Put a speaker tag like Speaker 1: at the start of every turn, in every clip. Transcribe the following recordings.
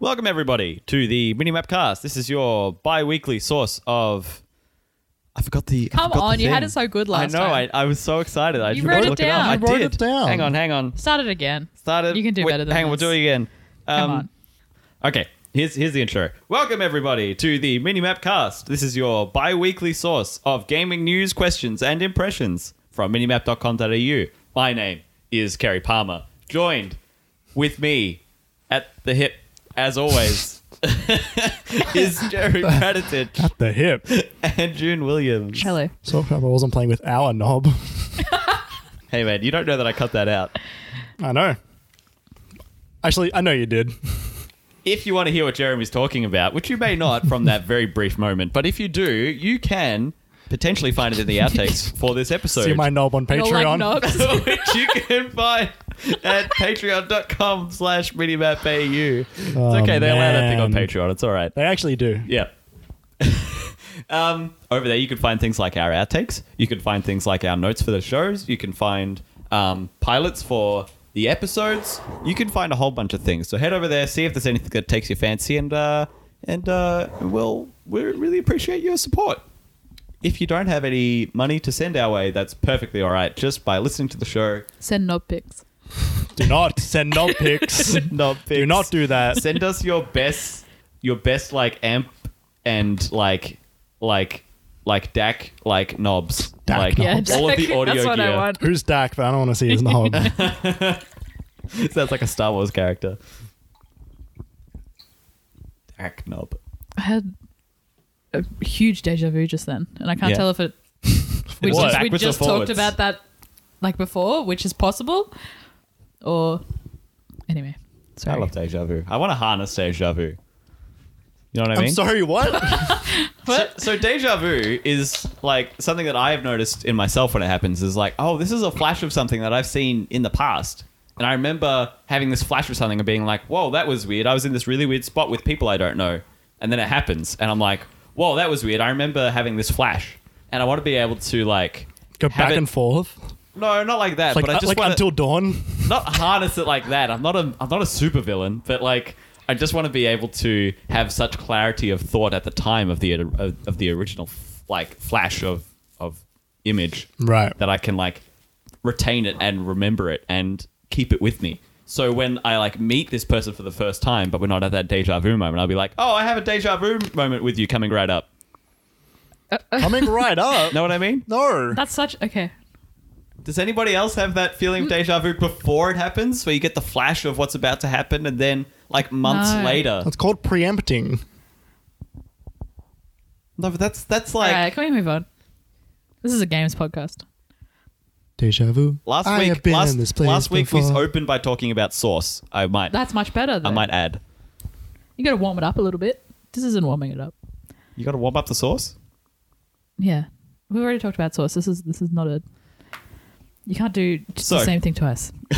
Speaker 1: Welcome, everybody, to the Minimap Cast. This is your bi weekly source of. I forgot the. I
Speaker 2: Come
Speaker 1: forgot the
Speaker 2: on, you had
Speaker 1: thing.
Speaker 2: it so good last
Speaker 1: I know,
Speaker 2: time.
Speaker 1: I, I was so excited. I
Speaker 2: You
Speaker 1: forgot
Speaker 2: wrote
Speaker 1: to
Speaker 2: it
Speaker 1: look
Speaker 2: down.
Speaker 1: It up. I,
Speaker 3: wrote
Speaker 1: did.
Speaker 3: it down.
Speaker 1: Hang on, hang on.
Speaker 2: Start it again.
Speaker 1: Started.
Speaker 2: You can do
Speaker 1: wait,
Speaker 2: better than
Speaker 1: Hang on, we'll
Speaker 2: this.
Speaker 1: do it again. Um,
Speaker 2: Come on.
Speaker 1: Okay, here's here's the intro. Welcome everybody to the Minimap Cast. This is your bi-weekly source of gaming news, questions, and impressions from minimap.com.au. My name is Kerry Palmer. Joined with me at the hip, as always, is Jerry Pratitich
Speaker 3: The hip.
Speaker 1: and June Williams.
Speaker 2: Hello.
Speaker 3: So I wasn't playing with our knob.
Speaker 1: Hey man, you don't know that I cut that out.
Speaker 3: I know. Actually, I know you did.
Speaker 1: if you want to hear what Jeremy's talking about, which you may not from that very brief moment, but if you do, you can potentially find it in the outtakes for this episode,
Speaker 3: See my knob on
Speaker 2: You're like
Speaker 3: Patreon.
Speaker 2: knobs.
Speaker 1: which you can find at patreon.com slash minimapau. It's
Speaker 3: Oh,
Speaker 1: okay, they allow that thing on
Speaker 3: man.
Speaker 1: Patreon. It's all right.
Speaker 3: They actually do.
Speaker 1: Yeah. um, over there, you can find things like our outtakes. You can find things like our notes for the shows. You can find um, pilots for the episodes. You can find a whole bunch of things. So head over there, see if there's anything that takes your fancy, and uh, and uh, we'll we really appreciate your support. If you don't have any money to send our way, that's perfectly all right. Just by listening to the show,
Speaker 2: Send knob pics.
Speaker 3: Do not send knob pics.
Speaker 1: not
Speaker 3: do not do that.
Speaker 1: send us your best your best like amp and like like like DAC like knobs.
Speaker 3: DAC
Speaker 1: like
Speaker 3: Yeah,
Speaker 1: all of
Speaker 2: Jack,
Speaker 1: the audio
Speaker 2: That's what
Speaker 1: gear.
Speaker 2: I want.
Speaker 3: Who's Dak? But I don't want to see his knob.
Speaker 1: Sounds like a Star Wars character. DAC knob.
Speaker 2: I had a huge deja vu just then, and I can't
Speaker 1: Yeah.
Speaker 2: tell if it. We
Speaker 1: was
Speaker 2: just, we
Speaker 1: backwards or
Speaker 2: just talked
Speaker 1: forwards?
Speaker 2: about that like before, which is possible, or anyway.
Speaker 1: I
Speaker 2: Sorry.
Speaker 1: love deja vu. I want to harness deja vu. You know what I mean?
Speaker 3: I'm sorry, what?
Speaker 1: So, so deja vu is like something that I have noticed in myself when it happens is like, oh, this is a flash of something that I've seen in the past. And I remember having this flash of something and being like, whoa, that was weird. I was in this really weird spot with people I don't know. And then it happens. And I'm like, whoa, that was weird. I remember having this flash. And I want to be able to like
Speaker 3: Go
Speaker 1: have
Speaker 3: back
Speaker 1: it-
Speaker 3: and forth.
Speaker 1: No, not like that.
Speaker 3: Like, uh,
Speaker 1: but I just
Speaker 3: like
Speaker 1: want
Speaker 3: until dawn.
Speaker 1: not harness it like that. I'm not a I'm not a supervillain, but like I just want to be able to have such clarity of thought at the time of the of, of the original like flash of of image
Speaker 3: Right.
Speaker 1: that I can like retain it and remember it and keep it with me. So when I like meet this person for the first time, but we're not at that deja vu moment, I'll be like, "Oh, I have a deja vu moment with you coming right up."
Speaker 3: Coming right up.
Speaker 1: Know what I mean?
Speaker 3: No.
Speaker 2: That's such okay.
Speaker 1: Does anybody else have that feeling
Speaker 2: Mm.
Speaker 1: of deja vu before it happens, where you get the flash of what's about to happen, and then like months
Speaker 2: No.
Speaker 1: later?
Speaker 3: That's called preempting.
Speaker 1: No, but that's that's
Speaker 2: All
Speaker 1: like
Speaker 2: right, can we move on? This is a games podcast.
Speaker 3: Deja vu.
Speaker 1: last
Speaker 3: I
Speaker 1: week.
Speaker 3: have been
Speaker 1: last
Speaker 3: in this place
Speaker 1: last week
Speaker 3: before.
Speaker 1: we opened by talking about Source. I might
Speaker 2: That's much better. Though.
Speaker 1: I might add.
Speaker 2: You got to warm it up a little bit. This isn't warming it up.
Speaker 1: You got to warm up the Source.
Speaker 2: Yeah, we've already talked about source. This is this is not a. You can't do t-
Speaker 1: So-
Speaker 2: the same thing twice.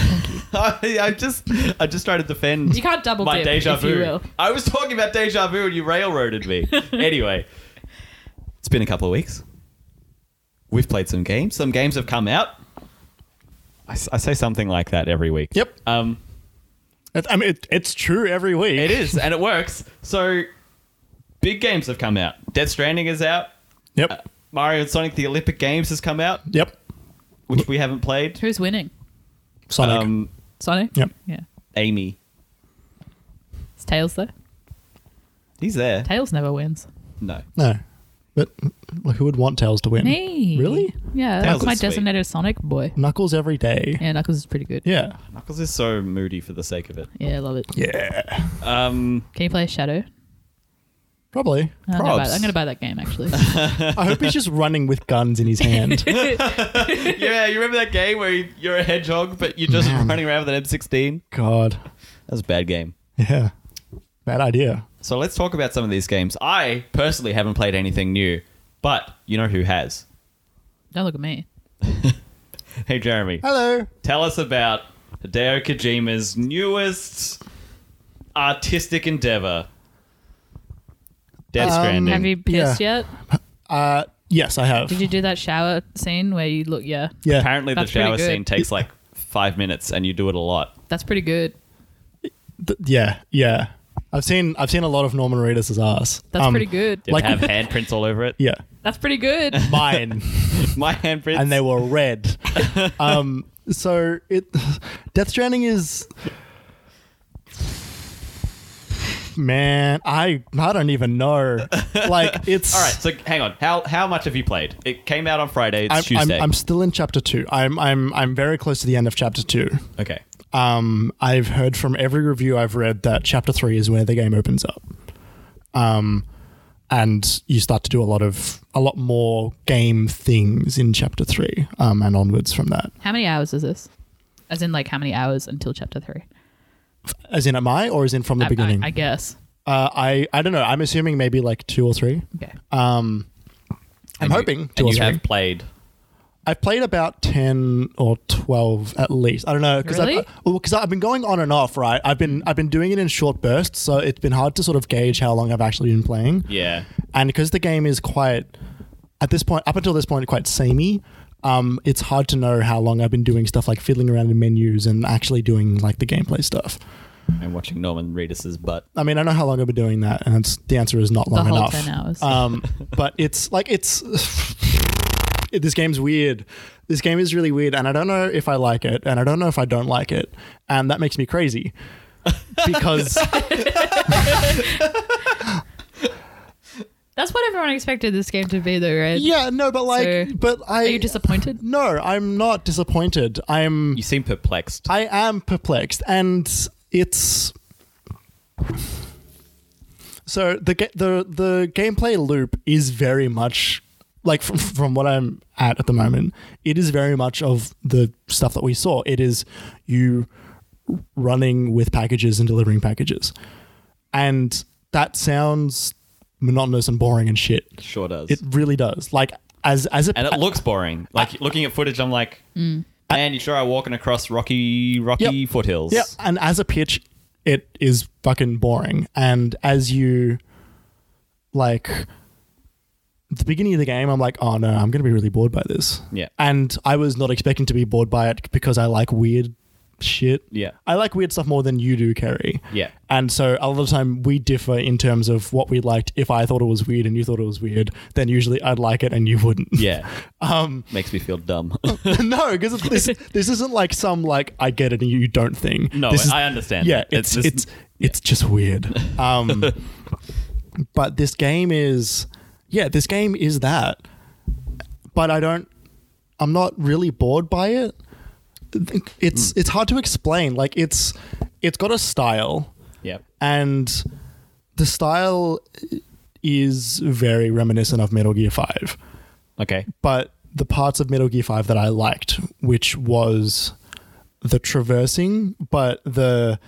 Speaker 1: I, I just I just try to defend
Speaker 2: You can't double
Speaker 1: my
Speaker 2: dip,
Speaker 1: deja
Speaker 2: if
Speaker 1: vu.
Speaker 2: you will.
Speaker 1: I was talking about deja vu and you railroaded me. anyway, it's been a couple of weeks. We've played some games. Some games have come out. I, s- I say something like that every week.
Speaker 3: Yep.
Speaker 1: Um,
Speaker 3: It- I mean, it, it's true every week.
Speaker 1: it is, and it works. So, big games have come out. Death Stranding is out.
Speaker 3: Yep.
Speaker 1: Mario and Sonic the Olympic Games has come out,
Speaker 3: yep.
Speaker 1: which we haven't played.
Speaker 2: Who's winning?
Speaker 3: Sonic.
Speaker 1: Um,
Speaker 2: Sonic.
Speaker 3: Yep.
Speaker 2: Yeah.
Speaker 1: Amy,
Speaker 2: It's Tails though.
Speaker 1: he's there.
Speaker 2: Tails never wins.
Speaker 1: No,
Speaker 3: no. But like, who would want Tails to win?
Speaker 2: Me.
Speaker 3: Really?
Speaker 2: Yeah.
Speaker 1: Tails
Speaker 2: that's my
Speaker 1: is sweet.
Speaker 2: designated Sonic boy.
Speaker 3: Knuckles every day.
Speaker 2: Yeah, Knuckles is pretty good.
Speaker 3: Yeah.
Speaker 1: Knuckles is so moody for the sake of it.
Speaker 2: Yeah, I love it.
Speaker 3: Yeah.
Speaker 1: Um,
Speaker 2: Can you play Shadow? Uh,
Speaker 3: Probably.
Speaker 2: I'm gonna, buy,
Speaker 1: Probs.
Speaker 2: I'm gonna buy that game actually.
Speaker 3: I hope he's just running with guns in his hand.
Speaker 1: yeah, you remember that game where you- you're a hedgehog, but you're just
Speaker 3: Man.
Speaker 1: running around with an M16?
Speaker 3: God.
Speaker 1: That was a bad game.
Speaker 3: Yeah. Bad idea.
Speaker 1: So let's talk about some of these games. I personally haven't played anything new, but you know who has?
Speaker 2: Don't look at me.
Speaker 1: Hey, Jeremy,
Speaker 3: Hello.
Speaker 1: tell us about Hideo Kojima's newest artistic endeavor, Death
Speaker 3: Um,
Speaker 1: Stranding.
Speaker 2: Have you pissed yet?
Speaker 3: Uh, yes, I have.
Speaker 2: Did you do that shower scene where you look? Yeah,
Speaker 3: yeah.
Speaker 1: Apparently, the
Speaker 2: That's pretty
Speaker 1: shower
Speaker 2: good.
Speaker 1: scene takes like five minutes, and you do it a lot.
Speaker 2: that's pretty good.
Speaker 3: Th- yeah. Yeah. I've seen I've seen a lot of Norman Reedus' ass.
Speaker 2: That's
Speaker 3: Um,
Speaker 2: pretty good.
Speaker 1: Did
Speaker 3: Like-
Speaker 1: it have handprints all over it?
Speaker 3: Yeah,
Speaker 2: That's pretty good.
Speaker 3: mine,
Speaker 1: My handprints.
Speaker 3: and they were red. um, so it, Death Stranding is. Man, I I don't even know. Like it's
Speaker 1: All right, so hang on. How how much have you played? It came out on Friday. It's
Speaker 3: I'm, I'm,
Speaker 1: Tuesday.
Speaker 3: I'm still in chapter two. I'm I'm I'm very close to the end of chapter two.
Speaker 1: okay.
Speaker 3: Um, I've heard from every review I've read that chapter three is where the game opens up. Um, and you start to do a lot of a lot more game things in chapter three, um, and onwards from that.
Speaker 2: How many hours is this? As in, like, how many hours until chapter three?
Speaker 3: As in, am I or as in from the
Speaker 2: I,
Speaker 3: beginning?
Speaker 2: I, I guess.
Speaker 3: uh, I I don't know. I'm assuming maybe like two or three.
Speaker 2: Okay.
Speaker 3: Um, I'm
Speaker 1: And you-
Speaker 3: hoping two
Speaker 1: and
Speaker 3: or
Speaker 1: you
Speaker 3: three.
Speaker 1: have played.
Speaker 3: I've played about ten or twelve at least. I don't know because
Speaker 2: Really?
Speaker 3: I've, well, 'cause I've been going on and off. Right, I've been I've been doing it in short bursts, so it's been hard to sort of gauge how long I've actually been playing.
Speaker 1: Yeah.
Speaker 3: And because the game is quite at this point, up until this point, quite samey. Um, it's hard to know how long I've been doing stuff like fiddling around in menus and actually doing like the gameplay stuff.
Speaker 1: And watching Norman Reedus's butt.
Speaker 3: I mean, I know how long I've been doing that, and it's, the answer is not long
Speaker 2: whole
Speaker 3: enough.
Speaker 2: 10 hours.
Speaker 3: Um, but it's like it's it- this game's weird. This game is really weird, and I don't know if I like it, and I don't know if I don't like it, and that makes me crazy because
Speaker 2: That's what everyone expected this game to be, though, right?
Speaker 3: yeah, no, but like,
Speaker 2: So,
Speaker 3: but I
Speaker 2: Are you disappointed?
Speaker 3: no, I'm not disappointed. I'm
Speaker 1: You seem perplexed.
Speaker 3: I am perplexed, and it's so the ga- the the gameplay loop is very much like from, from what I'm at at the moment. It is very much of the stuff that we saw. It is you running with packages and delivering packages, and that sounds monotonous and boring and shit.
Speaker 1: sure does.
Speaker 3: It really does. Like as as a
Speaker 1: and it looks boring. Like looking at footage, I'm like, man, you sure are walking across rocky, rocky
Speaker 3: Yep.
Speaker 1: foothills?
Speaker 3: Yeah, and as a pitch, it is fucking boring. And as you like the beginning of the game, I'm like, oh no, I'm gonna be really bored by this.
Speaker 1: Yeah.
Speaker 3: And I was not expecting to be bored by it because I like weird shit.
Speaker 1: Yeah.
Speaker 3: I like weird stuff more than you do, Kerry.
Speaker 1: Yeah.
Speaker 3: And so a lot of the time we differ in terms of what we liked. If I thought it was weird and you thought it was weird, then usually I'd like it and you wouldn't.
Speaker 1: Yeah. um, Makes me feel dumb.
Speaker 3: no, because this this isn't like some like I get it and you don't thing.
Speaker 1: No,
Speaker 3: this
Speaker 1: I understand.
Speaker 3: Yeah,
Speaker 1: It's
Speaker 3: it's
Speaker 1: just-
Speaker 3: it's it's just weird. Um, but this game is, yeah, this game is that. But I don't. I'm not really bored by it. It's it's hard to explain. Like it's it's got a style
Speaker 1: yep.
Speaker 3: and the style is very reminiscent of Metal Gear Five
Speaker 1: Okay.
Speaker 3: but the parts of Metal Gear 5 that I liked, which was the traversing, but the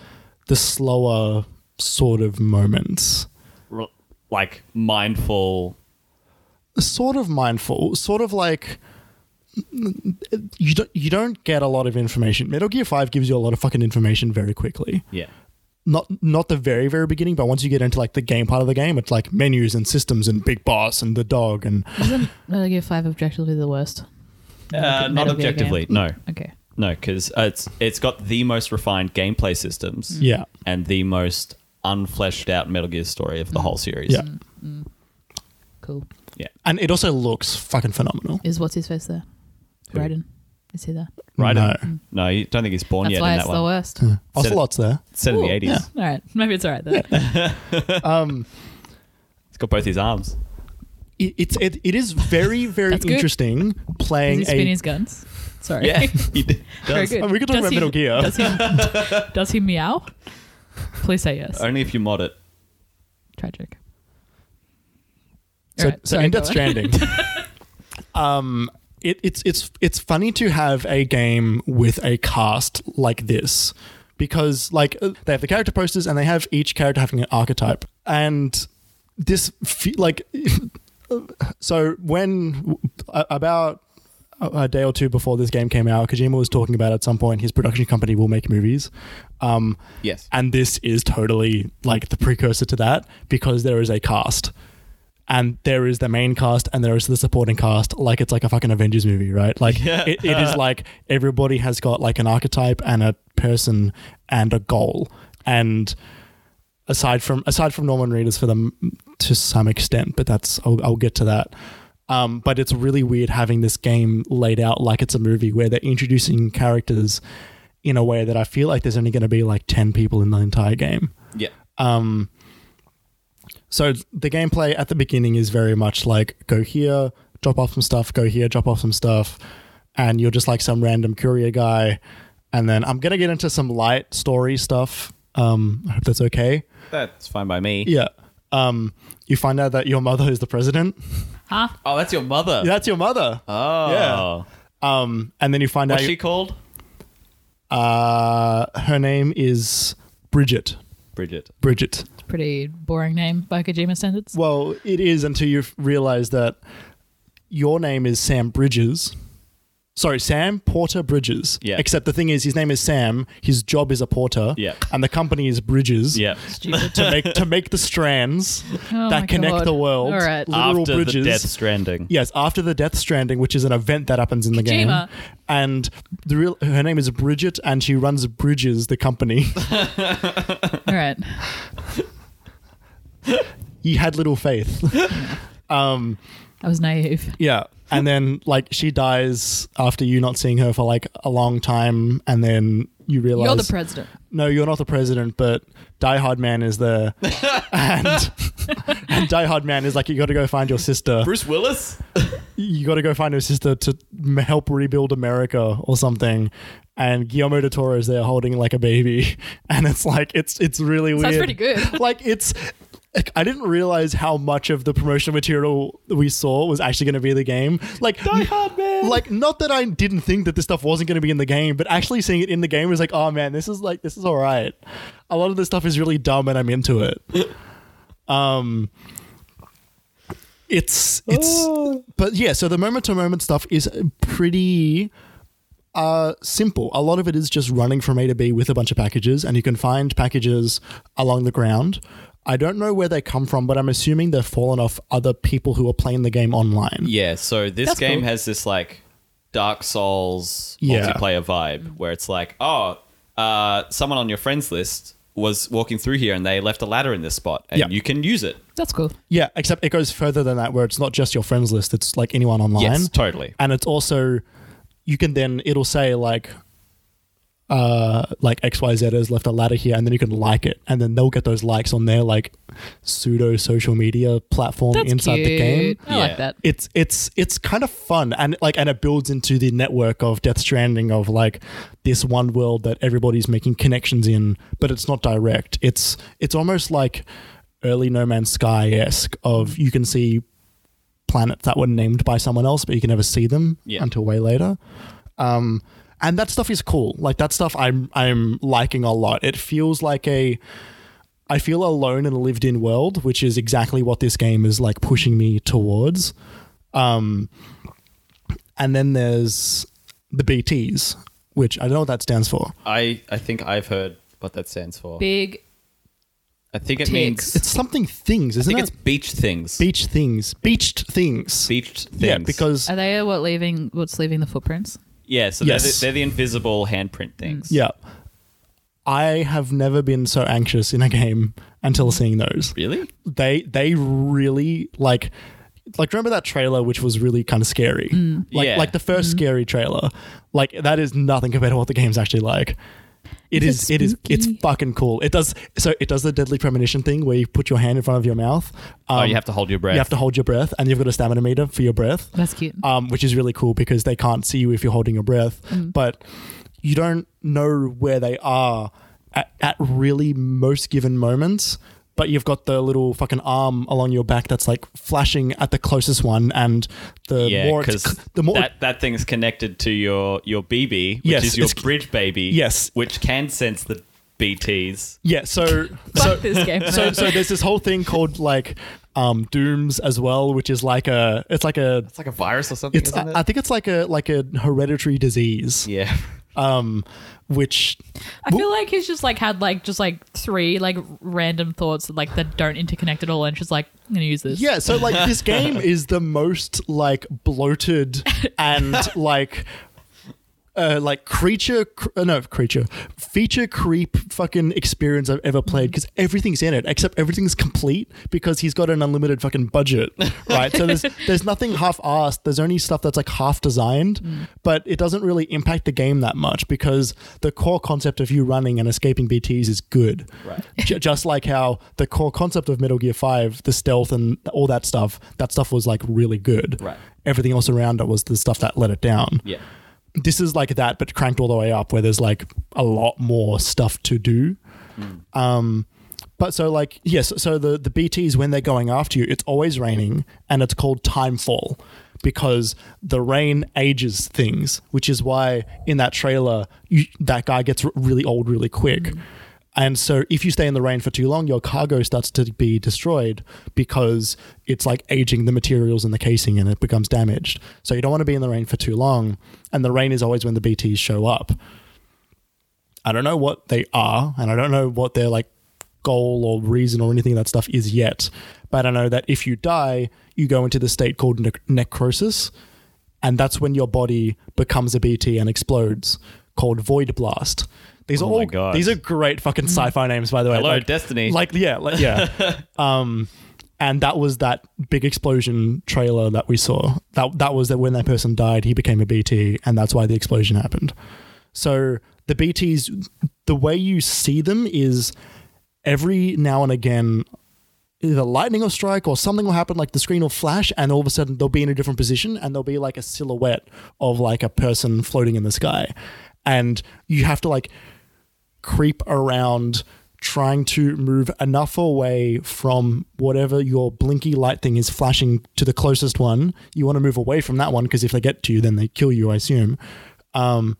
Speaker 3: the slower sort of moments.
Speaker 1: R- like mindful.
Speaker 3: Sort of mindful, sort of like you don't you don't get a lot of information. Metal Gear 5 gives you a lot of fucking information very quickly.
Speaker 1: Yeah.
Speaker 3: Not not the very very beginning, but once you get into like the game part of the game, it's like menus and systems and big boss and the dog and
Speaker 2: Isn't Metal Gear 5 objectively the worst?
Speaker 1: Uh,
Speaker 2: Metal
Speaker 1: not
Speaker 2: Gear
Speaker 1: objectively.
Speaker 2: game.
Speaker 1: No.
Speaker 2: Okay.
Speaker 1: No, because uh, it's it's got the most refined gameplay systems.
Speaker 3: yeah.
Speaker 1: and the most unfleshed out Metal Gear story of the whole series.
Speaker 3: Yeah.
Speaker 2: Cool.
Speaker 1: Yeah.
Speaker 3: And it also looks fucking phenomenal.
Speaker 2: Is what's his face there?
Speaker 1: Who?
Speaker 2: Raiden. Is he there?
Speaker 1: Right?
Speaker 3: No.
Speaker 1: No, you don't think he's born
Speaker 2: That's
Speaker 1: yet
Speaker 2: why
Speaker 1: in
Speaker 2: it's
Speaker 1: that
Speaker 2: the
Speaker 1: one.
Speaker 2: worst.
Speaker 3: Ocelot's there.
Speaker 1: It's set in the
Speaker 2: Cool.
Speaker 1: 80s.
Speaker 2: All right. Maybe it's all right then.
Speaker 1: It's got both his arms.
Speaker 3: it, it's it, it is very very
Speaker 2: That's good.
Speaker 3: interesting
Speaker 2: Does
Speaker 3: playing
Speaker 2: he spin
Speaker 3: a.
Speaker 2: his guns? Sorry.
Speaker 1: Yeah. he d-
Speaker 2: Very
Speaker 1: does.
Speaker 2: good.
Speaker 3: Oh, we could talk
Speaker 2: Does
Speaker 3: about
Speaker 2: he-
Speaker 3: Metal Gear.
Speaker 2: Does he, does he meow? Please say yes.
Speaker 1: Only if you mod it.
Speaker 2: Tragic.
Speaker 3: So,
Speaker 2: Alright,
Speaker 3: so
Speaker 2: sorry,
Speaker 3: in
Speaker 2: go
Speaker 3: Death
Speaker 2: on.
Speaker 3: Stranding, um, it, it's it's it's funny to have a game with a cast like this because like uh, they have the character posters and they have each character having an archetype and this fe- like uh, so when a- about a a day or two before this game came out, Kojima was talking about at some point his production company will make movies. Um,
Speaker 1: Yes.
Speaker 3: And this is totally like the precursor to that because there is a cast. And there is the main cast and there is the supporting cast. Like it's like a fucking Avengers movie, right? Like it, it is like everybody has got like an archetype and a person and a goal. And aside from aside from Norman Reedus for them to some extent, but that's I'll, I'll get to that. Um, but it's really weird having this game laid out like it's a movie where they're introducing characters in a way that I feel like there's only going to be like ten people in the entire game.
Speaker 1: Yeah.
Speaker 3: Um, so the gameplay at the beginning is very much like go here, drop off some stuff, go here, drop off some stuff, and you're just like some random courier guy. And then I'm gonna get into some light story stuff. Um, I hope that's okay.
Speaker 1: That's fine by me.
Speaker 3: Yeah. Um, you find out that your mother is the president.
Speaker 2: Huh?
Speaker 1: Oh, that's your mother.
Speaker 3: That's your mother.
Speaker 1: Oh.
Speaker 3: Yeah. Um, and then you find
Speaker 1: What's
Speaker 3: out
Speaker 1: she called?
Speaker 3: uh, her name is Bridget.
Speaker 1: Bridget.
Speaker 3: Bridget.
Speaker 2: It's a pretty boring name by Kojima standards.
Speaker 3: Well, it is until you realize that your name is Sam Bridges. Sorry, Sam Porter Bridges.
Speaker 1: Yeah.
Speaker 3: Except the thing is, his name is Sam. His job is a porter.
Speaker 1: Yeah.
Speaker 3: And the company is Bridges.
Speaker 1: Yeah.
Speaker 2: Stupid.
Speaker 3: To make to make the strands
Speaker 2: Oh my
Speaker 3: that connect
Speaker 2: God.
Speaker 3: the world.
Speaker 2: All right.
Speaker 3: Literal
Speaker 1: After
Speaker 3: bridges.
Speaker 1: the Death Stranding.
Speaker 3: Yes, after the Death Stranding, which is an event that happens in the
Speaker 2: Kojima.
Speaker 3: game, and the real her name is Bridget, and she runs Bridges, the company.
Speaker 2: All right.
Speaker 3: he had little faith. um,
Speaker 2: I was naive.
Speaker 3: Yeah. And then like she dies after you not seeing her for like a long time and then you realize
Speaker 2: You're the president.
Speaker 3: No, you're not the president, but Die Hard Man is there. and and Die Hard Man is like you got to go find your sister.
Speaker 1: Bruce Willis?
Speaker 3: You got to go find your sister to m- help rebuild America or something. And Guillermo de Toro is there holding like a baby and it's like it's it's really weird
Speaker 2: Sounds pretty good.
Speaker 3: like it's like, I didn't realize how much of the promotional material we saw was actually going to be in the game. Like Die
Speaker 1: Hard, man.
Speaker 3: Like not that I didn't think that this stuff wasn't going to be in the game, but actually seeing it in the game was like, oh man, this is like this is all right. A lot of this stuff is really dumb, and I'm into it. um, it's it's, but yeah. So the moment to moment stuff is pretty uh, simple. A lot of it is just running from A to B with a bunch of packages, and you can find packages along the ground. I don't know where they come from, but I'm assuming they've fallen off other people who are playing the game online.
Speaker 1: Yeah, so this
Speaker 3: That's
Speaker 1: game
Speaker 3: cool.
Speaker 1: has this like Dark Souls
Speaker 3: Yeah.
Speaker 1: multiplayer vibe where it's like, oh, uh, someone on your friends list was walking through here and they left a ladder in this spot and
Speaker 3: Yeah.
Speaker 1: you can use it.
Speaker 2: That's cool.
Speaker 3: Yeah, except it goes further than that, where it's not just your friends list, it's like anyone online.
Speaker 1: Yes, totally.
Speaker 3: and it's also you can then it'll say like uh like xyz has left a ladder here and then you can like it and then they'll get those likes on their like pseudo social media platform
Speaker 2: That's
Speaker 3: inside
Speaker 2: cute.
Speaker 3: the game
Speaker 2: I
Speaker 1: Yeah.
Speaker 2: like that.
Speaker 3: it's it's it's kind of fun and like and it builds into the network of death stranding of like this one world that everybody's making connections in but it's not direct it's it's almost like early no man's sky-esque of you can see planets that were named by someone else but you can never see them
Speaker 1: Yeah.
Speaker 3: until way later um and that stuff is cool like that stuff i'm i'm liking a lot it feels like a I feel alone in a lived in world, which is exactly what this game is like pushing me towards. Um, and then there's the BTs, which I don't know what that stands for.
Speaker 1: I, I think I've heard what that stands for.
Speaker 2: Big.
Speaker 1: I think it
Speaker 2: Ticks.
Speaker 1: means
Speaker 3: It's something things,
Speaker 1: I
Speaker 3: isn't
Speaker 1: think
Speaker 3: it?
Speaker 1: it's beach things.
Speaker 3: beach things, beached things.
Speaker 1: Beached things.
Speaker 3: Yeah, because
Speaker 2: Are they what leaving? What's leaving the footprints?
Speaker 1: yeah, so they're,
Speaker 3: Yes.
Speaker 1: the, they're the invisible handprint things.
Speaker 3: yeah, I have never been so anxious in a game until seeing those.
Speaker 1: Really?
Speaker 3: They they really like. Like remember that trailer, which was really kind of scary,
Speaker 2: Mm.
Speaker 3: like
Speaker 1: Yeah.
Speaker 3: like the 1st
Speaker 2: Mm-hmm.
Speaker 3: scary trailer, like that is nothing compared to what the game's actually like. It
Speaker 2: Is
Speaker 3: is.
Speaker 2: it
Speaker 3: It is. It's
Speaker 2: spooky?
Speaker 3: fucking cool. It does. So it does the deadly premonition thing where you put your hand in front of your mouth. Um,
Speaker 1: oh, you have to hold your breath.
Speaker 3: You have to hold your breath, and you've got a stamina meter for your breath,
Speaker 2: That's cute.
Speaker 3: um, which is really cool because they can't see you if you're holding your breath, but you don't know where they are at, at really most given moments. But you've got the little fucking arm along your back that's like flashing at the closest one, and the
Speaker 1: yeah,
Speaker 3: more
Speaker 1: because
Speaker 3: it's, the more
Speaker 1: that, that thing's connected to your your BB, which
Speaker 3: Yes,
Speaker 1: is your
Speaker 3: it's-
Speaker 1: bridge baby.
Speaker 3: Yes.
Speaker 1: which can sense the BTS.
Speaker 3: yeah. So so
Speaker 2: Fuck this game.
Speaker 3: so so there's this whole thing called like um dooms as well which is like a it's like a
Speaker 1: It's like a virus or something,
Speaker 3: it's I, I think it's like a like a hereditary disease
Speaker 1: yeah,
Speaker 3: um which
Speaker 2: I feel like he's just like had like just like three like random thoughts like that don't interconnect at all, and she's like, I'm gonna use this.
Speaker 3: yeah so like this game is the most like bloated and like uh, like creature, cr- uh, no creature, feature creep fucking experience I've ever
Speaker 1: Mm-hmm.
Speaker 3: played because everything's in it except everything's complete because he's got an unlimited fucking budget, right? so there's there's nothing half-assed. There's only stuff that's like half designed,
Speaker 1: Mm.
Speaker 3: but it doesn't really impact the game that much because the core concept of you running and escaping BTS is good,
Speaker 1: Right.
Speaker 3: J- just like how the core concept of Metal Gear Five, the stealth and all that stuff, that stuff was like really good,
Speaker 1: Right.
Speaker 3: Everything else around it was the stuff that let it down
Speaker 1: Yeah.
Speaker 3: this is like that, but cranked all the way up, where there's like a lot more stuff to do. Um, but so like yes, so the the BTS when they're going after you, it's always raining, and it's called timefall because the rain ages things, which is why in that trailer you, that guy gets r- really old really quick. And so, if you stay in the rain for too long, your cargo starts to be destroyed because it's like aging the materials in the casing and it becomes damaged. So, you don't want to be in the rain for too long. And the rain is always when the BTs show up. I don't know what they are, and I don't know what their like goal or reason or anything of that stuff is yet. But I know that if you die, you go into the state called ne- necrosis, and that's when your body becomes a BT and explodes, called void blast. These
Speaker 1: Oh
Speaker 3: are
Speaker 1: my
Speaker 3: all
Speaker 1: God.
Speaker 3: these are great fucking sci-fi names, by the way.
Speaker 1: Hello,
Speaker 3: like,
Speaker 1: Destiny.
Speaker 3: Like yeah, like yeah. um, and that was that big explosion trailer that we saw. That that was that when that person died, he became a BT, and that's why the explosion happened. So the BTs, the way you see them is every now and again, either lightning will strike or something will happen, like the screen will flash, and all of a sudden they'll be in a different position, and there'll be like a silhouette of like a person floating in the sky, and you have to like creep around trying to move enough away from whatever your blinky light thing is flashing to the closest one. You want to move away from that one because if they get to you, then they kill you, I assume. Um,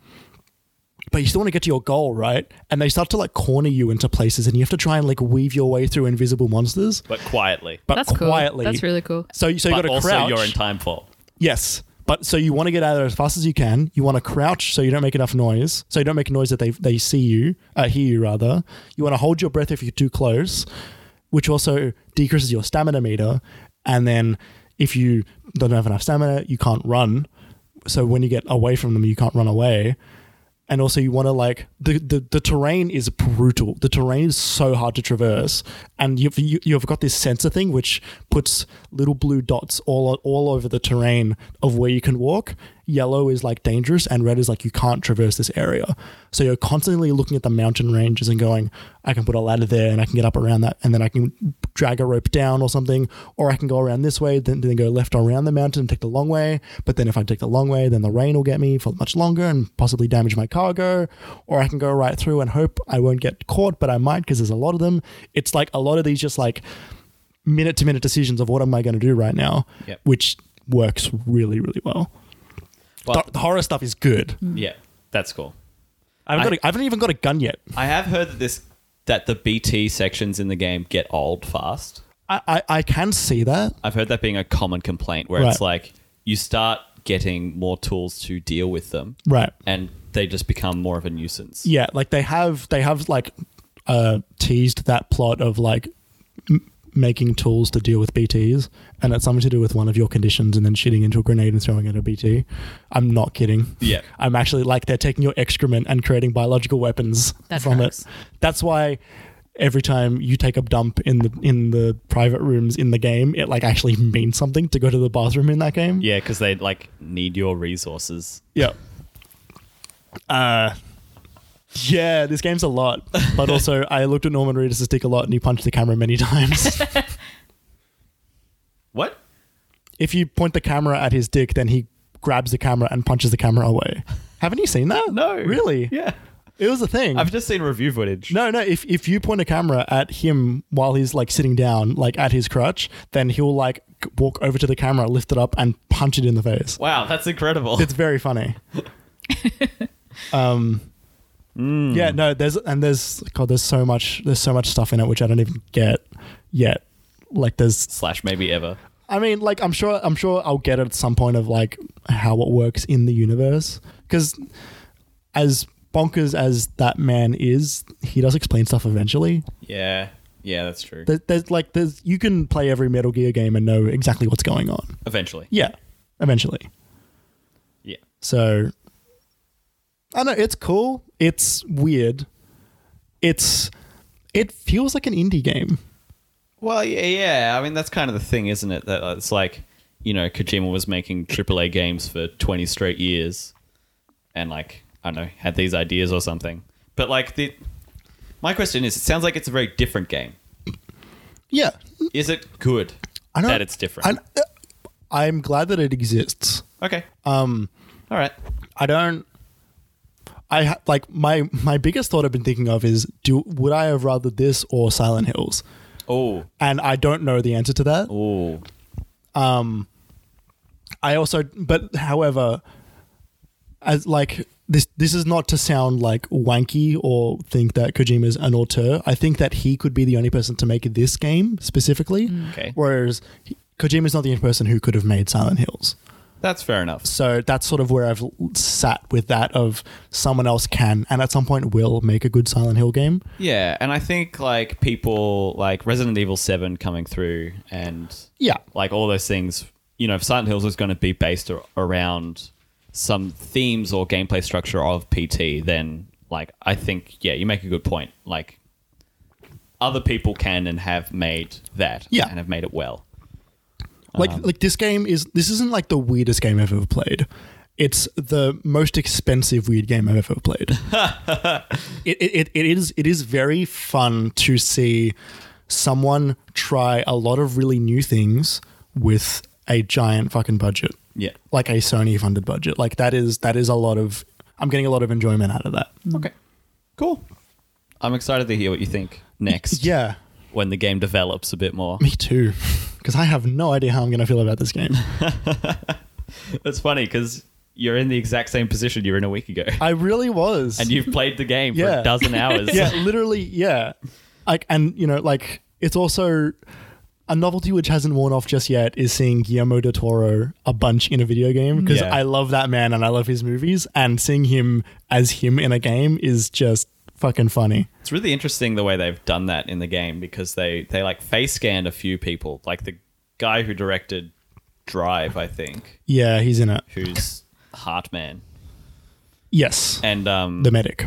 Speaker 3: but you still want to get to your goal, right? And they start to like corner you into places and you have to try and like weave your way through invisible monsters,
Speaker 1: But quietly.
Speaker 3: but
Speaker 2: That's cool.
Speaker 3: quietly.
Speaker 2: That's really cool.
Speaker 3: so, so you got
Speaker 1: But
Speaker 3: to
Speaker 1: also
Speaker 3: crouch.
Speaker 1: you're in time fall.
Speaker 3: Yes. But so you want to get out of there as fast as you can. You want to crouch so you don't make enough noise. So you don't make noise that they they see you, uh, hear you rather. You want to hold your breath if you're too close, which also decreases your stamina meter. And then if you don't have enough stamina, you can't run. So when you get away from them, you can't run away. And also you want to like the, the the terrain is brutal. The terrain is so hard to traverse, and you've you, you've got this sensor thing which puts little blue dots all all over the terrain of where you can walk. Yellow is like dangerous, and red is like you can't traverse this area. So you're constantly looking at the mountain ranges and going, I can put a ladder there, and I can get up around that, and then I can drag a rope down or something, or I can go around this way, then then go left around the mountain and take the long way. But then if I take the long way, then the rain will get me for much longer and possibly damage my cargo. Or I can go right through and hope I won't get caught, but I might because there's a lot of them. It's like a lot of these just like minute to minute decisions of what am I going to do right now,
Speaker 1: Yep.
Speaker 3: which works really really well.
Speaker 1: Well-
Speaker 3: the, the horror stuff is good.
Speaker 1: Yeah. That's cool.
Speaker 3: I haven't,
Speaker 1: I-
Speaker 3: got a, I haven't even got a gun yet.
Speaker 1: I have heard that this that the BT sections in the game get old fast.
Speaker 3: I, I, I can see that.
Speaker 1: I've heard that being a common complaint where it's
Speaker 3: Right.
Speaker 1: like you start getting more tools to deal with them
Speaker 3: Right.
Speaker 1: and they just become more of a nuisance.
Speaker 3: yeah like they have they have like uh teased that plot of like m- making tools to deal with bts and it's something to do with one of your conditions and then shooting into a grenade and throwing it at a bt i'm not kidding
Speaker 1: Yeah.
Speaker 3: i'm actually like they're taking your excrement and creating biological weapons
Speaker 2: That
Speaker 3: from
Speaker 2: tracks.
Speaker 3: it that's why every time you take a dump in the in the private rooms in the game it like actually means something to go to the bathroom in that game
Speaker 1: Yeah, because they like need your resources.
Speaker 3: yeah. Uh, yeah, this game's a lot. But also, I looked at Norman Reedus' dick a lot and he punched the camera many times.
Speaker 1: What?
Speaker 3: if you point the camera at his dick, then he grabs the camera and punches the camera away. Haven't you seen that?
Speaker 1: No.
Speaker 3: Really?
Speaker 1: Yeah.
Speaker 3: It was a thing.
Speaker 1: I've just seen review footage.
Speaker 3: no, no. If, if you point a camera at him while he's like sitting down, like at his crutch, then he'll like walk over to the camera, lift it up, and punch it in the face.
Speaker 1: Wow, that's incredible.
Speaker 3: It's very funny. um, yeah, no, there's and there's God, there's so much, there's so much stuff in it which I don't even get yet. Like there's,
Speaker 1: Slash maybe ever.
Speaker 3: I mean, like I'm sure, I'm sure I'll get it at some point of like how it works in the universe because as bonkers as that man is, he does explain stuff eventually.
Speaker 1: Yeah. Yeah, that's true.
Speaker 3: There, there's like there's you can play every Metal Gear game and know exactly what's going on.
Speaker 1: Eventually.
Speaker 3: Yeah, eventually.
Speaker 1: Yeah.
Speaker 3: So I don't know. It's cool. It's weird. It's it feels like an indie game.
Speaker 1: Well, yeah, yeah. I mean, that's kind of the thing, isn't it? That uh, it's like, you know, Kojima was making AAA games for 20 straight years and, like, I don't know, had these ideas or something. But, like, the my question is it sounds like it's a very different game.
Speaker 3: Yeah,
Speaker 1: Is it good
Speaker 3: I know
Speaker 1: that it's different?
Speaker 3: I, uh, I'm glad that it exists.
Speaker 1: okay. Um. All right.
Speaker 3: I don't. I ha- like my my biggest thought I've been thinking of is do would I have rather this or Silent Hills?
Speaker 1: Oh.
Speaker 3: And I don't know the answer to that.
Speaker 1: Oh.
Speaker 3: I also, but however, as like this, this is not to sound like wanky or think that Kojima's an auteur. I think that he could be the only person to make this game specifically.
Speaker 1: Okay.
Speaker 3: Whereas he- Kojima's not the only person who could have made Silent Hills.
Speaker 1: That's fair enough.
Speaker 3: So that's sort of where I've l- sat with that of someone else can and at some point will make a good Silent Hill game.
Speaker 1: Yeah, and I think like people like Resident Evil Seven coming through and
Speaker 3: Yeah.
Speaker 1: like all those things. You know, if Silent Hills was going to be based ar- around some themes or gameplay structure of PT, then like I think yeah, you make a good point. Like other people can and have made that.
Speaker 3: Yeah.
Speaker 1: and have made it well.
Speaker 3: Like like this game is this isn't like the weirdest game I've ever played. It's the most expensive weird game I've ever played. it, it, it, it is it is very fun to see someone try a lot of really new things with a giant fucking budget.
Speaker 1: Yeah.
Speaker 3: Like a Sony funded budget. Like that is that is a lot of I'm getting a lot of enjoyment out of that.
Speaker 1: Okay. Cool. I'm excited to hear what you think next.
Speaker 3: Yeah.
Speaker 1: When the game develops a bit more.
Speaker 3: Me too. Because I have no idea how I'm going to feel about this game.
Speaker 1: That's funny because you're in the exact same position you were in a week ago.
Speaker 3: I really was.
Speaker 1: and you've played the game for
Speaker 3: Yeah.
Speaker 1: a dozen hours.
Speaker 3: yeah, literally, yeah. Like, and you know, like it's also a novelty which hasn't worn off just yet is seeing Guillermo del Toro a bunch in a video game because
Speaker 1: Yeah.
Speaker 3: I love that man and I love his movies and seeing him as him in a game is just fucking funny.
Speaker 1: It's really interesting the way they've done that in the game because they they like face scanned a few people, like the guy who directed Drive, I think,
Speaker 3: Yeah, he's in it.
Speaker 1: who's Heartman
Speaker 3: Yes,
Speaker 1: and um
Speaker 3: the medic.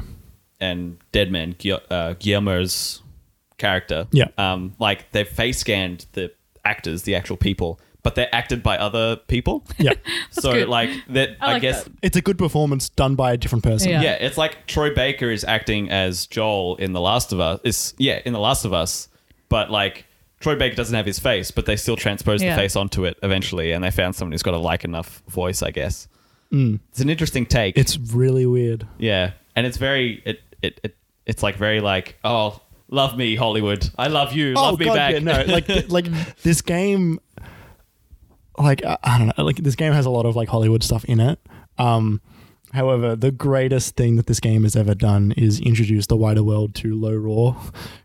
Speaker 1: and Deadman Guil- uh, Guillermo's character.
Speaker 3: Yeah.
Speaker 1: Um, like they've face scanned the actors, the actual people, but they're acted by other people.
Speaker 3: Yeah,
Speaker 1: so
Speaker 2: good.
Speaker 1: like that,
Speaker 2: I
Speaker 1: I,
Speaker 2: like
Speaker 1: guess
Speaker 2: that.
Speaker 3: it's a good performance done by a different person.
Speaker 2: Yeah.
Speaker 1: yeah. it's like Troy Baker is acting as Joel in The Last of Us. Is yeah, in The Last of Us, but like Troy Baker doesn't have his face, but they still transpose
Speaker 2: Yeah.
Speaker 1: the face onto it eventually, and they found someone who's got a like enough voice, I guess. It's an interesting take.
Speaker 3: Mm. It's really weird.
Speaker 1: yeah, and it's very it it, it it's like very like oh. Love me, Hollywood. I love you. Love me back.
Speaker 3: Oh, yeah, no, like like this game, like I, I don't know, like this game has a lot of like Hollywood stuff in it. Um, however, the greatest thing that this game has ever done is introduce the wider world to low roar,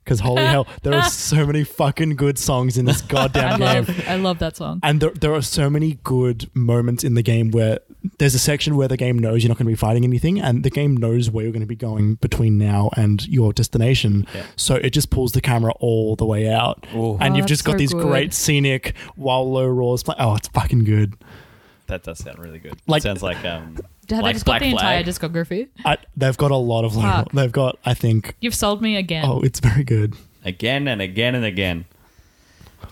Speaker 3: because holy hell, there are so many fucking good songs in this
Speaker 2: I
Speaker 3: goddamn game.
Speaker 2: love, I love that song.
Speaker 3: And there, there are so many good moments in the game where there's a section where the game knows you're not going to be fighting anything, and the game knows where you're going to be going between now and your destination.
Speaker 1: Mm. Yeah.
Speaker 3: So it just pulls the camera all the way out,
Speaker 1: Ooh.
Speaker 3: and
Speaker 2: Oh, that's
Speaker 3: you've just got
Speaker 2: so
Speaker 3: these
Speaker 2: good.
Speaker 3: great scenic while low roars play. Oh, it's fucking good.
Speaker 1: That does sound really good.
Speaker 3: Like-
Speaker 1: sounds like um,
Speaker 2: Have I
Speaker 1: like
Speaker 2: just got
Speaker 1: Black
Speaker 2: the entire
Speaker 1: Flag.
Speaker 2: discography?
Speaker 3: I, they've got a lot of low. roar.
Speaker 2: Fuck.
Speaker 3: They've got, I think.
Speaker 2: You've sold me again.
Speaker 3: Oh, it's very good.
Speaker 1: again and again and again.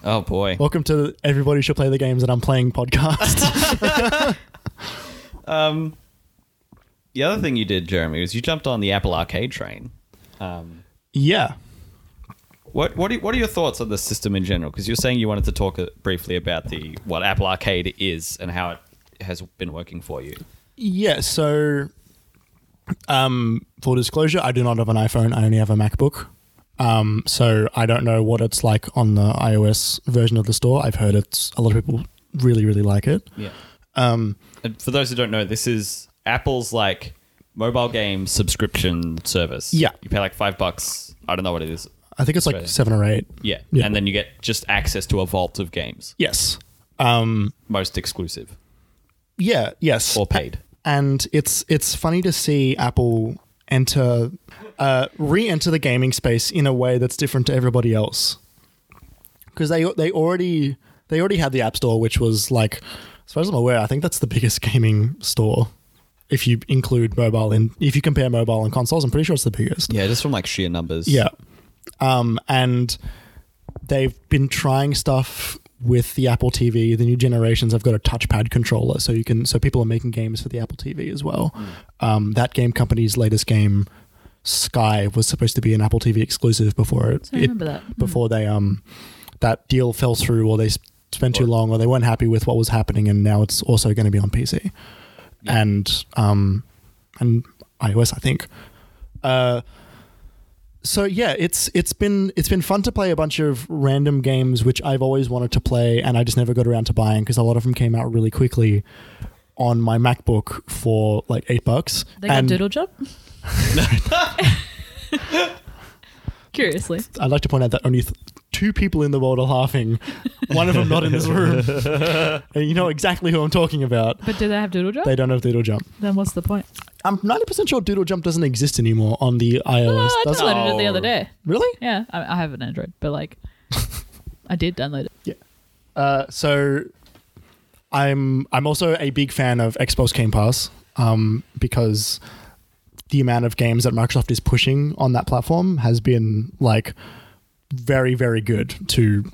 Speaker 1: Oh boy.
Speaker 3: Welcome to the everybody should play the games that I'm playing podcast.
Speaker 1: The other thing you did, Jeremy, was you jumped on the Apple Arcade train. Um,
Speaker 3: yeah.
Speaker 1: what what are, what are your thoughts on the system in general? Because you're saying you wanted to talk uh, briefly about the what Apple Arcade is and how it has been working for you.
Speaker 3: Yeah, so um full disclosure, I do not have an iPhone, I only have a MacBook. Um so I don't know what it's like on the iOS version of the store. I've heard it's a lot of people really really like it.
Speaker 1: Yeah.
Speaker 3: Um,
Speaker 1: and for those who don't know, this is Apple's like mobile game subscription service.
Speaker 3: Yeah.
Speaker 1: You pay like five bucks. I don't know what it is.
Speaker 3: I think it's like
Speaker 1: Australia.
Speaker 3: 7 or 8.
Speaker 1: Yeah.
Speaker 3: Yeah.
Speaker 1: And then you get just access to a vault of games,
Speaker 3: Yes. Um
Speaker 1: most exclusive
Speaker 3: yeah, yes.
Speaker 1: or paid.
Speaker 3: and it's it's funny to see Apple enter uh, re-enter the gaming space in a way that's different to everybody else because they they already they already had the App Store, which was like, as far as I'm aware, I think that's the biggest gaming store if you include mobile and if you compare mobile and consoles, I'm pretty sure it's the biggest.
Speaker 1: Yeah, just from like sheer numbers.
Speaker 3: Yeah. Um, and they've been trying stuff with the Apple TV. The new generations have got a touchpad controller, so you can so people are making games for the Apple TV as well. Um, that game company's latest game, Sky, was supposed to be an Apple TV exclusive before it.
Speaker 2: I
Speaker 3: it-
Speaker 2: remember that.
Speaker 3: Before they um, that deal fell through, or they s- spent too long, or they weren't happy with what was happening, and now it's also going to be on PC, and um, and iOS, I think. Uh, so yeah, it's it's been it's been fun to play a bunch of random games which I've always wanted to play, and I just never got around to buying because a lot of them came out really quickly on my MacBook for like eight bucks.
Speaker 2: They got
Speaker 3: and
Speaker 2: doodle job? Curiously.
Speaker 3: I'd like to point out that only th- two people in the world are laughing. One of them not in this room, and you know exactly who I'm talking about.
Speaker 2: But do they have doodle job?
Speaker 3: They don't have Doodle Jump.
Speaker 2: then what's the point?
Speaker 3: I'm 90% sure Doodle Jump doesn't exist anymore on the
Speaker 2: Oh,
Speaker 3: iOS.
Speaker 2: I
Speaker 3: does it?
Speaker 2: downloaded it the
Speaker 1: No.
Speaker 2: other day.
Speaker 3: Really?
Speaker 2: Yeah, I, I have an Android, but like, I did download it.
Speaker 3: Uh, so I'm I'm also a big fan of Xbox Game Pass um, because the amount of games that Microsoft is pushing on that platform has been like very very good to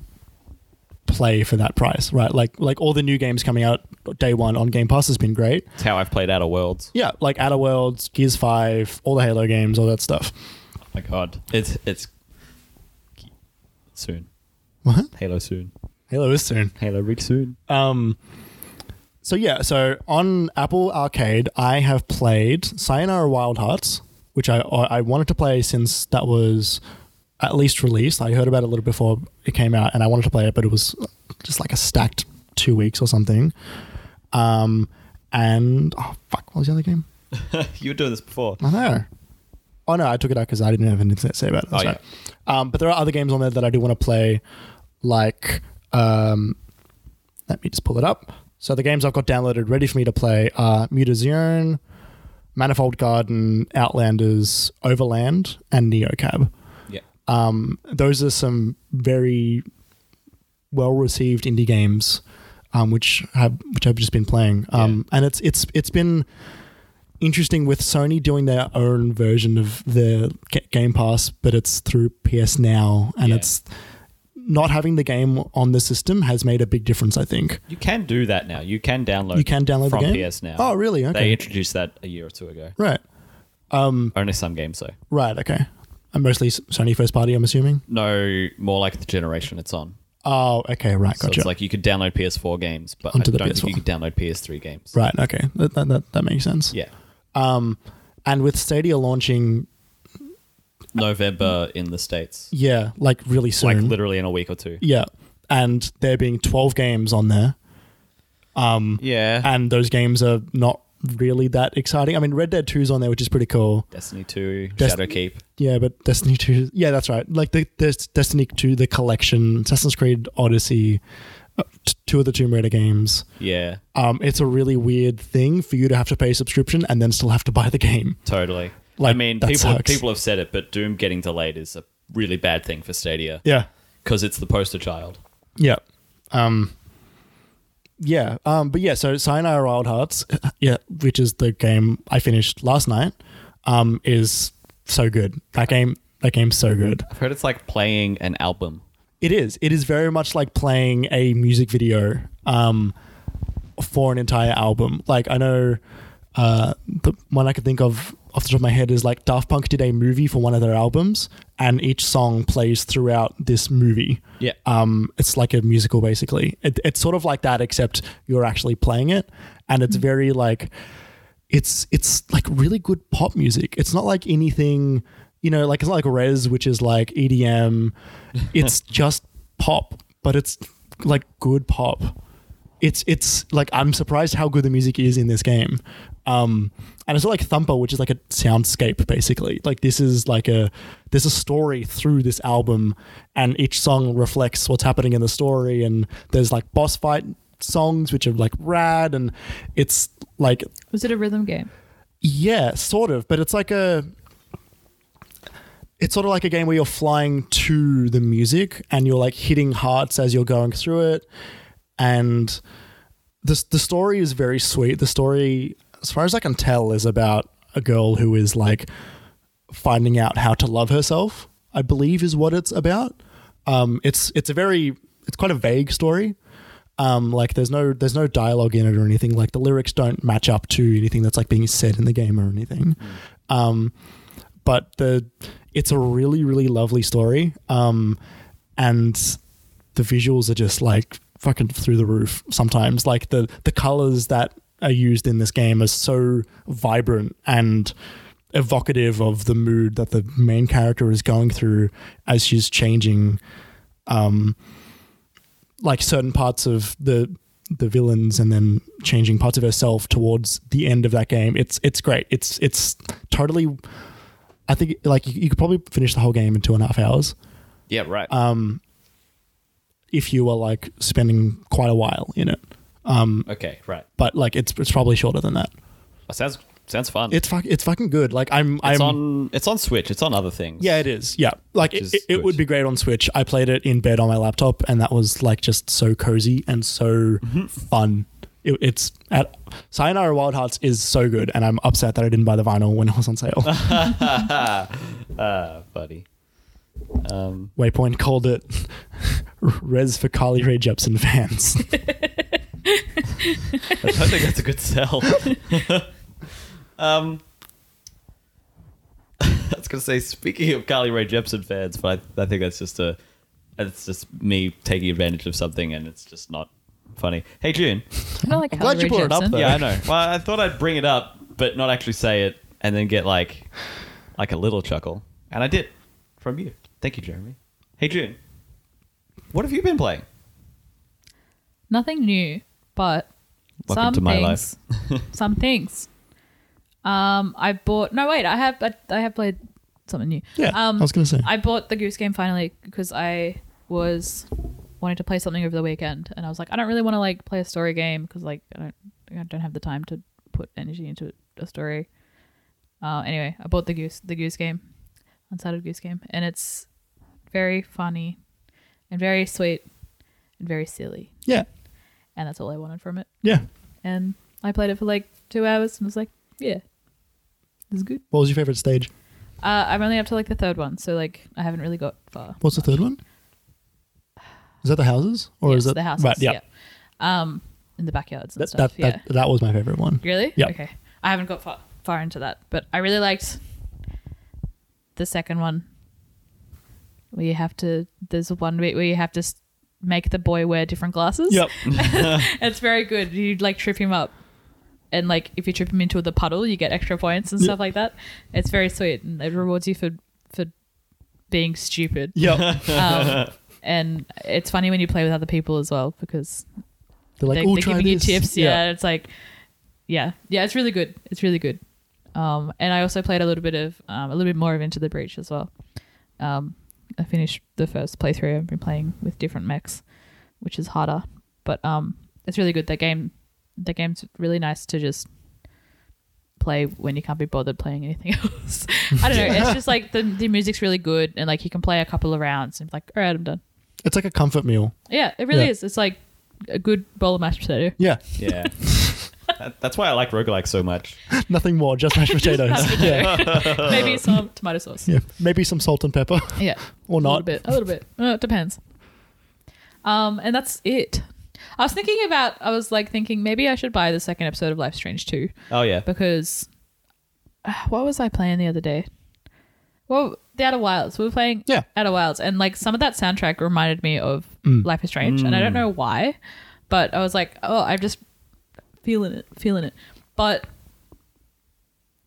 Speaker 3: play for that price, right? Like like all the new games coming out day one on Game Pass has been great.
Speaker 1: It's how I've played Outer Worlds.
Speaker 3: Yeah, like Outer Worlds, Gears Five, all the Halo games, all that stuff.
Speaker 1: Oh my god. It's it's soon.
Speaker 3: What?
Speaker 1: Halo soon.
Speaker 3: Halo is soon.
Speaker 1: Halo Reach soon.
Speaker 3: Um, so yeah, so on Apple Arcade, I have played Sayonara Wild Hearts, which I I wanted to play since that was at least released. I heard about it a little before it came out, and I wanted to play it, but it was just like a stacked two weeks or something. Um, and oh fuck, what was the other game?
Speaker 1: you were doing this before.
Speaker 3: I know. Oh no, I took it out because I didn't have anything to say about it. That's
Speaker 1: Oh, yeah.
Speaker 3: right. Um, but there are other games on there that I do want to play, like um, let me just pull it up. So the games I've got downloaded ready for me to play are Mutazione, Manifold Garden, Outlanders, Overland, and Neocab.
Speaker 1: Yeah.
Speaker 3: Um, those are some very well received indie games, um, which have which I've just been playing. Um, and it's it's it's been interesting with Sony doing their own version of the Ga- Game Pass, but it's through PS Now, and
Speaker 1: Yeah.
Speaker 3: it's not having the game on the system has made a big difference. I think
Speaker 1: You can do that now. You can download
Speaker 3: you can download
Speaker 1: from
Speaker 3: the game
Speaker 1: PS now.
Speaker 3: Oh, really? Okay, Hmm.
Speaker 1: They introduced that a year or two ago.
Speaker 3: right,
Speaker 1: Only some games though.
Speaker 3: right, okay. And mostly S- Sony first party, I'm assuming.
Speaker 1: No, more like the generation it's on.
Speaker 3: Oh, okay, right,
Speaker 1: So
Speaker 3: gotcha.
Speaker 1: it's like you could download PS4 games, but
Speaker 3: Onto
Speaker 1: I
Speaker 3: the
Speaker 1: don't
Speaker 3: PS4.
Speaker 1: think you could download PS3 games.
Speaker 3: right, okay, that, that, that, that makes sense.
Speaker 1: Yeah.
Speaker 3: And with Stadia launching,
Speaker 1: November in the States.
Speaker 3: yeah, like really soon,
Speaker 1: Like literally in a week or two.
Speaker 3: yeah, and there being 12 games on there, Hmm.
Speaker 1: Yeah.
Speaker 3: and those games are not really that exciting. I mean, Red Dead 2's on there, which is pretty cool.
Speaker 1: Destiny 2,
Speaker 3: Dest-
Speaker 1: Shadowkeep.
Speaker 3: Yeah, but Destiny 2. Yeah, that's right. Like the, there's Destiny 2, the collection, Assassin's Creed Odyssey, uh, t- two of the Tomb Raider games.
Speaker 1: Yeah,
Speaker 3: Um, it's a really weird thing for you to have to pay subscription and then still have to buy the game.
Speaker 1: totally.
Speaker 3: Like,
Speaker 1: I mean,
Speaker 3: that
Speaker 1: people
Speaker 3: sucks.
Speaker 1: people have said it, but Doom getting delayed is a really bad thing for Stadia
Speaker 3: Yeah.
Speaker 1: because it's the poster child.
Speaker 3: Yeah. Um, yeah. Um, but yeah, so Sayonara Wild Hearts, uh, yeah, which is the game I finished last night, um, is so good. That game, that game's so good.
Speaker 1: I've heard it's like playing an album.
Speaker 3: It is. It is very much like playing a music video um, for an entire album. Like I know uh, the one I can think of off the top of my head is like Daft Punk did a movie for one of their albums, and each song plays throughout this movie.
Speaker 1: Yeah.
Speaker 3: Um, it's like a musical basically. It, it's sort of like that, except you're actually playing it, and it's very like it's it's like really good pop music. It's not like anything, you know, like it's not like Res, which is like EDM. It's just pop, but it's like good pop. It's it's like I'm surprised how good the music is in this game. Um, and it's not like Thumper, which is like a soundscape basically. Like this is like a there's a story through this album, and each song reflects what's happening in the story. And there's like boss fight songs which are like rad, and it's like
Speaker 2: Was it a rhythm game?
Speaker 3: yeah, sort of, but it's like a it's sort of like a game where you're flying to the music and you're like hitting hearts as you're going through it and the the story is very sweet. The story as far as I can tell, is about a girl who is like finding out how to love herself. I believe is what it's about. Um, it's it's a very it's quite a vague story. Um, like there's no there's no dialogue in it or anything. Like the lyrics don't match up to anything that's like being said in the game or anything. Um, but the it's a really really lovely story. Um, and the visuals are just like fucking through the roof sometimes. Like the the colors that are used in this game are so vibrant and evocative of the mood that the main character is going through as she's changing um like certain parts of the the villains and then changing parts of herself towards the end of that game it's it's great it's it's totally i think like you, you could probably finish the whole game in two and a half hours
Speaker 1: Yeah, right.
Speaker 3: um, if you were like spending quite a while in it
Speaker 1: okay, right.
Speaker 3: but like it's it's probably shorter than that
Speaker 1: Well, sounds sounds fun.
Speaker 3: it's fuck, it's fucking good like i'm
Speaker 1: it's
Speaker 3: i'm
Speaker 1: on it's on Switch. It's on other things.
Speaker 3: Yeah, it is. Yeah, like
Speaker 1: Which is
Speaker 3: it, it, it
Speaker 1: good.
Speaker 3: would be great on Switch. I played it in bed on my laptop, and that was like just so cozy and so
Speaker 1: Mm-hmm.
Speaker 3: fun. It, it's at Sayonara Wild Hearts is so good, and I'm upset that I didn't buy the vinyl when it was on sale.
Speaker 1: uh, buddy. Um,
Speaker 3: Waypoint called it Res for Carly Rae Jepsen fans.
Speaker 1: I don't think that's a good sell. um, I was gonna say, speaking of Carly Rae Jepsen fans, but I, I think that's just a it's just me taking advantage of something, and it's just not funny. Hey, June.
Speaker 2: I don't like
Speaker 3: glad
Speaker 2: Carly
Speaker 3: you
Speaker 2: Rae
Speaker 3: brought it up,
Speaker 2: Jepsen.
Speaker 3: though.
Speaker 1: Yeah, I know. Well, I thought I'd bring it up, but not actually say it, and then get like like a little chuckle, and I did from you. Thank you, Jeremy. Hey, June. What have you been playing?
Speaker 2: Nothing new, but
Speaker 1: Welcome
Speaker 2: some
Speaker 1: to my
Speaker 2: things. some things. Um, I bought. No, wait. I have. I, I have played something new.
Speaker 3: yeah,
Speaker 2: Um,
Speaker 3: I was gonna say.
Speaker 2: I bought the Goose game finally because I was wanting to play something over the weekend, and I was like, I don't really want to like play a story game because like I don't, I don't have the time to put energy into a story. Uh, anyway, I bought the Goose the Goose game, Unsighted Goose game, and it's very funny, and very sweet, and very silly,
Speaker 3: yeah,
Speaker 2: and that's all I wanted from it.
Speaker 3: yeah.
Speaker 2: And I played it for like two hours and was like, yeah, this is good.
Speaker 3: What was your favorite stage?
Speaker 2: Uh, I'm only up to like the third one, so like I haven't really got far.
Speaker 3: What's the third one? Is that the houses or
Speaker 2: yes,
Speaker 3: is it
Speaker 2: the houses?
Speaker 3: Right, yeah.
Speaker 2: yeah. Um, in the backyards and
Speaker 3: That,
Speaker 2: stuff.
Speaker 3: that,
Speaker 2: yeah.
Speaker 3: that, that was my favorite one.
Speaker 2: really?
Speaker 3: yeah.
Speaker 2: Okay. I haven't got far, far into that, but I really liked the second one. Where you have to, there's one bit where you have to s- make the boy wear different glasses.
Speaker 3: Yep.
Speaker 2: It's very good. You like trip him up, and like if you trip him into the puddle, you get extra points and
Speaker 3: Yeah.
Speaker 2: stuff like that. It's very sweet, and it rewards you for for being stupid.
Speaker 3: Yep.
Speaker 2: Um, and it's funny when you play with other people as well because
Speaker 3: They're like,
Speaker 2: they,
Speaker 3: oh,
Speaker 2: they're
Speaker 3: try
Speaker 2: giving
Speaker 3: this."
Speaker 2: you tips. Yeah. it's like, yeah, yeah, it's really good. It's really good. Um, and I also played a little bit of um, a little bit more of Into the Breach as well. Um, I finished the first playthrough. I've been playing with different mechs, which is harder, but um, it's really good. That game, that game's really nice to just play when you can't be bothered playing anything else. I don't know. It's just like the the music's really good, and like you can play a couple of rounds and like, all right, I'm done.
Speaker 3: It's like a comfort meal.
Speaker 2: Yeah, it really
Speaker 3: Yeah.
Speaker 2: is. It's like a good bowl of mashed potato.
Speaker 3: Yeah,
Speaker 1: Yeah. That- That's why I like roguelike so much.
Speaker 3: nothing more, just mashed potatoes. yeah.
Speaker 2: Maybe some tomato sauce.
Speaker 3: Uh, yeah, maybe some salt and pepper
Speaker 2: Yeah,
Speaker 3: or
Speaker 2: a little
Speaker 3: not.
Speaker 2: bit, a little bit. Uh, it depends. Um, and that's it. I was thinking about. I was like thinking maybe I should buy the second episode of Life Strange too
Speaker 1: Oh yeah.
Speaker 2: because uh, what was I playing the other day? Well, the Outer Wilds. We were playing
Speaker 3: Yeah.
Speaker 2: Outer Wilds, and like some of that soundtrack reminded me of
Speaker 3: Mm.
Speaker 2: Life is Strange, and I don't know why, but I was like, oh, I'm just feeling it, feeling it. But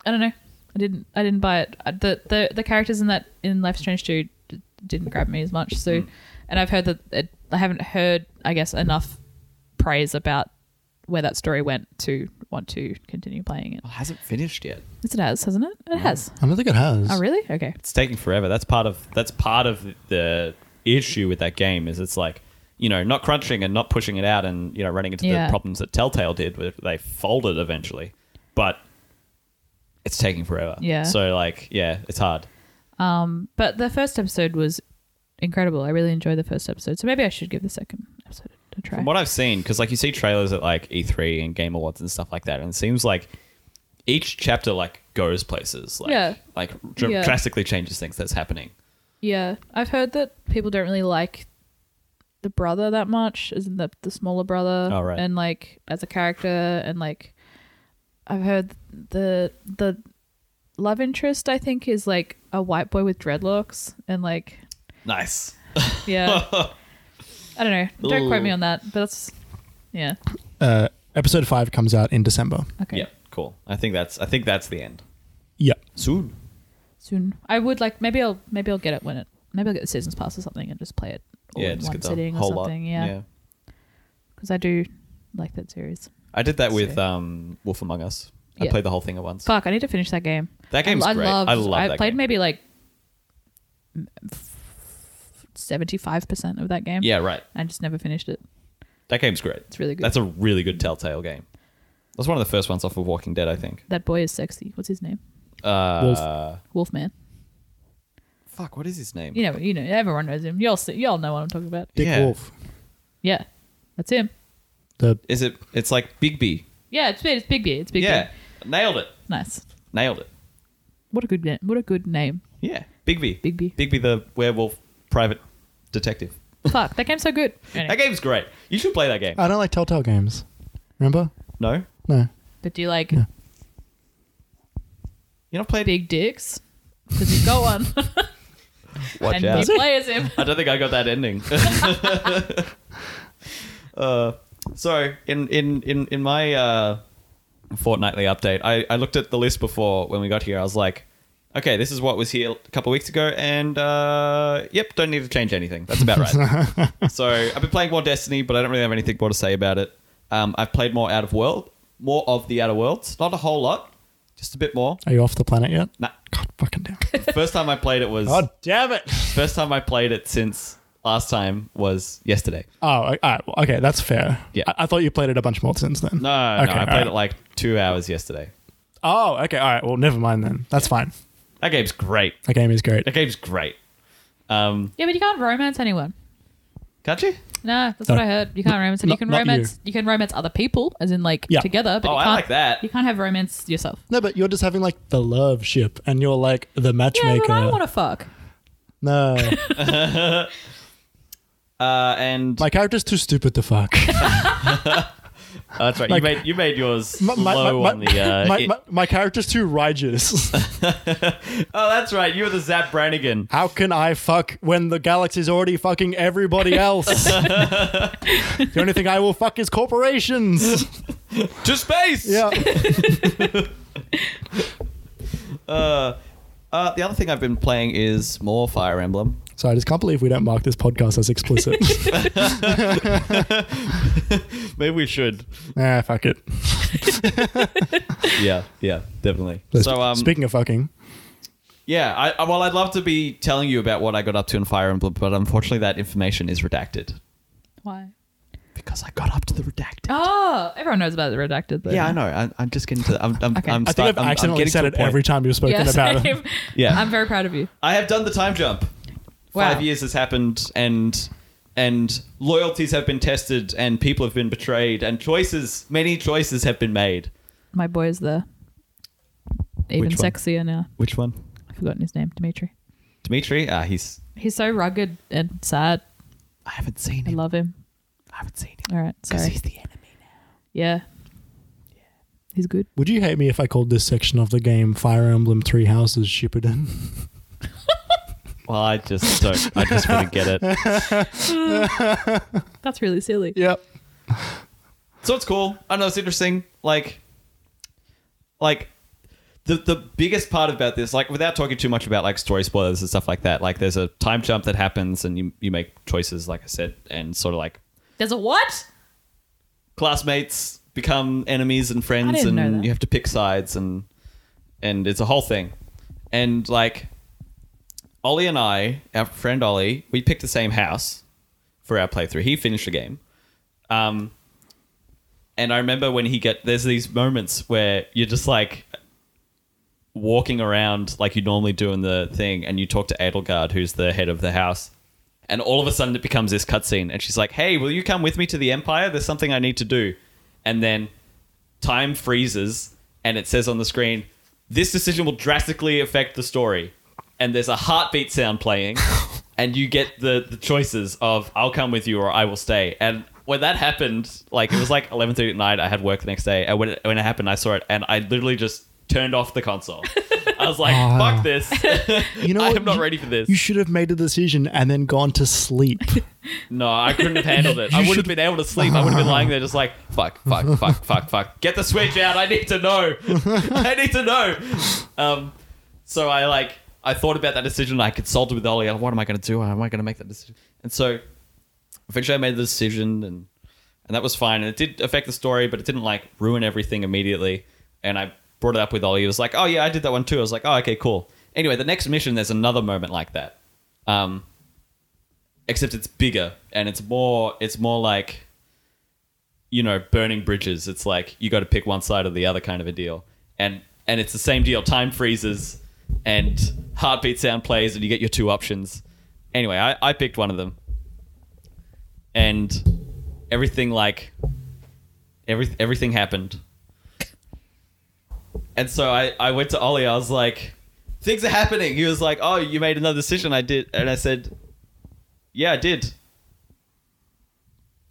Speaker 2: I don't know. I didn't. I didn't buy it. I- The the, the characters in that in Life is Strange two d- didn't grab me as much. So, and I've heard that it, I haven't heard, I guess, enough praise about where that story went to want to continue playing it.
Speaker 1: Well, it hasn't finished yet.
Speaker 2: Yes, it has, hasn't it? It has.
Speaker 3: I don't think it has.
Speaker 2: Oh, really? Okay.
Speaker 1: It's taking forever. That's part of that's part of the issue with that game is it's like you know not crunching and not pushing it out and you know running into
Speaker 2: Yeah.
Speaker 1: the problems that Telltale did where they folded eventually, but it's taking forever.
Speaker 2: Yeah.
Speaker 1: So like yeah, it's hard.
Speaker 2: But the first episode was incredible. I really enjoyed the first episode. So maybe I should give the second episode a
Speaker 1: E
Speaker 2: try.
Speaker 1: From what I've seen, because like you see trailers at like E3 and Game Awards and stuff like that, and it seems like each chapter like goes places. Like,
Speaker 2: Yeah.
Speaker 1: Like dr-
Speaker 2: Yeah.
Speaker 1: drastically changes things that's happening.
Speaker 2: Yeah, I've heard that people don't really like the brother that much, isn't the the smaller brother?
Speaker 1: Oh, right.
Speaker 2: And like as a character, and like I've heard the the love interest I think is like a white boy with dreadlocks, and like
Speaker 1: Nice.
Speaker 2: yeah, I don't know. Don't quote me
Speaker 1: Ooh.
Speaker 2: on that, but that's yeah.
Speaker 3: Uh, episode five comes out in December.
Speaker 2: Okay.
Speaker 1: Yeah. Cool. I think that's I think that's the end.
Speaker 3: Yeah.
Speaker 1: Soon.
Speaker 2: Soon, I would like maybe I'll maybe I'll get it when it maybe I'll get the seasons pass or something and just play it all
Speaker 1: yeah.
Speaker 2: in
Speaker 1: Just
Speaker 2: one
Speaker 1: get the
Speaker 2: sitting or
Speaker 1: whole lot.
Speaker 2: something. Yeah, because I do like that series.
Speaker 1: I did that with
Speaker 2: So-
Speaker 1: um, Wolf Among Us. I
Speaker 2: Yeah.
Speaker 1: played the whole thing at once.
Speaker 2: Fuck, I need to finish that game.
Speaker 1: That game's great. I love that
Speaker 2: played
Speaker 1: game.
Speaker 2: maybe like seventy-five percent of that game.
Speaker 1: Yeah, right.
Speaker 2: I just never finished it.
Speaker 1: That game's great.
Speaker 2: It's really good.
Speaker 1: That's a really good Telltale game. That's one of the first ones off of Walking Dead, I think.
Speaker 2: that boy is sexy. What's his name?
Speaker 1: Uh,
Speaker 2: Wolfman.
Speaker 1: Fuck, what is his name?
Speaker 2: You know, you know, everyone knows him. Y'all, see, y'all know what I'm talking about.
Speaker 3: Dick
Speaker 1: Yeah.
Speaker 3: Wolf.
Speaker 2: Yeah, that's him.
Speaker 3: The
Speaker 1: Is it? It's like Big B.
Speaker 2: Yeah, it's it's Big B. It's Big
Speaker 1: yeah,
Speaker 2: B.
Speaker 1: nailed it.
Speaker 2: Nice.
Speaker 1: Nailed it.
Speaker 2: What a good na- what a good name.
Speaker 1: Yeah, Big B.
Speaker 2: Big B.
Speaker 1: Big B, the werewolf private detective.
Speaker 2: Fuck, that game's so good. Anyway,
Speaker 1: That game's great. You should play that game.
Speaker 3: I don't like Telltale games. Remember?
Speaker 1: no,
Speaker 3: No.
Speaker 2: But do you like
Speaker 3: Yeah.
Speaker 1: you not played.
Speaker 2: big dicks? Because you go on
Speaker 1: Watch
Speaker 2: and
Speaker 1: out.
Speaker 2: he plays him.
Speaker 1: I don't think I got that ending. uh, so in in in in my uh, fortnightly update, I, I looked at the list before when we got here. I was like, okay, this is what was here a couple of weeks ago, and uh, yep, don't need to change anything. That's about right. so I've been playing more Destiny, but I don't really have anything more to say about it. Um, I've played more Out of World, more of the Outer Worlds, not a whole lot, just a bit more.
Speaker 3: Are you off the planet yet?
Speaker 1: Nah,
Speaker 3: God fucking damn.
Speaker 1: first time I played it was
Speaker 3: God damn it.
Speaker 1: first time I played it since last time was yesterday.
Speaker 3: Oh, all right. Well, okay, that's fair.
Speaker 1: Yeah.
Speaker 3: I-, I thought you played it a bunch more since then.
Speaker 1: No,
Speaker 3: Okay,
Speaker 1: no, I
Speaker 3: all
Speaker 1: played
Speaker 3: right.
Speaker 1: it like two hours yesterday.
Speaker 3: Oh, okay. All right. Well, never mind then. That's fine.
Speaker 1: That game's great.
Speaker 3: That game is great.
Speaker 1: That game's great. Um,
Speaker 2: Yeah, but you can't romance anyone.
Speaker 1: can't you?
Speaker 2: No, that's
Speaker 3: No.
Speaker 2: what I heard. You can't romance. it. you
Speaker 3: Not-
Speaker 2: can
Speaker 3: not
Speaker 2: romance. You. can romance other people, as in like
Speaker 3: Yeah.
Speaker 2: together. But
Speaker 1: Oh,
Speaker 2: you
Speaker 1: I
Speaker 2: can't,
Speaker 1: like that.
Speaker 2: You can't have romance yourself.
Speaker 3: No, but you're just having like the love ship and you're like the
Speaker 2: Yeah,
Speaker 3: matchmaker.
Speaker 2: but I don't want to fuck.
Speaker 3: no.
Speaker 1: Uh, and
Speaker 3: My character's too stupid to fuck.
Speaker 1: oh, that's right.
Speaker 3: like-
Speaker 1: you made you made yours
Speaker 3: My, my-
Speaker 1: low
Speaker 3: my-
Speaker 1: on the. Uh,
Speaker 3: my-
Speaker 1: it-
Speaker 3: my- my character's too righteous.
Speaker 1: oh, that's right. You were the Zap Brannigan.
Speaker 3: How can I fuck when the galaxy's already fucking everybody else? the only thing I will fuck is corporations.
Speaker 1: to space.
Speaker 3: Yeah.
Speaker 1: Uh, uh, the other thing I've been playing is more Fire Emblem.
Speaker 3: So I just can't believe we don't mark this podcast as explicit.
Speaker 1: Maybe we should.
Speaker 3: ah, fuck it.
Speaker 1: Yeah, yeah, definitely. so, um,
Speaker 3: speaking of fucking,
Speaker 1: yeah. I, I- well, I'd love to be telling you about what I got up to in Fire Emblem, but unfortunately, that information is redacted
Speaker 2: Why?
Speaker 1: because I got up to the redacted.
Speaker 2: Oh, everyone knows about the redacted. Though.
Speaker 1: Yeah, I know. I'm, I'm just getting to. I'm. I'm,
Speaker 2: Okay.
Speaker 1: I'm
Speaker 3: I think
Speaker 1: start-
Speaker 3: I've
Speaker 1: I'm- I'm
Speaker 3: accidentally
Speaker 1: getting
Speaker 3: said
Speaker 1: to a
Speaker 3: it
Speaker 1: point.
Speaker 3: every time you've spoken
Speaker 2: Yeah,
Speaker 3: about it.
Speaker 2: same.
Speaker 1: Yeah.
Speaker 2: I'm very proud of you.
Speaker 1: I have done the time jump.
Speaker 2: Wow.
Speaker 1: Five years has happened, and and loyalties have been tested, and people have been betrayed, and choices, many choices have been made.
Speaker 2: My boy is there. Even
Speaker 1: Which one?
Speaker 2: sexier now.
Speaker 1: Which one?
Speaker 2: I've forgotten his name, Dimitri.
Speaker 1: Dimitri. Ah, he's.
Speaker 2: He's so rugged and sad.
Speaker 1: I haven't seen
Speaker 2: I
Speaker 1: him.
Speaker 2: love him.
Speaker 1: I haven't seen him
Speaker 2: All right,
Speaker 1: because
Speaker 2: sorry.
Speaker 1: he's the enemy.
Speaker 2: yeah. He's good.
Speaker 3: Would you hate me if I called this section of the game Fire Emblem Three Houses Shippuden?
Speaker 1: Well, I just don't. I just wouldn't get it.
Speaker 2: That's really silly.
Speaker 3: yep.
Speaker 1: So it's cool. I don't know. It's interesting. Like, like the the biggest part about this, like, without talking too much about like story spoilers and stuff like that. Like, there's a time jump that happens, and you you make choices, like I said, and sort of like
Speaker 2: There's a what?
Speaker 1: classmates become enemies and friends,
Speaker 2: I didn't know
Speaker 1: and
Speaker 2: that.
Speaker 1: you have to pick sides, and and it's a whole thing. And like, Ollie and I, our friend Ollie, we picked the same house for our playthrough. He finished the game. Um, and I remember when he get there's these moments where you're just like walking around like you normally do in the thing, and you talk to Adelgard, who's the head of the house, and all of a sudden it becomes this cutscene, and she's like, "Hey, will you come with me to the Empire? There's something I need to do," and then time freezes, and it says on the screen, "This decision will drastically affect the story." And there's a heartbeat sound playing, and you get the the choices of "I'll come with you" or "I will stay." And when that happened, like it was like 11:30 at night. I had work the next day, and when it, when it happened, I saw it, and I literally just turned off the console. I was like,
Speaker 3: Oh.
Speaker 1: "Fuck this!
Speaker 3: You know
Speaker 1: I
Speaker 3: what?
Speaker 1: am not
Speaker 3: You-
Speaker 1: ready for this."
Speaker 3: You should have made a decision and then gone to sleep.
Speaker 1: No, I couldn't have handled it. I
Speaker 3: You
Speaker 1: wouldn't have
Speaker 3: should-
Speaker 1: been able to sleep. I would have been lying there just like, fuck, fuck, fuck, fuck, fuck. Get the switch out. I need to know. I need to know. Um, so I like, I thought about that decision. I consulted with Ollie. What am I going to do? How am I going to make that decision? And so eventually I made the decision and, and that was fine. And it did affect the story, but it didn't like ruin everything immediately. And I brought it up with Ollie. He was like, oh yeah, I did that one too. I was like, oh, okay, cool. Anyway, the next mission, there's another moment like that. Um, except it's bigger and it's more it's more like you know burning bridges it's like you got to pick one side or the other kind of a deal and and it's the same deal time freezes and heartbeat sound plays and you get your two options anyway i, I picked one of them and everything like every, everything happened and so I, I went to ollie i was like things are happening he was like oh you made another decision i did and i said yeah, I did.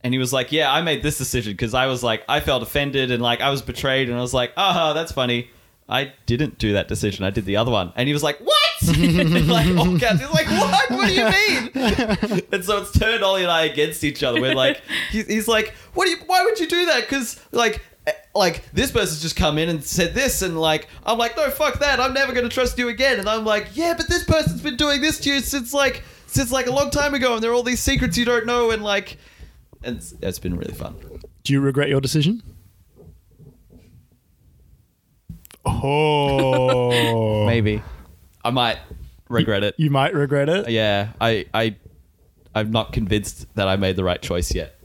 Speaker 1: And he was like, yeah, I made this decision because I was like, I felt offended and like I was betrayed. And I was like, oh, that's funny. I didn't do that decision. I did the other one. And he was like, what? like, all caps. He's like, what? What do you mean? and so it's turned Ollie and I against each other. We're like, he's, he's like, what do you, why would you do that? Because like, eh, like this person's just come in and said this and like i'm like no fuck that i'm never going to trust you again and i'm like yeah but this person's been doing this to you since like since like a long time ago and there are all these secrets you don't know and like and it's- it's been really fun
Speaker 3: Do you regret your decision? Oh.
Speaker 1: maybe i might regret it
Speaker 3: You might regret it.
Speaker 1: yeah i i i'm not convinced that i made the right choice yet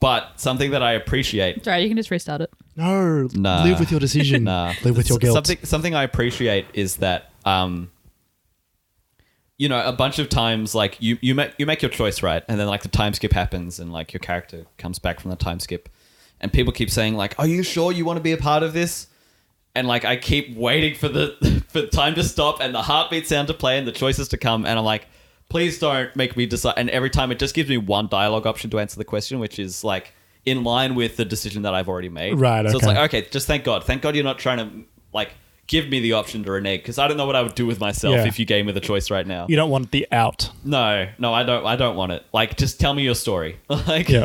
Speaker 1: but something that i appreciate
Speaker 2: It's alright, you can just restart it.
Speaker 3: No.
Speaker 1: Nah.
Speaker 3: Live with your decision.
Speaker 1: Nah.
Speaker 3: Live with your
Speaker 1: S-
Speaker 3: guilt.
Speaker 1: uh, Something something I appreciate is that um you know, a bunch of times like you you make you make your choice right and then like the time skip happens and like your character comes back from the time skip and people keep saying like, "Are you sure you want to be a part of this?" And like I keep waiting for the for the time to stop and the heartbeat sound to play and the choices to come and I'm like, "Please don't make me decide." And every time it just gives me one dialogue option to answer the question, which is like in line with the decision that I've already made.
Speaker 3: Right,
Speaker 1: So it's
Speaker 3: okay.
Speaker 1: like, okay, just thank God. Thank God you're not trying to like give me the option to renege because I don't know what I would do with myself
Speaker 3: Yeah.
Speaker 1: if you gave me the choice right now.
Speaker 3: you don't want the out.
Speaker 1: No, no, I don't. I don't want it. Like, just tell me your story. Like,
Speaker 3: Yeah.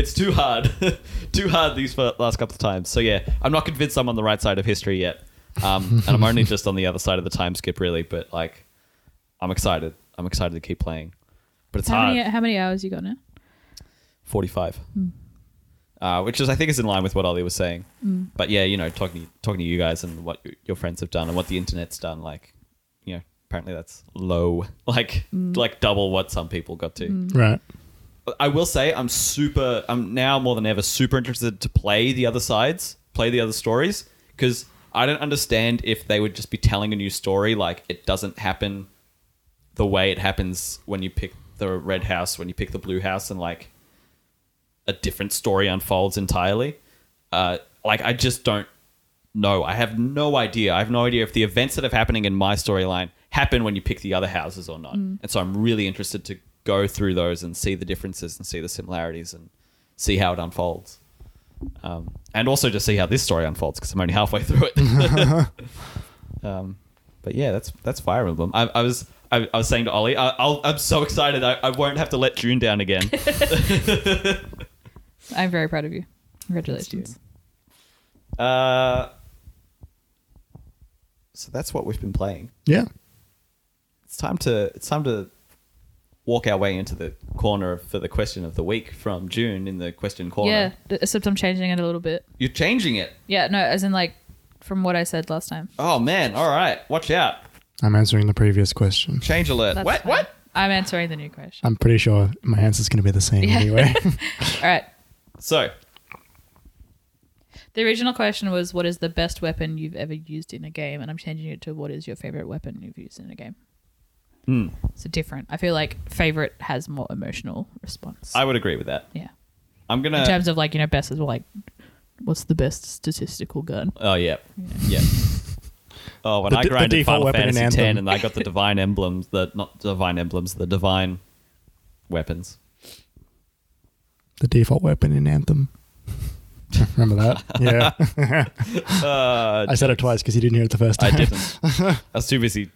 Speaker 1: it's too hard, too hard these fir- last couple of times. So yeah, I'm not convinced I'm on the right side of history yet, um, and I'm only just on the other side of the time skip really. But like, I'm excited. I'm excited to keep playing, but it's
Speaker 2: How
Speaker 1: hard.
Speaker 2: many how many hours you got now?
Speaker 1: 45 uh, which is i think is in line with what ollie was saying but yeah you know talking talking to you guys and what y- your friends have done and what the internet's done like you know apparently that's low like like double what some people got to
Speaker 3: Right.
Speaker 1: I will say I'm super. I'm now more than ever super interested to play the other sides, play the other stories, because I don't understand if they would just be telling a new story like it doesn't happen the way it happens when you pick the red house, when you pick the blue house, and like a different story unfolds entirely. Uh, like I just don't know. I have no idea. I have no idea if the events that are happening in my storyline happen when you pick the other houses or not. And so I'm really interested to go through those and see the differences and see the similarities and see how it unfolds. Um, and also just see how this story unfolds because I'm only halfway through it. um, but yeah, that's that's Fire Emblem. I, I was I, I was saying to Ollie, I, I'll, I'm so excited. I, I won't have to let June down again.
Speaker 2: I'm very proud of you. Congratulations.
Speaker 1: Uh, so that's what we've been playing.
Speaker 3: Yeah.
Speaker 1: It's time to it's time to walk our way into the corner for the question of the week from June in the question corner.
Speaker 2: Yeah, th- except I'm changing it a little bit.
Speaker 1: You're changing it.
Speaker 2: Yeah, no, as in like from what I said last time.
Speaker 1: Oh man! All right, watch out.
Speaker 3: I'm answering the previous question.
Speaker 1: Change alert.
Speaker 2: That's
Speaker 1: what?
Speaker 2: fine.
Speaker 1: What?
Speaker 2: I'm answering the new question.
Speaker 3: I'm pretty sure my answer's going to be the same
Speaker 2: Yeah.
Speaker 3: anyway.
Speaker 2: All right.
Speaker 1: So
Speaker 2: The original question was what is the best weapon you've ever used in a game? And I'm changing it to what is your favorite weapon you've used in a game?
Speaker 1: Hmm.
Speaker 2: So different. I feel like favorite has more emotional response.
Speaker 1: I would agree with that.
Speaker 2: yeah.
Speaker 1: I'm
Speaker 2: In
Speaker 1: gonna.
Speaker 2: terms of like, you know, best is like what's the best statistical gun?
Speaker 1: Oh yeah, yeah. Oh, when
Speaker 3: The
Speaker 1: I
Speaker 3: d- the
Speaker 1: grinded
Speaker 3: default
Speaker 1: Final
Speaker 3: weapon in
Speaker 1: Fantasy X
Speaker 3: Anthem.
Speaker 1: and I got the divine emblems, the not divine emblems, the divine weapons.
Speaker 3: The default weapon in Anthem. Remember that? Yeah.
Speaker 1: Uh,
Speaker 3: I said it twice because you didn't hear it the first
Speaker 1: I
Speaker 3: time.
Speaker 1: didn't. I was too busy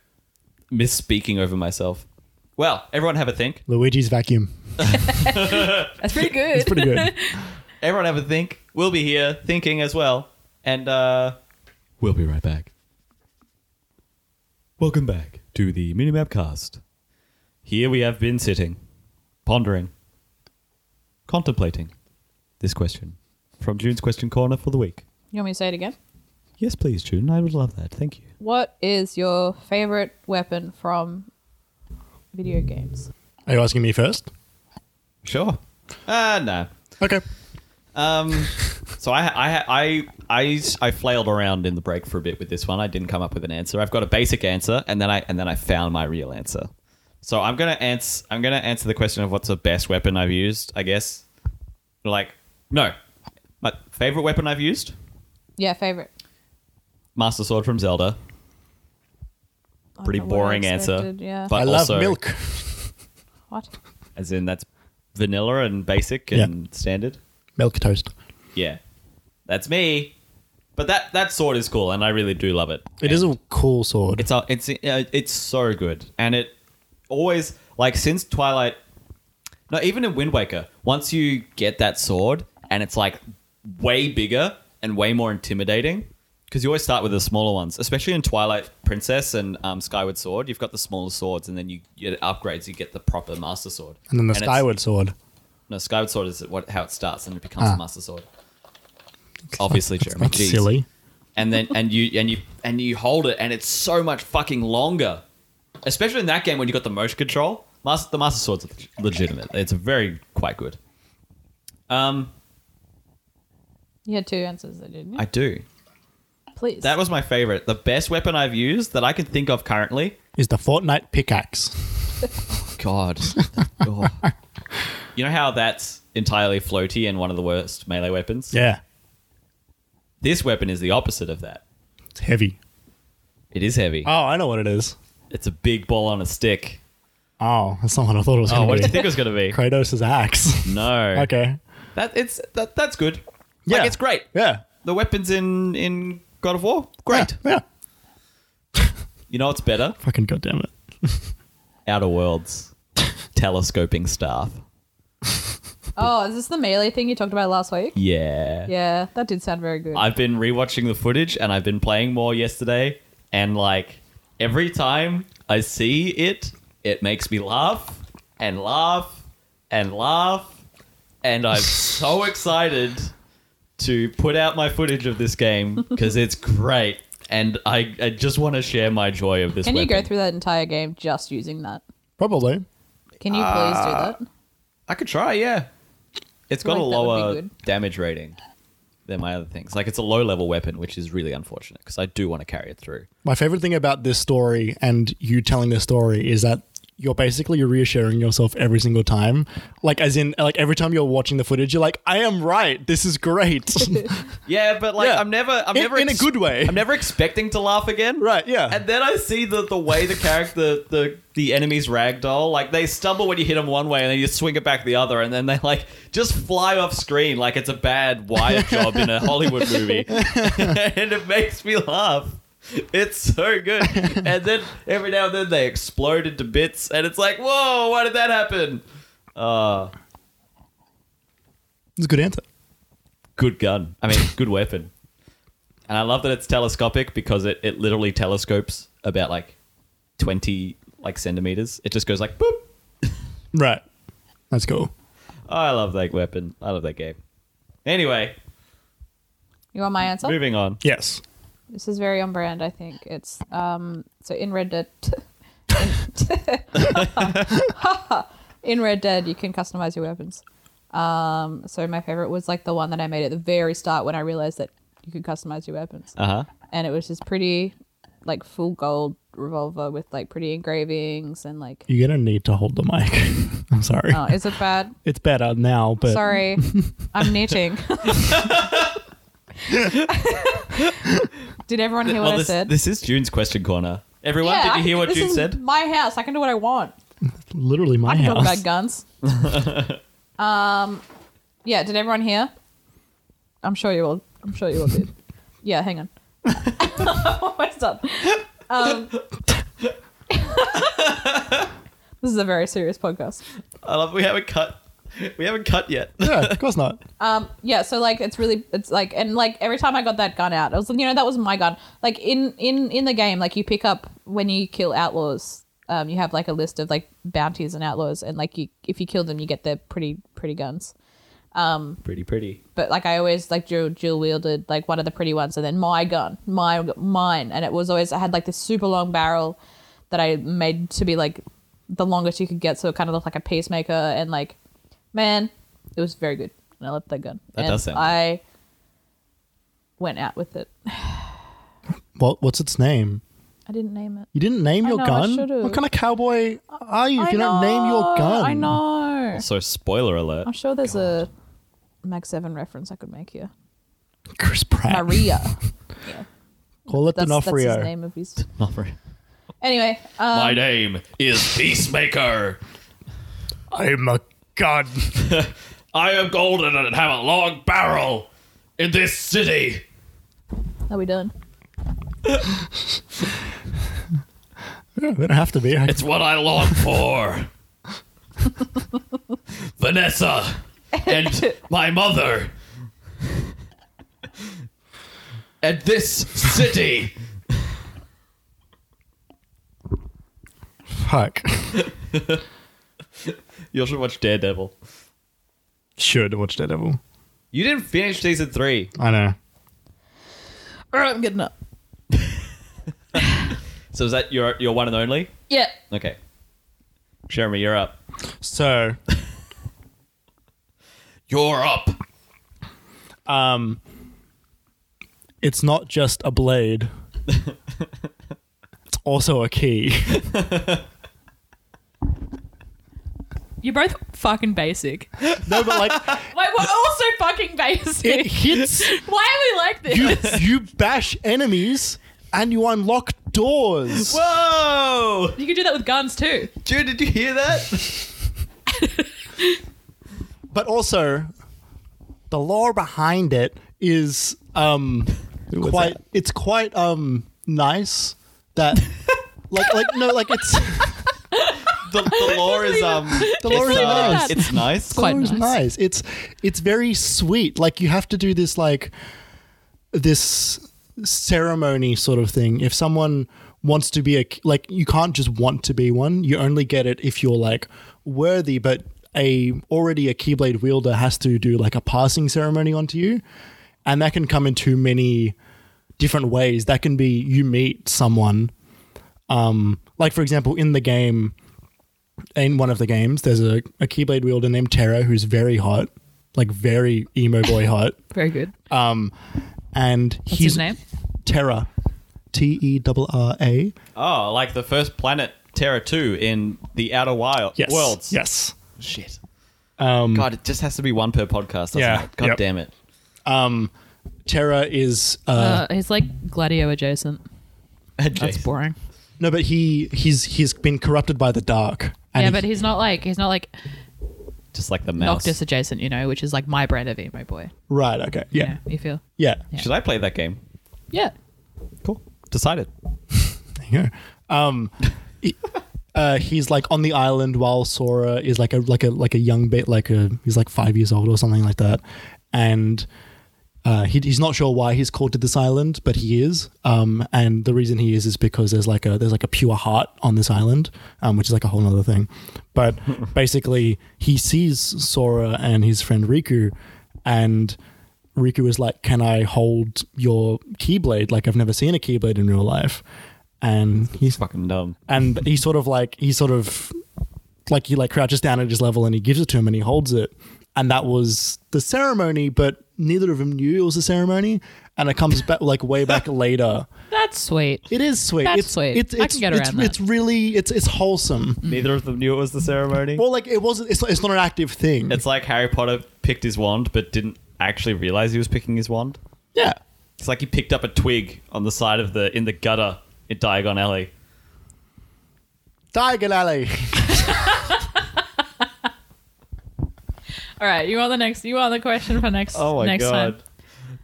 Speaker 1: misspeaking over myself. Well, everyone have a think.
Speaker 3: Luigi's vacuum.
Speaker 2: That's pretty good.
Speaker 3: It's pretty good.
Speaker 1: Everyone have a think. We'll be here thinking as well, and uh, we'll be right back. Welcome back to the Minimap Cast. Here we have been sitting, pondering, contemplating this question from June's Question Corner for the week.
Speaker 2: you want me to say it again?
Speaker 1: Yes, please, June. I would love that. Thank you.
Speaker 2: What is your favorite weapon from video games?
Speaker 3: Are you asking me first?
Speaker 1: Sure. Ah, no.
Speaker 3: Okay.
Speaker 1: Um, so I, I, I, I, I flailed around in the break for a bit with this one. I didn't come up with an answer. I've got a basic answer, and then I, and then I found my real answer. So I'm gonna answer. I'm gonna answer the question of what's the best weapon I've used. I guess, like, no, my favorite weapon I've used,
Speaker 2: Yeah, favorite.
Speaker 1: Master Sword from Zelda. Pretty
Speaker 2: don't know what I
Speaker 1: boring answer.
Speaker 2: expected, yeah.
Speaker 1: But
Speaker 3: I love
Speaker 1: also-
Speaker 3: milk.
Speaker 2: What?
Speaker 1: as in that's vanilla and basic
Speaker 3: Yeah.
Speaker 1: and standard.
Speaker 3: Milk toast.
Speaker 1: Yeah, that's me. But that that sword is cool, and I really do love it.
Speaker 3: It is a cool sword.
Speaker 1: It's a, it's uh, it's so good, and it always like since Twilight. No, even in Wind Waker, once you get that sword, and it's like way bigger and way more intimidating, because you always start with the smaller ones, especially in Twilight Princess and um, Skyward Sword. You've got the smaller swords, and then you get upgrades. You get the proper Master Sword,
Speaker 3: and then the
Speaker 1: it's-
Speaker 3: Skyward sword.
Speaker 1: No, Skyward Sword is what how it starts, and it becomes
Speaker 3: Ah.
Speaker 1: a Master Sword. Obviously, Jeremy.
Speaker 3: That's
Speaker 1: jeez
Speaker 3: silly.
Speaker 1: and then and you and you and you hold it and it's so much fucking longer especially in that game when you got the motion control master, the master sword's leg- legitimate it's very quite good um
Speaker 2: You had two answers, there, didn't you?
Speaker 1: i do
Speaker 2: Please.
Speaker 1: that was my favorite the best weapon i've used that i can think of currently
Speaker 3: Is the Fortnite pickaxe.
Speaker 1: god Oh. you know how that's entirely floaty and one of the worst melee weapons
Speaker 3: Yeah.
Speaker 1: this weapon is the opposite of that
Speaker 3: It's heavy.
Speaker 1: it is heavy
Speaker 3: Oh, I know what it is.
Speaker 1: it's a big ball on a stick
Speaker 3: Oh, that's not what I thought it was
Speaker 1: oh what
Speaker 3: going
Speaker 1: did you
Speaker 3: to be.
Speaker 1: think it was going to be
Speaker 3: Kratos' axe.
Speaker 1: no
Speaker 3: okay.
Speaker 1: That it's that that's good.
Speaker 3: Yeah.
Speaker 1: Like it's great.
Speaker 3: Yeah.
Speaker 1: The weapons in in God of War, great.
Speaker 3: Yeah. yeah.
Speaker 1: You know what's better?
Speaker 3: Fucking goddamn it.
Speaker 1: Outer Worlds, telescoping staff.
Speaker 2: oh, is this the melee thing you talked about last week?
Speaker 1: Yeah.
Speaker 2: Yeah, that did sound very good.
Speaker 1: I've been rewatching the footage and I've been playing more yesterday, and like every time I see it, it makes me laugh and laugh and laugh, and I'm so excited to put out my footage of this game because it's great. And I, I just want to share my joy of this.
Speaker 2: Can you
Speaker 1: weapon.
Speaker 2: go through that entire game just using that?
Speaker 3: Probably.
Speaker 2: Can you
Speaker 1: Uh,
Speaker 2: please do that?
Speaker 1: I could try, yeah. It's got
Speaker 2: feel
Speaker 1: a
Speaker 2: like that would be
Speaker 1: lower
Speaker 2: good.
Speaker 1: damage rating than my other things. Like it's a low level weapon, which is really unfortunate because I do want to carry it through.
Speaker 3: My favorite thing about this story and you telling this story is that you're basically reassuring yourself every single time. Like, as in, like every time you're watching the footage, you're like, "I am right. This is great."
Speaker 1: Yeah, but like
Speaker 3: Yeah.
Speaker 1: I'm never, I'm
Speaker 3: In-
Speaker 1: never
Speaker 3: in a good way.
Speaker 1: I'm never expecting to laugh again.
Speaker 3: right? Yeah.
Speaker 1: And then I see the the way the character, the the enemies ragdoll. Like they stumble when you hit them one way, and then you swing it back the other, and then they like just fly off screen like it's a bad wire job in a Hollywood movie, and it makes me laugh. It's so good. And then every now and then they explode into bits, and it's like, whoa, why did that happen? Uh,
Speaker 3: it's a good answer.
Speaker 1: good gun. I mean, good weapon. And I love that it's telescopic because it, it literally telescopes about like 20 like centimeters. It just goes like boop.
Speaker 3: Right. That's cool.
Speaker 1: I love that weapon. I love that game. Anyway,
Speaker 2: You want my answer?
Speaker 1: moving on.
Speaker 3: Yes.
Speaker 2: This is very on brand, I think. It's um so in Red Dead in Red Dead you can customize your weapons. Um so my favorite was like the one that I made at the very start when I realized that you could customize your weapons.
Speaker 1: Uh huh.
Speaker 2: And it was this pretty like full gold revolver with like pretty engravings and like
Speaker 3: You're gonna need to hold the mic. I'm sorry.
Speaker 2: Oh, is it bad?
Speaker 3: It's better now, but
Speaker 2: Sorry. I'm knitting. Did everyone hear what
Speaker 1: well,
Speaker 2: I
Speaker 1: this,
Speaker 2: said?
Speaker 1: this is June's question corner. Everyone, did you hear what
Speaker 2: this
Speaker 1: June
Speaker 2: is
Speaker 1: said?
Speaker 2: My house. I can do what I want.
Speaker 3: Literally my
Speaker 2: I can talk
Speaker 3: house.
Speaker 2: about guns. um, yeah. Did everyone hear? I'm sure you all. I'm sure you all did. Yeah. Hang on. I'm almost done. Um, this is a very serious podcast.
Speaker 1: I love we haven't cut. We haven't cut yet.
Speaker 3: yeah, of course not.
Speaker 2: Um, yeah, so like it's really it's like and like every time I got that gun out, I was you know that was my gun. Like in in in the game, like you pick up when you kill outlaws, um, you have like a list of like bounties and outlaws, and like you if you kill them, you get their pretty pretty guns.
Speaker 1: pretty, pretty.
Speaker 2: But like I always like dual dual wielded like one of the pretty ones, and then my gun, my mine, and it was always I had like this super long barrel that I made to be like the longest you could get, so it kind of looked like a pacemaker, and like man, it was very good, and I loved that gun.
Speaker 1: That
Speaker 2: and
Speaker 1: does sound
Speaker 2: I went out with it.
Speaker 3: What, what's its name?
Speaker 2: I didn't name it.
Speaker 3: You didn't name
Speaker 2: I
Speaker 3: your
Speaker 2: know, I
Speaker 3: gun?
Speaker 2: should've.
Speaker 3: What kind of cowboy are you if
Speaker 2: I
Speaker 3: you don't name your
Speaker 2: know,
Speaker 3: gun? Oh,
Speaker 2: I know.
Speaker 1: So spoiler alert.
Speaker 2: I'm sure there's a Mag Seven reference I could make here.
Speaker 3: Chris Pratt.
Speaker 2: Maria.
Speaker 3: Call it
Speaker 2: That's, that's his
Speaker 3: D'Onofrio.
Speaker 2: name of his.
Speaker 1: My
Speaker 2: Anyway, um,
Speaker 1: name is Peacemaker.
Speaker 3: I'm a gun.
Speaker 1: I am golden and have a long barrel in this city.
Speaker 2: are we done?
Speaker 3: they don't have to be. I
Speaker 1: It's what I long for. Vanessa and my mother. And this city.
Speaker 3: fuck.
Speaker 1: You should watch Daredevil.
Speaker 3: Should watch Daredevil.
Speaker 1: You didn't finish season three.
Speaker 3: I know.
Speaker 2: All right, I'm getting up.
Speaker 1: So is that your your one and only?
Speaker 2: Yeah.
Speaker 1: Okay. Jeremy, you're up.
Speaker 3: So,
Speaker 1: You're up.
Speaker 3: um, it's not just a blade. it's also a key.
Speaker 2: You're both fucking basic. Wait,
Speaker 3: no, but like
Speaker 2: we're also fucking
Speaker 3: it
Speaker 2: basic.
Speaker 3: hits.
Speaker 2: Why are we like this?
Speaker 3: You you bash enemies and you unlock doors.
Speaker 1: Whoa!
Speaker 2: You can do that with guns too.
Speaker 1: Jude, did you hear that?
Speaker 3: But also, the lore behind it is um
Speaker 1: was
Speaker 3: quite.
Speaker 1: that?
Speaker 3: It's quite um nice that like like no like it's
Speaker 1: The, the lore is um
Speaker 3: the lore is
Speaker 1: it's, uh,
Speaker 3: nice.
Speaker 1: it's nice.
Speaker 2: Quite
Speaker 3: It was
Speaker 2: nice.
Speaker 3: nice. It's it's very sweet. Like you have to do this like this ceremony sort of thing. If someone wants to be a like you can't just want to be one. You only get it if you're like worthy, but a already a keyblade wielder has to do like a passing ceremony onto you. And that can come in too many different ways. That can be you meet someone um, like for example, in the game, in one of the games, there's a, a keyblade wielder named Terra who's very hot, like very emo boy hot.
Speaker 2: Very good.
Speaker 3: Um, and
Speaker 2: What's
Speaker 3: he's
Speaker 2: his name?
Speaker 3: Terra, T E R R A.
Speaker 1: Oh, like the first planet Terra 2 in the Outer Wild
Speaker 3: Yes.
Speaker 1: Worlds.
Speaker 3: Yes.
Speaker 1: Shit.
Speaker 3: Um,
Speaker 1: God, it just has to be one per podcast, doesn't
Speaker 3: Yeah.
Speaker 1: it? God
Speaker 3: Yep.
Speaker 1: damn it.
Speaker 3: um, Terra is uh,
Speaker 2: Uh, he's like Gladio adjacent. That's
Speaker 1: Jeez.
Speaker 2: boring.
Speaker 3: no, but he he's he's been corrupted by the dark.
Speaker 2: yeah,
Speaker 3: And he-
Speaker 2: but he's not like he's not like
Speaker 1: Just like the mouse.
Speaker 2: Noctis adjacent, you know, which is like my brand of emo boy.
Speaker 3: right. Okay.
Speaker 2: You,
Speaker 3: Yeah.
Speaker 2: know, you feel?
Speaker 3: Yeah.
Speaker 1: Should I play that game?
Speaker 2: Yeah.
Speaker 1: Cool. Decided.
Speaker 3: There you go. Um, he- uh, he's like on the island while Sora is like a like a like a young bit like a he's like five years old or something like that, and uh, he, he's not sure why he's called to this island, but he is. Um, and the reason he is is because there's like a there's like a pure heart on this island, um, which is like a whole other thing. But basically, he sees Sora and his friend Riku, and Riku is like, "Can I hold your keyblade? Like I've never seen a keyblade in real life." And he's
Speaker 1: Fucking dumb.
Speaker 3: and he sort of like he sort of like he like crouches down at his level and he gives it to him and he holds it and that was the ceremony but neither of them knew it was a ceremony and it comes back like way back later
Speaker 2: That's sweet.
Speaker 3: it is sweet
Speaker 2: That's
Speaker 3: it's
Speaker 2: sweet.
Speaker 3: it's
Speaker 2: I can
Speaker 3: it's,
Speaker 2: get
Speaker 3: it's,
Speaker 2: around that.
Speaker 3: it's really it's it's wholesome
Speaker 1: Neither of them knew it was the ceremony.
Speaker 3: well like it wasn't it's, not- it's not an active thing
Speaker 1: It's like Harry Potter picked his wand but didn't actually realize he was picking his wand.
Speaker 3: Yeah.
Speaker 1: It's like he picked up a twig on the side of the in the gutter in Diagon Alley.
Speaker 3: Diagon Alley.
Speaker 2: All right, you are the next. You are the question for next.
Speaker 1: Oh my
Speaker 2: next
Speaker 1: god.
Speaker 2: Time.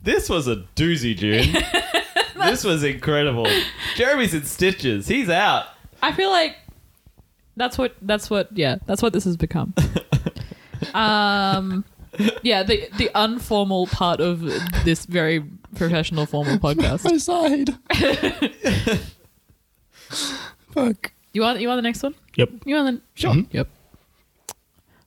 Speaker 1: This was a doozy, June. this was incredible. Jeremy's in stitches. He's out.
Speaker 2: I feel like that's what that's what yeah that's what this has become. um, yeah the the informal part of this very professional formal podcast.
Speaker 3: My side. Fuck.
Speaker 2: You want you want the next one?
Speaker 3: Yep.
Speaker 2: You want the
Speaker 1: Sure.
Speaker 2: Yep.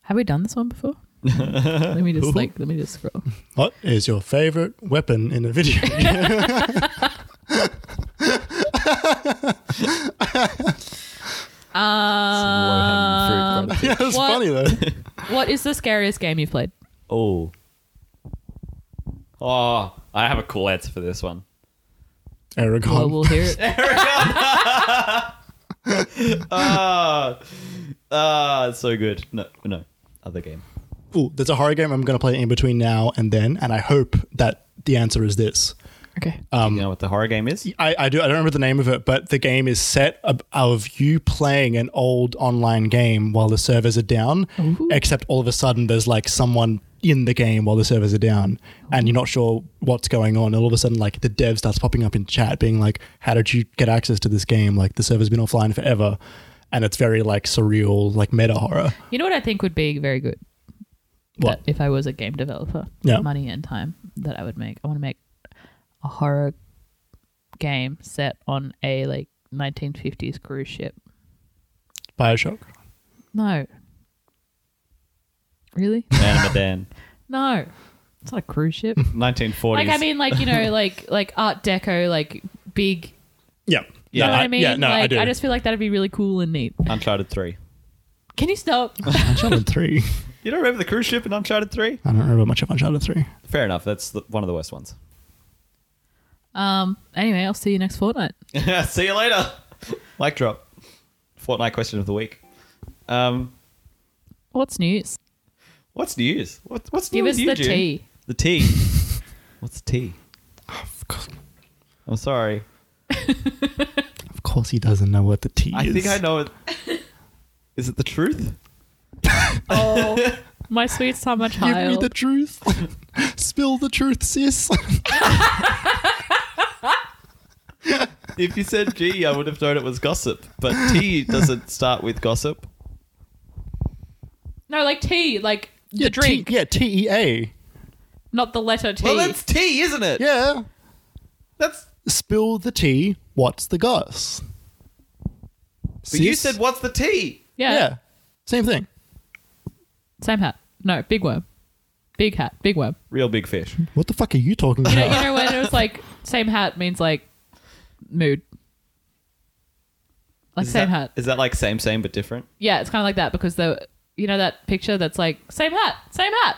Speaker 2: Have we done this one before? let me just like let me just scroll.
Speaker 3: What is your favorite weapon in a video game?
Speaker 2: Uh, Um,
Speaker 1: Low-hanging fruit,
Speaker 3: yeah, that's
Speaker 2: What?
Speaker 3: funny though.
Speaker 2: what is the scariest game you've played?
Speaker 1: Oh. Oh, I have a cool answer for this one.
Speaker 3: Aragon.
Speaker 2: Oh, Well, we'll hear it.
Speaker 1: Ah, ah, it's so good. No, no, other game.
Speaker 3: Ooh, there's a horror game I'm going to play in between now and then, and I hope that the answer is this.
Speaker 2: Okay.
Speaker 1: you know what the horror game is?
Speaker 3: I, I do. I don't remember the name of it, but the game is set of, of you playing an old online game while the servers are down. Except all of a sudden, there's like someone in the game while the servers are down, and you're not sure what's going on. And all of a sudden, like the dev starts popping up in chat, being like, "How did you get access to this game? Like the server's been offline forever." And it's very like surreal, like meta horror.
Speaker 2: You know what I think would be very good?
Speaker 3: What?
Speaker 2: That if I was a game developer,
Speaker 3: Yeah.
Speaker 2: money and time that I would make. I want to make a horror game set on a like 1950s cruise ship.
Speaker 3: Bioshock.
Speaker 2: No. Really?
Speaker 1: Animadan.
Speaker 2: No. It's not a cruise ship.
Speaker 1: 1940s.
Speaker 2: like I mean like, you know, like like art deco like big,
Speaker 3: Yeah.
Speaker 2: you know
Speaker 1: Yeah,
Speaker 2: what I mean?
Speaker 3: Uh, Yeah. No,
Speaker 2: like
Speaker 3: I do.
Speaker 2: just feel like that'd be really cool and neat.
Speaker 1: Uncharted 3.
Speaker 2: Can you stop?
Speaker 3: Uncharted three.
Speaker 1: You don't remember the cruise ship in Uncharted 3?
Speaker 3: I don't remember much of Uncharted three.
Speaker 1: Fair enough. That's the, one of the worst ones.
Speaker 2: um anyway, I'll see you next fortnight.
Speaker 1: See you later. Mic drop. Fortnite question of the week. Um,
Speaker 2: What's news?
Speaker 1: what's news? What, what's
Speaker 2: Give
Speaker 1: new
Speaker 2: us
Speaker 1: with you,
Speaker 2: the
Speaker 1: June?
Speaker 2: tea.
Speaker 1: The tea. what's tea? I'm sorry.
Speaker 3: Of course, he doesn't know what the T
Speaker 1: I
Speaker 3: is.
Speaker 1: think I know it. Is it the truth?
Speaker 2: Oh, my sweet summer
Speaker 3: Give
Speaker 2: child.
Speaker 3: me the truth. Spill the truth, sis.
Speaker 1: If you said G, I would have known it was gossip. But T doesn't start with gossip.
Speaker 2: no, like tea, like
Speaker 3: Yeah,
Speaker 2: the drink,
Speaker 3: T- yeah, T E A.
Speaker 2: not the letter T.
Speaker 1: Well, that's T, isn't it?
Speaker 3: Yeah.
Speaker 1: That's.
Speaker 3: Spill the tea. What's the goss?
Speaker 1: But you said what's the T?
Speaker 2: yeah.
Speaker 3: Yeah. Same thing.
Speaker 2: Same hat. No, big worm. Big hat, big worm.
Speaker 1: Real big fish.
Speaker 3: What the fuck are you talking
Speaker 2: You know,
Speaker 3: about?
Speaker 2: you know when it was like same hat means like mood. Like
Speaker 1: Is
Speaker 2: same
Speaker 1: that-
Speaker 2: hat.
Speaker 1: Is that like same, same, but different?
Speaker 2: Yeah, it's kind of like that because the you know that picture that's like same hat, same hat,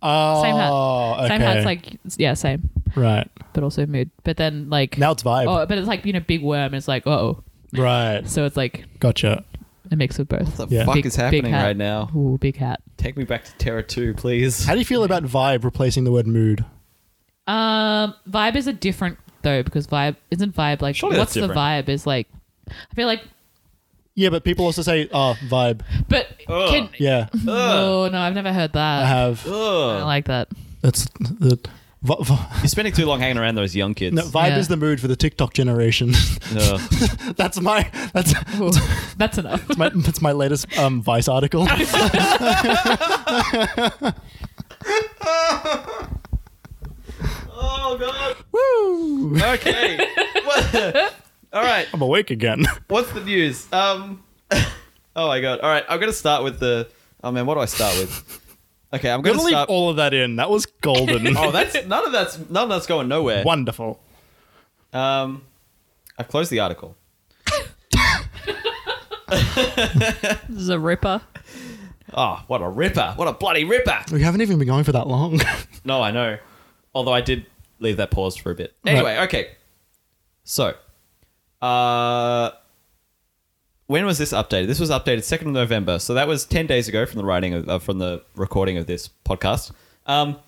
Speaker 3: oh,
Speaker 2: same hat,
Speaker 3: Okay.
Speaker 2: same hat's like yeah, same,
Speaker 3: right
Speaker 2: but also mood. But then like
Speaker 3: now it's vibe.
Speaker 2: oh, but it's like you know big worm is like oh,
Speaker 3: Right.
Speaker 2: so it's like
Speaker 3: Gotcha.
Speaker 2: a mix of both.
Speaker 1: What the
Speaker 3: Yeah.
Speaker 1: fuck
Speaker 2: Big-
Speaker 1: is
Speaker 2: big
Speaker 1: happening
Speaker 2: hat.
Speaker 1: right now?
Speaker 2: Ooh, big hat.
Speaker 1: Take me back to Terra 2, please.
Speaker 3: How do you feel about vibe replacing the word mood?
Speaker 2: Um, vibe is a different though because vibe isn't vibe like
Speaker 1: Surely
Speaker 2: what's
Speaker 1: that's
Speaker 2: the vibe is like. I feel like,
Speaker 3: Yeah, but people also say, "Oh, vibe."
Speaker 2: but
Speaker 1: Ugh.
Speaker 2: can
Speaker 3: Yeah,
Speaker 2: oh no, I've never heard that.
Speaker 3: I have.
Speaker 2: I don't
Speaker 1: Ugh.
Speaker 2: like that.
Speaker 3: That's the. Vi- vi-
Speaker 1: You're spending too long hanging around those young kids.
Speaker 3: no, vibe
Speaker 2: Yeah.
Speaker 3: is the mood for the TikTok generation.
Speaker 1: Ugh.
Speaker 3: that's my. That's
Speaker 2: Ooh, that's enough.
Speaker 3: my, that's my latest um, Vice article.
Speaker 1: oh, God.
Speaker 3: Woo!
Speaker 1: Okay. What- All right.
Speaker 3: I'm awake again.
Speaker 1: What's the news? Um. oh my god. All right. I'm gonna start with the. Oh man, what do I start with? Okay, I'm
Speaker 3: I'm
Speaker 1: gonna
Speaker 3: gonna leave
Speaker 1: start.
Speaker 3: all of that in. That was golden.
Speaker 1: oh, that's none of that's none of that's going nowhere.
Speaker 3: wonderful.
Speaker 1: Um, I've closed the article.
Speaker 2: this is a ripper.
Speaker 1: Oh, what a ripper! What a bloody ripper!
Speaker 3: We haven't even been going for that long.
Speaker 1: No, I know. Although I did leave that pause for a bit. Anyway, okay. So, uh, when was this updated? This was updated second of November, so that was ten days ago from the writing of, uh, from the recording of this podcast. Um,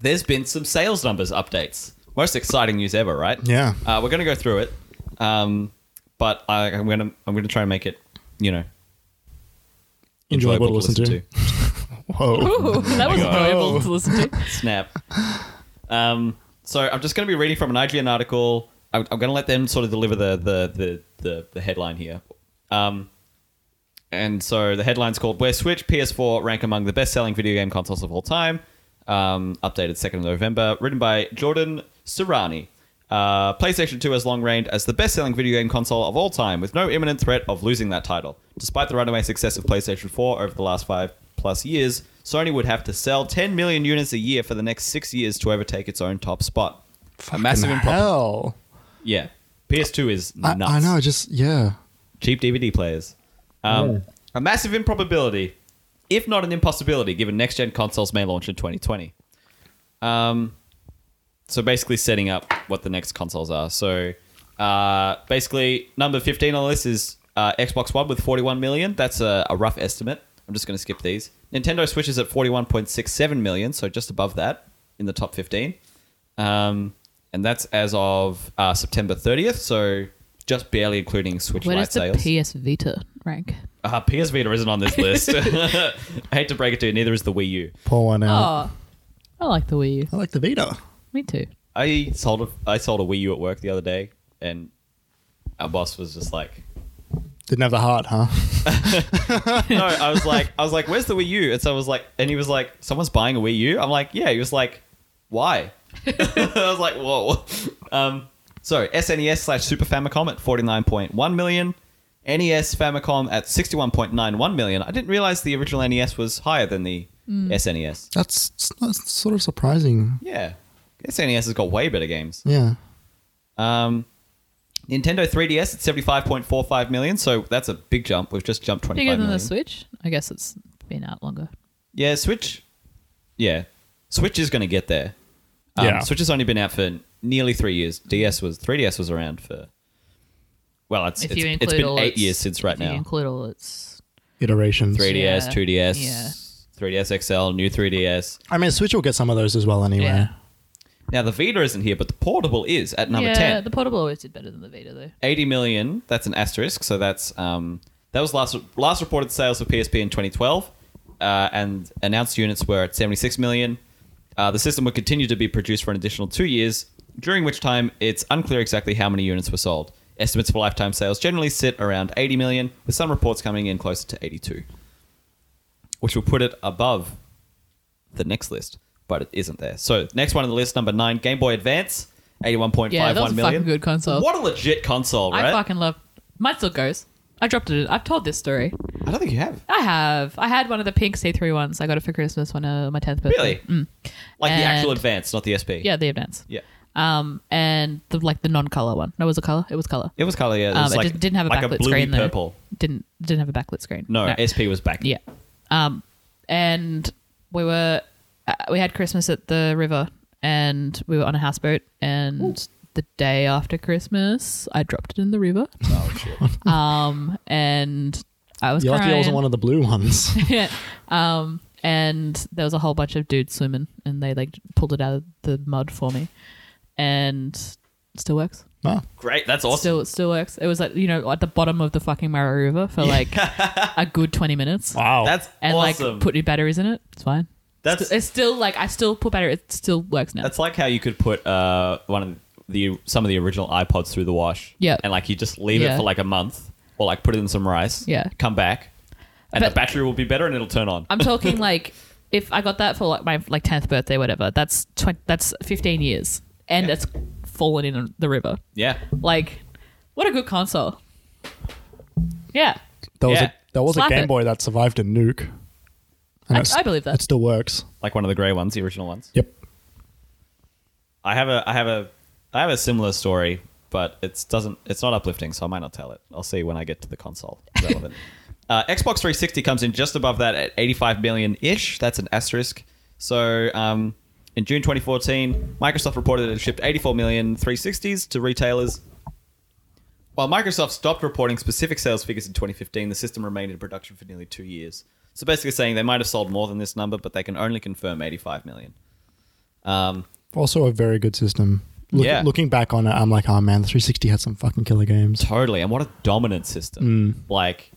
Speaker 1: there's been some sales numbers updates. Most exciting news ever, right?
Speaker 3: Yeah.
Speaker 1: Uh, we're gonna go through it, um, but I, I'm gonna I'm gonna try and make it, you know,
Speaker 3: Enjoyable to listen to. Whoa.
Speaker 2: Ooh, that was
Speaker 1: God.
Speaker 2: enjoyable to listen to.
Speaker 1: Snap. Um, so I'm just going to be reading from an IGN article. I'm, I'm going to let them sort of deliver the the the, the, the headline here. Um, and so the headline's called "Where Switch PS4 rank among the best-selling video game consoles of all time." Um, updated second of November, written by Jordan Sirani. Uh, PlayStation 2 has long reigned as the best-selling video game console of all time, with no imminent threat of losing that title. Despite the runaway success of PlayStation 4 over the last five plus years, Sony would have to sell 10 million units a year for the next six years to overtake its own top spot. a massive improvement.
Speaker 3: hell.
Speaker 1: Yeah, PS2 is
Speaker 3: I,
Speaker 1: nuts
Speaker 3: I know. Just yeah.
Speaker 1: cheap DVD players. Um, A massive improbability, if not an impossibility, given next gen consoles may launch in 2020. Um, so basically, setting up what the next consoles are. So uh, basically, number 15 on the list is uh, Xbox One with 41 million. That's a, a rough estimate. I'm just going to skip these. Nintendo Switch is at 41.67 million, so just above that in the top 15. Um, and that's as of uh, September 30th, so just barely including Switch
Speaker 2: What
Speaker 1: Lite
Speaker 2: is the
Speaker 1: sales.
Speaker 2: PS Vita rank?
Speaker 1: Uh, PS Vita isn't on this list. I hate to break it to you, neither is the Wii U.
Speaker 3: Pour one out.
Speaker 2: Oh, I like the Wii U.
Speaker 3: I like the Vita.
Speaker 2: Me too.
Speaker 1: I sold a, I sold a Wii U at work the other day, and our boss was just like,
Speaker 3: Didn't have the heart, huh?
Speaker 1: "No." I was like, "I was like, where's the Wii U?" And so I was like, and he was like, "Someone's buying a Wii U." I'm like, "Yeah." He was like, "Why?" I was like, "Whoa." Um, so SNES slash Super Famicom at 49.1 million, NES Famicom at 61.91 million. I didn't realize the original NES was higher than the E SNES.
Speaker 3: That's, that's sort of surprising.
Speaker 1: Yeah. SNES has got way better games.
Speaker 3: Yeah.
Speaker 1: Um, Nintendo 3DS at 75.45 million, so that's a big jump. We've just jumped 25
Speaker 2: Bigger
Speaker 1: million.
Speaker 2: than the Switch? I guess it's been out longer.
Speaker 1: Yeah, Switch. Yeah. Switch is going to get there. Um,
Speaker 3: Yeah.
Speaker 1: Switch has only been out for nearly three years. DS was 3DS was around for. Well, it's,
Speaker 2: If
Speaker 1: it's,
Speaker 2: you include
Speaker 1: it's been
Speaker 2: all
Speaker 1: eight
Speaker 2: its-
Speaker 1: years since right
Speaker 2: if You
Speaker 1: now.
Speaker 2: include all its.
Speaker 3: Iterations.
Speaker 1: 3DS,
Speaker 2: Yeah.
Speaker 1: 2DS,
Speaker 2: Yeah.
Speaker 1: 3DS XL, new 3DS.
Speaker 3: I mean, Switch will get some of those as well anyway.
Speaker 2: Yeah.
Speaker 1: Now, the Vita isn't here, but the portable is at number
Speaker 2: yeah,
Speaker 1: 10.
Speaker 2: the portable always did better than the Vita though.
Speaker 1: 80 million. That's an asterisk. So that's um, that was last last reported sales for PSP in 2012, uh, and announced units were at 76 million. Uh, the system would continue to be produced for an additional two years, during which time it's unclear exactly how many units were sold. Estimates for lifetime sales generally sit around 80 million, with some reports coming in closer to 82, which will put it above the next list, but it isn't there. So next one on the list, number nine, Game Boy Advance, 81.51
Speaker 2: Yeah, that was a
Speaker 1: million.
Speaker 2: fucking good console.
Speaker 1: What a legit console, right?
Speaker 2: I fucking love. Mine still goes. I dropped it. in- I've told this story.
Speaker 1: I don't think you have.
Speaker 2: I have. I had one of the pink C3 ones. I got it for Christmas when uh, my tenth birthday.
Speaker 1: Really?
Speaker 2: Mm.
Speaker 1: Like the actual
Speaker 2: And-
Speaker 1: advance, not the SP.
Speaker 2: Yeah, the advance.
Speaker 1: Yeah.
Speaker 2: Um, and the like the non-color one. No, was it color? It was color.
Speaker 1: It was color, yeah. It
Speaker 2: Um,
Speaker 1: was
Speaker 2: it
Speaker 1: like,
Speaker 2: didn't- didn't have a
Speaker 1: like
Speaker 2: backlit
Speaker 1: bluey
Speaker 2: screen though.
Speaker 1: purple.
Speaker 2: Didn't didn't have a backlit screen.
Speaker 1: No, SP was back.
Speaker 2: Yeah. Um, and we were uh, we had Christmas at the river, and we were on a houseboat. And the day after Christmas, I dropped it in the river.
Speaker 1: Oh, shit.
Speaker 2: Um, and I was
Speaker 3: You're lucky it
Speaker 2: crying.
Speaker 3: wasn't one of the blue ones.
Speaker 2: yeah. Um, and there was a whole bunch of dudes swimming, and they like pulled it out of the mud for me, and still works.
Speaker 3: Ah.
Speaker 1: Great. That's awesome.
Speaker 2: Still, still works. It was like you know at the bottom of the fucking Mara River for like a good twenty minutes
Speaker 3: Wow.
Speaker 1: that's
Speaker 2: and
Speaker 1: awesome.
Speaker 2: like put new batteries in it. It's fine.
Speaker 1: that's
Speaker 2: It's still like I still put battery. It still works now.
Speaker 1: that's like how you could put uh one of the some of the original iPods through the wash.
Speaker 2: Yeah.
Speaker 1: And like you just leave it
Speaker 2: Yeah.
Speaker 1: for like a month or like put it in some rice.
Speaker 2: Yeah.
Speaker 1: Come back. And the
Speaker 2: But-
Speaker 1: battery will be better and it'll turn on.
Speaker 2: I'm talking like if I got that for like my like tenth birthday, whatever. That's twenty. That's fifteen years, and
Speaker 1: Yeah.
Speaker 2: it's fallen in the river.
Speaker 1: yeah.
Speaker 2: Like, what a good console. Yeah,
Speaker 3: There was
Speaker 1: Yeah.
Speaker 3: a there was
Speaker 2: Slap
Speaker 3: a Game
Speaker 2: it.
Speaker 3: Boy that survived a nuke.
Speaker 2: I-
Speaker 3: it's-
Speaker 2: I believe that.
Speaker 3: It still works.
Speaker 1: Like one of the grey ones, the original ones.
Speaker 3: Yep.
Speaker 1: I have a I have a I have a similar story, but it's doesn't it's not uplifting, so I might not tell it. I'll see when I get to the console. It's Relevant. uh, Xbox 360 comes in just above that at 85 million ish. That's an asterisk. So um, in June 2014, Microsoft reported it had shipped 84 million 360s to retailers. While Microsoft stopped reporting specific sales figures in 2015, the system remained in production for nearly two years. So basically, saying they might have sold more than this number, but they can only confirm 85 million. Um,
Speaker 3: Also, a very good system. Look,
Speaker 1: Yeah.
Speaker 3: Looking back on it, I'm like, oh man, the 360 had some fucking killer games.
Speaker 1: Totally, and what a dominant system! Like,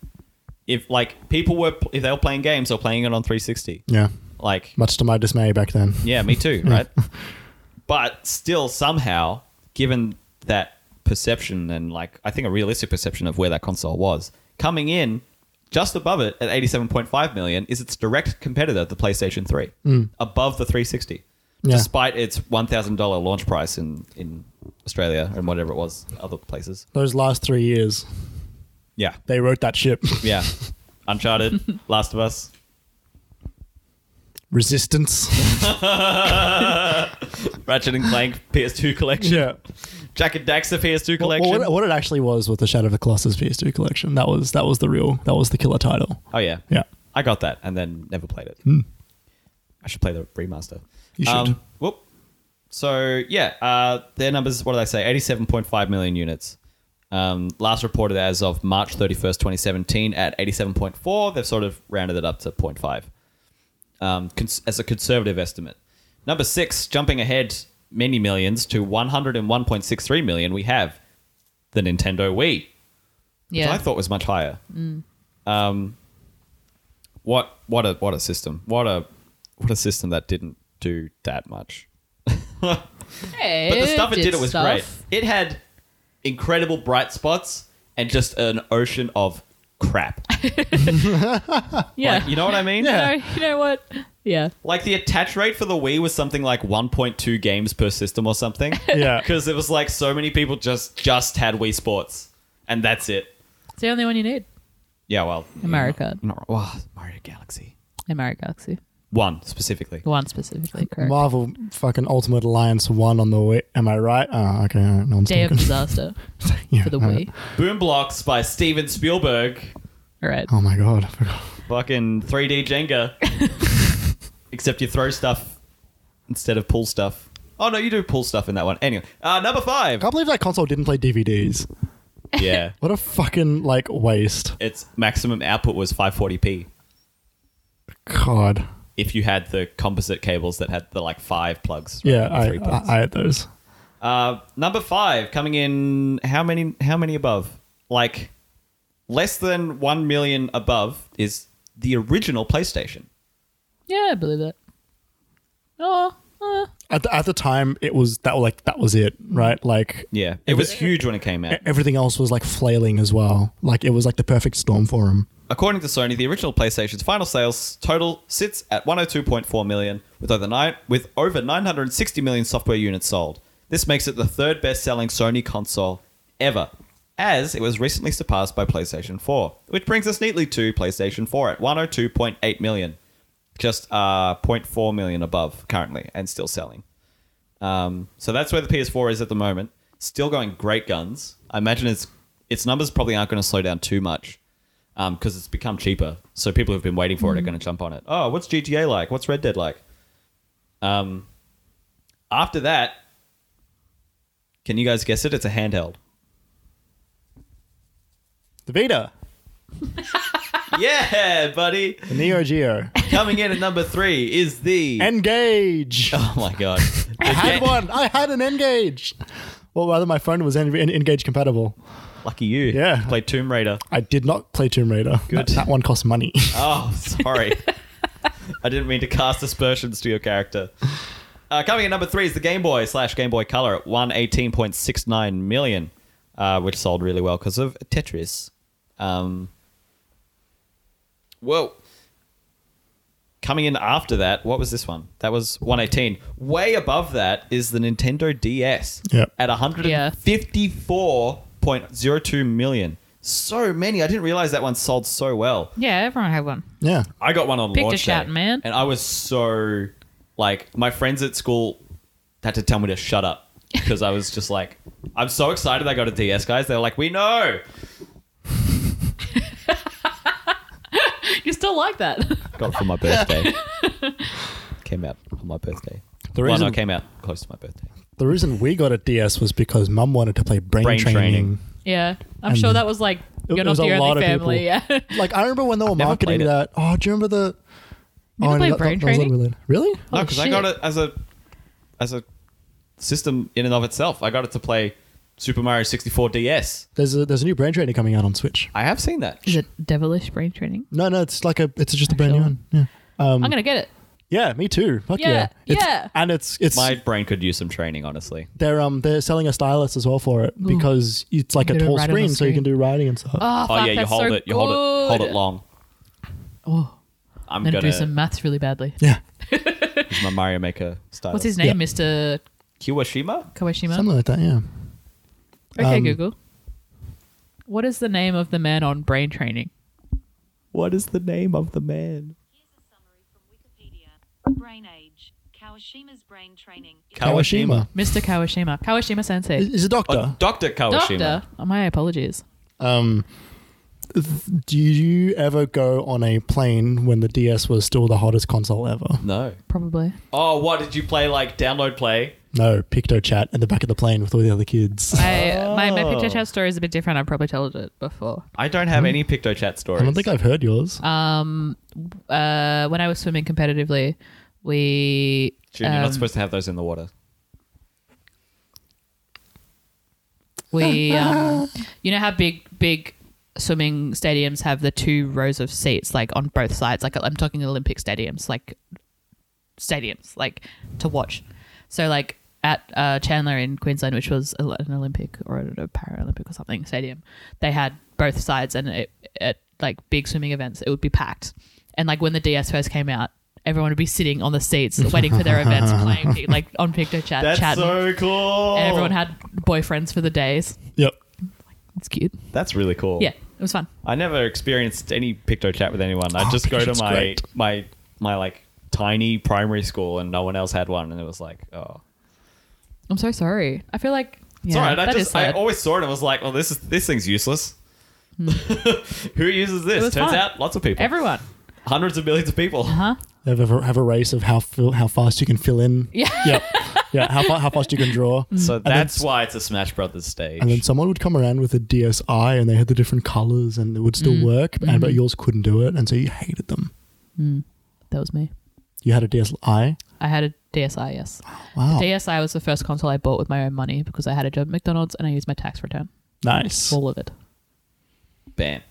Speaker 1: if like people were if they were playing games, they were playing it on 360.
Speaker 3: Yeah.
Speaker 1: Like,
Speaker 3: Much to my dismay back then.
Speaker 1: yeah, me too, right? but still, somehow, given that perception and like I think a realistic perception of where that console was coming in, just above it at 87.5 million is its direct competitor, the PlayStation 3, above the 360.
Speaker 3: Yeah.
Speaker 1: Despite its one thousand dollar launch price in, in Australia and whatever it was, other places.
Speaker 3: Those last three years,
Speaker 1: Yeah.
Speaker 3: they wrote that ship.
Speaker 1: Yeah. Uncharted, Last of Us.
Speaker 3: Resistance.
Speaker 1: Ratchet and Clank PS2 collection.
Speaker 3: yeah.
Speaker 1: Jack and Daxter PS2
Speaker 3: Well,
Speaker 1: collection.
Speaker 3: what, what it actually was with the Shadow of the Colossus PS2 collection. That was that was the real that was the killer title.
Speaker 1: oh yeah.
Speaker 3: Yeah.
Speaker 1: I got that and then never played it. I should play the remaster.
Speaker 3: Hmm.
Speaker 1: Um,
Speaker 3: You should.
Speaker 1: whoop. So yeah, uh, their numbers. What did I say? Eighty-seven point five million units. Um, last reported as of March thirty-first, twenty seventeen, at eighty-seven point four. They've sort of rounded it up to 0.5 um, cons- as a conservative estimate. Number six, jumping ahead many millions to one hundred and one point six three million, we have the Nintendo Wii which
Speaker 2: Yeah. Mm.
Speaker 1: I thought was much higher. Um, what what a what a system! What a what a system that didn't do that much.
Speaker 2: Hey,
Speaker 1: But the stuff it did, it was
Speaker 2: stuff.
Speaker 1: great. It had incredible bright spots and just an ocean of crap.
Speaker 2: Yeah.
Speaker 1: Like, you know what I mean?
Speaker 3: Yeah.
Speaker 2: You know- you know what? Yeah.
Speaker 1: Like the attach rate for the Wii was something like 1.2 games per system or something.
Speaker 3: Yeah.
Speaker 1: Because it was like so many people just just had Wii Sports, and that's it.
Speaker 2: It's the only one you need.
Speaker 1: Yeah, well,
Speaker 2: America.
Speaker 1: not, well, Mario Galaxy
Speaker 2: Mario Galaxy.
Speaker 1: one specifically.
Speaker 2: The one specifically, correct.
Speaker 3: Marvel fucking Ultimate Alliance 1 on the way. Am I right? Oh, okay. all right, No one's
Speaker 2: Day of
Speaker 3: talking.
Speaker 2: Disaster
Speaker 3: Yeah,
Speaker 2: for the
Speaker 3: all right.
Speaker 2: Wii.
Speaker 1: Boom Blocks by Steven Spielberg.
Speaker 2: All right.
Speaker 3: Oh my god. I forgot.
Speaker 1: Fucking 3D Jenga. Except you throw stuff instead of pull stuff. Oh no, you do pull stuff in that one. Anyway, uh, number
Speaker 3: I
Speaker 1: five.
Speaker 3: can't believe that console didn't play DVDs.
Speaker 1: Yeah,
Speaker 3: What a fucking like waste.
Speaker 1: its maximum output was 540p.
Speaker 3: God.
Speaker 1: If you had the composite cables that had the like five plugs. rather
Speaker 3: Yeah,
Speaker 1: than
Speaker 3: I,
Speaker 1: three plugs.
Speaker 3: I, I had those.
Speaker 1: Uh, number five coming in. How many? How many above? Like less than one million above is the original PlayStation.
Speaker 2: Yeah, I believe that. Oh, uh,
Speaker 3: At the, at the time, it was that like that was it, right? Like
Speaker 1: Yeah, it was huge when it came out.
Speaker 3: e- everything else was like flailing as well. Like it was like the perfect storm for him.
Speaker 1: According to Sony, the original PlayStation's final sales total sits at 102.4 million, with over nine, with over 960 million software units sold. This makes it the third best-selling Sony console ever, as it was recently surpassed by PlayStation 4, which brings us neatly to PlayStation 4 at 102.8 million, just uh, 0.4 million above currently and still selling. Um, so that's where the PS4 is at the moment. Still going great guns. I imagine its its numbers probably aren't going to slow down too much because um, it's become cheaper. So people who've been waiting for it are going to jump on it. Oh, what's GTA like? What's Red Dead like? Um, after that, can you guys guess it? It's a handheld.
Speaker 3: The Vita,
Speaker 1: yeah, buddy.
Speaker 3: the Neo Geo,
Speaker 1: Coming in at number three is the.
Speaker 3: Engage.
Speaker 1: oh my god.
Speaker 3: I had
Speaker 1: Again,
Speaker 3: one. I had an Engage. Well, rather, my phone was en- en- Engage compatible.
Speaker 1: Lucky you.
Speaker 3: Yeah.
Speaker 1: Play Tomb Raider.
Speaker 3: I did not play Tomb Raider.
Speaker 1: Good.
Speaker 3: That, that one cost money.
Speaker 1: Oh, sorry. I didn't mean to cast aspersions to your character. Uh, coming at number three is the Game Boy slash Game Boy Color at 118.69 million, uh, which sold really well because of Tetris. Um, Whoa. Coming in after that, what was this one? That was 118. Way above that is the Nintendo DS
Speaker 3: Yep.
Speaker 1: at 154.02 million. So many. I didn't realize that one sold so well.
Speaker 2: yeah, everyone had one.
Speaker 3: yeah.
Speaker 1: I got one on
Speaker 2: Picked a
Speaker 1: launch
Speaker 2: shot,
Speaker 1: day,
Speaker 2: man.
Speaker 1: and I was so like my friends at school had to tell me to shut up because I was just like, I'm so excited I got a DS, guys. They're like, we know.
Speaker 2: You still like that?
Speaker 1: Got it for my birthday. came out on my birthday.
Speaker 3: The
Speaker 1: well, no,
Speaker 3: reason-
Speaker 1: it came out close to my birthday.
Speaker 3: The reason we got a DS was because Mum wanted to play Brain,
Speaker 1: Brain
Speaker 3: training.
Speaker 1: Training.
Speaker 2: yeah. I'm
Speaker 3: And
Speaker 2: sure that was like,
Speaker 3: It-
Speaker 2: you're
Speaker 3: it
Speaker 2: not
Speaker 3: was
Speaker 2: the
Speaker 3: a lot
Speaker 2: only
Speaker 3: of
Speaker 2: family. Yeah.
Speaker 3: people. Like I remember when they were
Speaker 1: Never played
Speaker 3: marketing
Speaker 1: it.
Speaker 3: that. Oh, do you remember the?
Speaker 2: You never
Speaker 3: no,
Speaker 2: played
Speaker 3: that-
Speaker 2: Brain
Speaker 3: that was a little
Speaker 2: Training?
Speaker 3: weird. Really?
Speaker 1: No,
Speaker 2: Oh,
Speaker 1: because I got
Speaker 2: shit.
Speaker 1: it as a as a system in and of itself. I got it to play Super Mario 64 DS.
Speaker 3: There's a there's a new brain trainer coming out on Switch.
Speaker 1: I have seen that.
Speaker 2: Is it devilish brain training?
Speaker 3: No, no, it's like a it's just a brand new
Speaker 2: Sure.
Speaker 3: one. Yeah.
Speaker 2: I'm gonna get it.
Speaker 3: Yeah, me too. Fuck yeah.
Speaker 2: Yeah,
Speaker 3: It's-
Speaker 2: yeah.
Speaker 3: And it's it's
Speaker 1: My brain could use some training, honestly.
Speaker 3: they're um they're selling a stylus as well for it because it's like a
Speaker 2: You can
Speaker 3: tall
Speaker 2: write it on
Speaker 3: screen,
Speaker 2: the
Speaker 3: so you can
Speaker 2: screen.
Speaker 3: do writing and stuff.
Speaker 2: Oh,
Speaker 1: oh
Speaker 2: fuck,
Speaker 1: yeah, you
Speaker 2: that's
Speaker 1: hold
Speaker 2: so
Speaker 1: it, you hold it, hold
Speaker 2: good.
Speaker 1: it long.
Speaker 2: Oh,
Speaker 1: I'm
Speaker 2: I'm gonna,
Speaker 1: gonna
Speaker 2: do some maths really badly.
Speaker 3: yeah,
Speaker 1: use my Mario Maker style.
Speaker 2: What's his
Speaker 3: Uh, Yeah.
Speaker 2: name, Mr.
Speaker 1: Kiwashima?
Speaker 2: Kawashima?
Speaker 3: something like that. Yeah.
Speaker 2: okay,
Speaker 3: um,
Speaker 2: Google. What is the name of the man on brain training?
Speaker 1: What is the name of the man?
Speaker 4: Here's a summary from Wikipedia. Brain age. Kawashima's brain training. is-
Speaker 1: Kawa- Kawashima.
Speaker 2: Mr. Kawashima. Kawashima Sensei.
Speaker 3: is a doctor.
Speaker 1: Oh, Dr. Kawashima.
Speaker 2: Doctor. Oh, my apologies.
Speaker 3: Um, th- do you ever go on a plane when the DS was still the hottest console ever?
Speaker 1: No.
Speaker 2: Probably.
Speaker 1: Oh, what did you play? Like download play?
Speaker 3: No, Picto chat at the back of the plane with all the other kids.
Speaker 2: I, my, my
Speaker 1: Oh.
Speaker 2: picture chat story is a bit different. I've probably told it before.
Speaker 1: I don't have any PictoChat stories.
Speaker 3: I don't think I've heard yours.
Speaker 2: Um, uh, when I was swimming competitively, we.
Speaker 1: June, you're
Speaker 2: um,
Speaker 1: not supposed to have those in the water.
Speaker 2: We, um, you know how big, big swimming stadiums have the two rows of seats, like on both sides. Like I'm talking Olympic stadiums, like stadiums, like to watch. So like at uh, Chandler in Queensland, which was a- an Olympic or a Paralympic or something stadium, they had both sides, and it, at like big swimming events, it would be packed. And like when the DS first came out. Everyone would be sitting on the seats, waiting for their events, playing like on Picto uh, Chat,
Speaker 1: That's
Speaker 2: chatting,
Speaker 1: so cool.
Speaker 2: and everyone had boyfriends for the days.
Speaker 3: yep.
Speaker 2: It's cute.
Speaker 1: That's really cool.
Speaker 2: Yeah, it was fun.
Speaker 1: I never experienced any picto chat with anyone. I
Speaker 3: Oh,
Speaker 1: just go to
Speaker 3: picto's
Speaker 1: my
Speaker 3: great.
Speaker 1: my my like tiny primary school, and no one else had one, and it was like, oh,
Speaker 2: I'm so sorry. I feel like yeah,
Speaker 1: it's all right. I
Speaker 2: that is
Speaker 1: just I
Speaker 2: sad. Hmm.
Speaker 1: always saw it and was like, well, this is this thing's useless. Who uses
Speaker 2: It
Speaker 1: this?
Speaker 2: was
Speaker 1: Turns
Speaker 2: fun.
Speaker 1: out, lots of people,
Speaker 2: everyone.
Speaker 1: hundreds of millions of people.
Speaker 2: Huh?
Speaker 3: They have a, have a race of how fill, how fast you can fill in.
Speaker 2: Yeah.
Speaker 3: Yep. Yeah. How, fa- how fast you can draw.
Speaker 1: So
Speaker 3: then
Speaker 1: that's
Speaker 3: s-
Speaker 1: why it's a Smash Brothers stage.
Speaker 3: And then someone would come around with a DSi and they had the different colors and it would still work, and, but yours couldn't do it. And so you hated them.
Speaker 2: That was me.
Speaker 3: You had a DSi?
Speaker 2: I had a DSi, yes.
Speaker 3: Wow.
Speaker 2: DSi was the first console I bought with my own money because I had a job at McDonald's and I used my tax return.
Speaker 3: nice.
Speaker 2: All of it.
Speaker 1: Bam.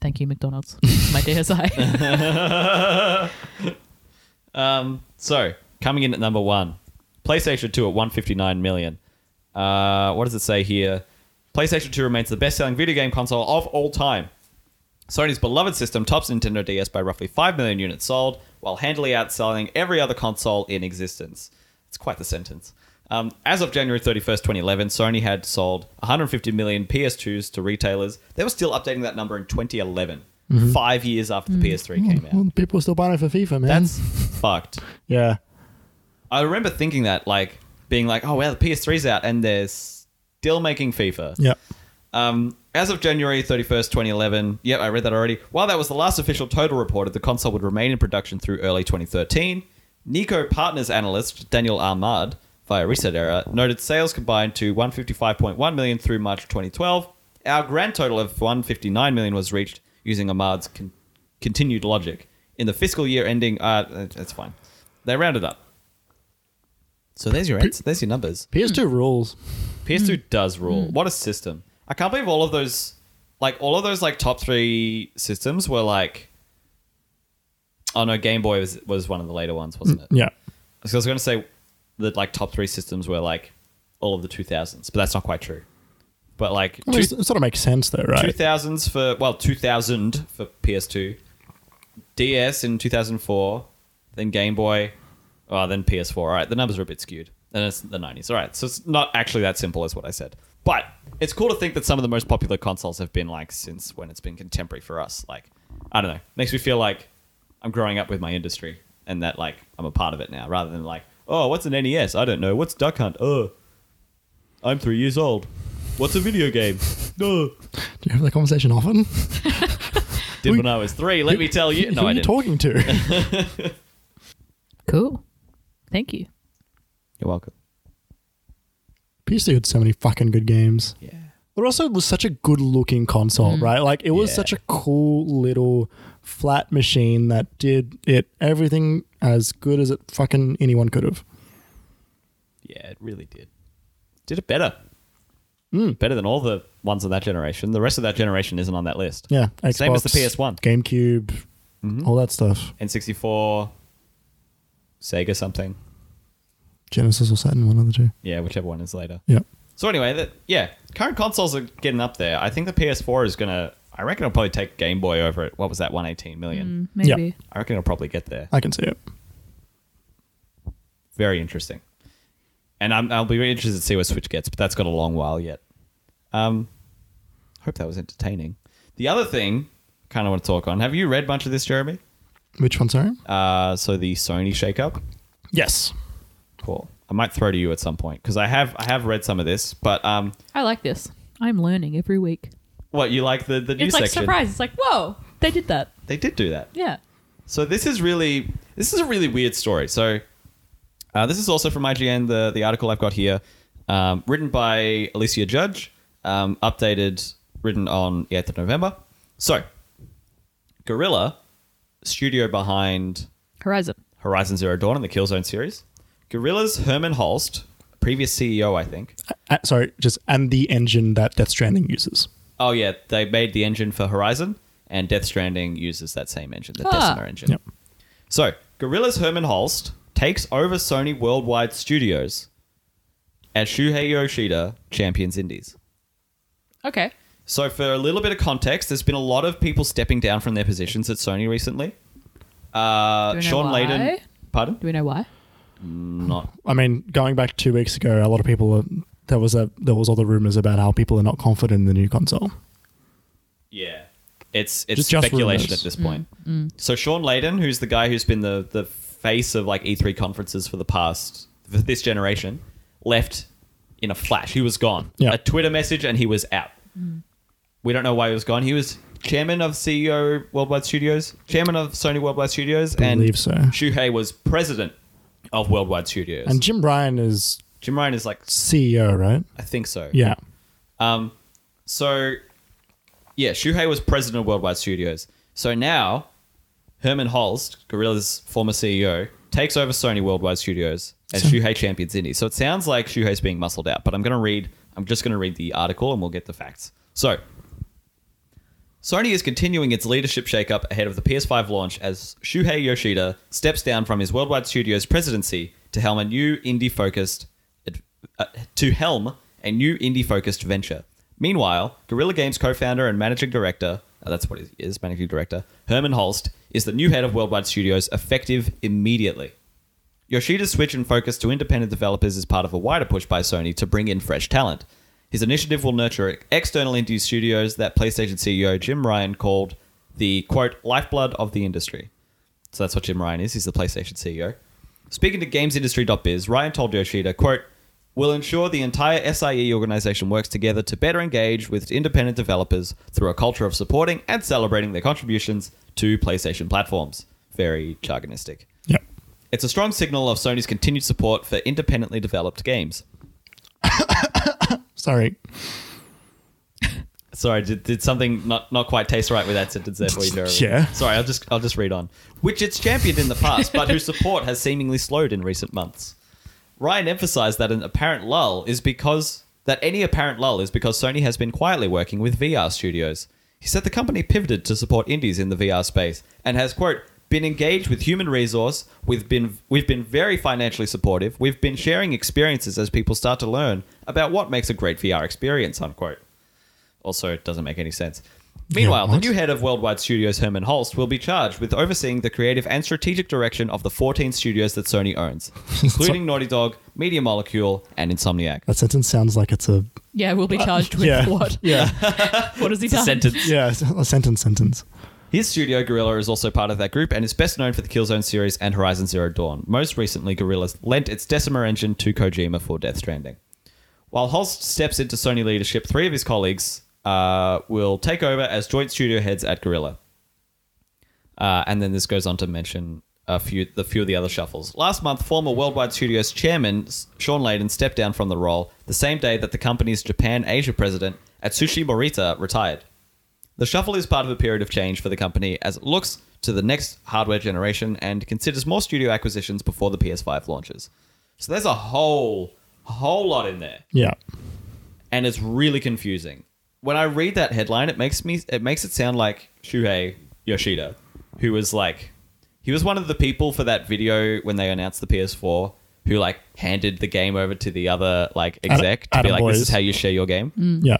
Speaker 2: Thank you, McDonald's. my DSi.
Speaker 1: Um, so coming in at number one, PlayStation 2 at 159 million. Uh, what does it say here? PlayStation 2 remains the best-selling video game console of all time. Sony's beloved system tops Nintendo DS by roughly 5 million units sold, while handily outselling every other console in existence. It's quite the sentence. Um, as of January 31st, 2011, Sony had sold 150 million PS2s to retailers. They were still updating that number in 2011, five years after the PS3 came out.
Speaker 3: Mm-hmm. Mm. Well, people are still buying it for FIFA, man.
Speaker 1: That's fucked.
Speaker 3: yeah.
Speaker 1: I remember thinking that, like, being like, oh, wow, the PS3's out and they're still making FIFA.
Speaker 3: Yep.
Speaker 1: Um, as of January 31st, 2011, yep, I read that already. While that was the last official total report, that the console would remain in production through early 2013, Nico Partners analyst Daniel Ahmad, via Reset Era, noted sales combined to 155.1 million through March 2012. Our grand total of 159 million was reached using Ahmad's con- continued logic. In the fiscal year ending, uh, that's fine. They rounded up. So there's your answer. There's your numbers.
Speaker 3: PS2 rules.
Speaker 1: PS2
Speaker 3: Mm.
Speaker 1: does rule. What a system! I can't believe all of those, like all of those, like top three systems were like. Oh no, Game Boy was was one of the later ones, wasn't it?
Speaker 3: Yeah.
Speaker 1: So I was going to say that like top three systems were like all of the two thousands, but that's not quite true. But like
Speaker 3: Well,
Speaker 1: two
Speaker 3: it's- it sort of makes sense, though,
Speaker 1: two
Speaker 3: right?
Speaker 1: thousands for well two thousand for PS two, DS in two thousand four, then Game Boy, oh then PS four. All right, the numbers are a bit skewed, and it's the nineties. All right, so it's not actually that simple as what I said, but it's cool to think that some of the most popular consoles have been like since when it's been contemporary for us. Like I don't know, makes me feel like I'm growing up with my industry and that like I'm a part of it now, rather than like oh what's an NES? I don't know. What's Duck Hunt? Oh, I'm three years old. What's a video game? Uh, No.
Speaker 3: Do you have that conversation often?
Speaker 1: Did
Speaker 3: Who-
Speaker 1: when I was three. Let me tell you.
Speaker 3: Who
Speaker 1: No,
Speaker 3: are
Speaker 1: I
Speaker 3: you
Speaker 1: didn't.
Speaker 3: talking to?
Speaker 2: cool. Thank you.
Speaker 1: You're welcome.
Speaker 3: PS2 had so many fucking good games.
Speaker 1: Yeah.
Speaker 3: But also, it was such a good looking console, right? Like, it was
Speaker 1: Hmm. Yeah.
Speaker 3: such a cool little flat machine that did it everything as good as it fucking anyone could have.
Speaker 1: Yeah, it really did. Did it better.
Speaker 3: Hmm.
Speaker 1: Better than all the ones of that generation. The rest of that generation isn't on that list.
Speaker 3: Yeah, Xbox,
Speaker 1: Same as the PS1.
Speaker 3: GameCube,
Speaker 1: Mm-hmm.
Speaker 3: all that stuff.
Speaker 1: N64, Sega something.
Speaker 3: Genesis or Saturn, one of the two.
Speaker 1: Yeah, whichever one is later.
Speaker 3: Yeah.
Speaker 1: So anyway, that yeah, current consoles are getting up there. I think the PS4 is gonna. I reckon it'll probably take Game Boy over it. What was that? One eighteen million.
Speaker 3: Hmm.
Speaker 2: Mm, maybe.
Speaker 3: Yeah.
Speaker 1: I reckon it'll probably get there.
Speaker 3: I can see it.
Speaker 1: Very interesting. And I'm, I'll be very interested to see what Switch gets, but that's got a long while yet. Um, hope that was entertaining. The other thing, kind of want to talk on. Have you read much of this, Jeremy?
Speaker 3: Which one, sorry?
Speaker 1: Uh, so the Sony shakeup.
Speaker 3: Yes.
Speaker 1: Cool. I might throw to you at some point because I have I have read some of this, but um,
Speaker 2: I like this. I'm learning every week.
Speaker 1: what you like the the new
Speaker 2: it's like
Speaker 1: section?
Speaker 2: surprise. It's like, whoa, they did that.
Speaker 1: They did do that.
Speaker 2: Yeah.
Speaker 1: So this is really this is a really weird story. So uh, this is also from IGN. The the article I've got here, um, written by Alicia Judge, um, updated, written on the eighth of November. So, Gorilla, studio behind
Speaker 2: Horizon.
Speaker 1: Horizon Zero Dawn and the Killzone series, Gorilla's Herman Holst, previous CEO, I think.
Speaker 3: Uh, sorry, just and the engine that Death Stranding uses.
Speaker 1: Oh yeah, they made the engine for Horizon, and Death Stranding uses that same engine, the
Speaker 2: Ah.
Speaker 1: Decima engine.
Speaker 3: Yep.
Speaker 1: So, Gorilla's Herman Holst takes over Sony Worldwide Studios as Shuhei Yoshida champions Indies.
Speaker 2: Okay.
Speaker 1: So, for a little bit of context, there's been a lot of people stepping down from their positions at Sony recently. Uh,
Speaker 2: Do we know
Speaker 1: Sean
Speaker 2: why?
Speaker 1: Layden, pardon,
Speaker 2: Do we know why?
Speaker 1: not
Speaker 3: I mean, going back two weeks ago, a lot of people are, there was a there was all the rumors about how people are not confident in the new console.
Speaker 1: Yeah. It's it's
Speaker 3: Just- just
Speaker 1: speculation
Speaker 3: rumors.
Speaker 1: at this point. So Sean Layden, who's the guy who's been the the face of like E3 conferences for the past for this generation, left in a flash. He was gone.
Speaker 3: Yeah.
Speaker 1: A Twitter message and he was out. We don't know why he was gone. He was chairman of CEO Worldwide Studios, chairman of Sony Worldwide Studios, and
Speaker 3: Believe so.
Speaker 1: Shuhei was president of Worldwide Studios.
Speaker 3: And Jim Bryan is
Speaker 1: Jim Ryan is like,
Speaker 3: CEO, right?
Speaker 1: I think so.
Speaker 3: Yeah.
Speaker 1: Um, so, yeah, Shuhei was president of Worldwide Studios. So now, Herman Holst, Gorilla's former CEO, takes over Sony Worldwide Studios as
Speaker 3: So-
Speaker 1: Shuhei champions Indy. So it sounds like Shuhei's being muscled out, but I'm going to read, I'm just going to read the article and we'll get the facts. So, Sony is continuing its leadership shakeup ahead of the PS5 launch as Shuhei Yoshida steps down from his Worldwide Studios presidency to helm a new indie-focused uh, to helm a new indie-focused venture. Meanwhile, Guerrilla Games co-founder and managing director, uh, that's what he is, managing director, Herman Holst is the new head of Worldwide Studios effective immediately. Yoshida's switch and focus to independent developers is part of a wider push by Sony to bring in fresh talent. His initiative will nurture external indie studios that PlayStation CEO Jim Ryan called the quote lifeblood of the industry. So that's what Jim Ryan is. He's the PlayStation CEO. Speaking to GamesIndustry.biz, Ryan told Yoshida, quote, We'll ensure the entire SIE organization works together to better engage with independent developers through a culture of supporting and celebrating their contributions to PlayStation platforms. Very jargonistic.
Speaker 3: Yeah.
Speaker 1: It's a strong signal of Sony's continued support for independently developed games.
Speaker 3: Sorry.
Speaker 1: Sorry, did, did something not, not quite taste right with that sentence there for you, Jeremy?
Speaker 3: Yeah.
Speaker 1: Sorry, I'll just I'll just read on. Which it's championed in the past, but whose support has seemingly slowed in recent months. Ryan emphasized that an apparent lull is because that any apparent lull is because Sony has been quietly working with VR studios. He said the company pivoted to support indies in the VR space and has quote been engaged with human resource. We've been we've been very financially supportive. We've been sharing experiences as people start to learn about what makes a great VR experience. Unquote. Also, it doesn't make any sense. Meanwhile, the
Speaker 3: what?
Speaker 1: new head of Worldwide Studios, Herman Holst, will be charged with overseeing the creative and strategic direction of the 14 studios that Sony owns, including Naughty Dog, Media Molecule, and Insomniac.
Speaker 3: That sentence sounds like it's a
Speaker 2: Yeah, we'll be charged with
Speaker 3: yeah.
Speaker 2: what?
Speaker 3: Yeah.
Speaker 2: What has he
Speaker 1: It's a
Speaker 2: done?
Speaker 1: sentence.
Speaker 3: yeah, it's a sentence sentence.
Speaker 1: His studio, Gorilla, is also part of that group and is best known for the Killzone series and Horizon Zero Dawn. Most recently, Gorilla lent its Decima engine to Kojima for Death Stranding. While Holst steps into Sony leadership, three of his colleagues uh, will take over as joint studio heads at Gorilla. Uh, and then this goes on to mention a few the few of the other shuffles. Last month, former Worldwide Studios chairman S- Sean Layden stepped down from the role the same day that the company's Japan Asia president Atsushi Morita retired. The shuffle is part of a period of change for the company as it looks to the next hardware generation and considers more studio acquisitions before the PS5 launches. So there's a whole whole lot in there
Speaker 3: Yeah.
Speaker 1: and it's really confusing. When I read that headline, it makes me it makes it sound like Shuhei Yoshida, who was like he was one of the people for that video when they announced the PS4 who like handed the game over to the other like exec to be
Speaker 3: Adam
Speaker 1: like this
Speaker 3: Boys.
Speaker 1: is how you share your game.
Speaker 3: Yeah.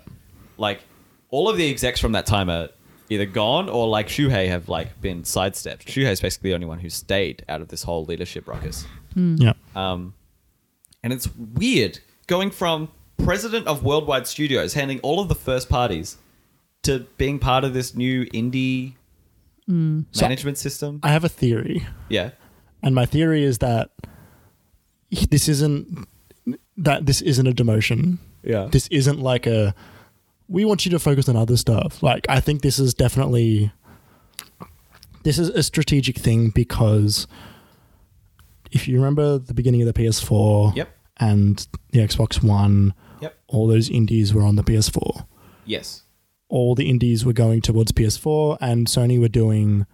Speaker 1: Like all of the execs from that time are either gone or like Shuhei have like been sidestepped. Shuhei's basically the only one who stayed out of this whole leadership ruckus. Um,
Speaker 3: Yeah.
Speaker 1: Uh. And it's weird going from president of Worldwide Studios, handling all of the first parties, to being part of this new indie management system.
Speaker 3: I have a theory.
Speaker 1: yeah.
Speaker 3: And my theory is that this isn't that this isn't a demotion.
Speaker 1: Yeah.
Speaker 3: This isn't like a we want you to focus on other stuff. Like I think this is definitely this is a strategic thing because if you remember the beginning of the PS4
Speaker 1: Yep.
Speaker 3: and the Xbox One,
Speaker 1: Yep.
Speaker 3: all those indies were on the PS4.
Speaker 1: Yes.
Speaker 3: all the indies were going towards PS4 and Sony were doing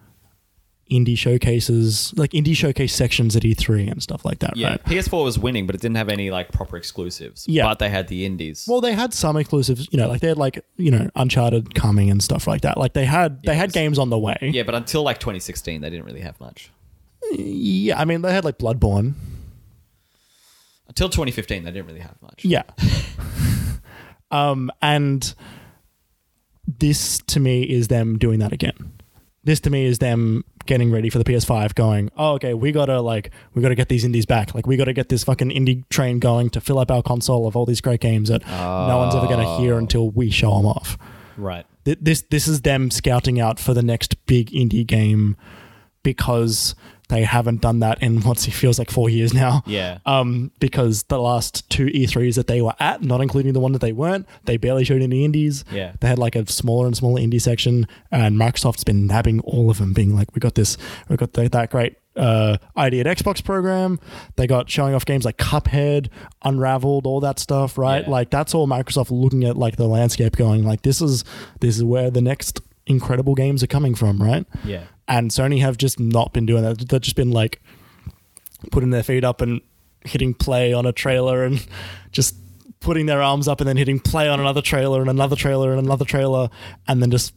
Speaker 3: indie showcases, like indie showcase sections at E3 and stuff like that,
Speaker 1: Yeah.
Speaker 3: right?
Speaker 1: PS4 was winning, but it didn't have any like proper exclusives.
Speaker 3: Yeah.
Speaker 1: But they had the indies.
Speaker 3: Well, they had some exclusives, you know, like they had like, you know, Uncharted coming and stuff like that. Like they had they had
Speaker 1: Yes.
Speaker 3: games on the way.
Speaker 1: yeah, but until like 2016, they didn't really have much.
Speaker 3: Yeah, I mean, they had like Bloodborne.
Speaker 1: Until 2015, they didn't really have much.
Speaker 3: Yeah. um and this to me is them doing that again. This to me is them getting ready for the PS5 going, "Oh okay, we got to like we got to get these indies back. Like we got to get this fucking indie train going to fill up our console of all these great games that no one's ever going to
Speaker 1: Oh.
Speaker 3: hear until we show them off."
Speaker 1: Right.
Speaker 3: Th- This this is them scouting out for the next big indie game because they haven't done that in what feels like 4 years now
Speaker 1: Yeah.
Speaker 3: um, because the last two E3s that they were at, not including the one that they weren't, they barely showed any indies.
Speaker 1: Yeah.
Speaker 3: They had like a smaller and smaller indie section, and Microsoft's been nabbing all of them, being like, we got this, we got th- that great uh, ID at Xbox program. They got showing off games like Cuphead, Unraveled, all that stuff, right?
Speaker 1: Yeah.
Speaker 3: Like that's all Microsoft looking at like the landscape going like this is this is where the next incredible games are coming from, right?
Speaker 1: yeah.
Speaker 3: and Sony have just not been doing that. They've just been like putting their feet up and hitting play on a trailer and just putting their arms up and then hitting play on another trailer and another trailer and another trailer and then just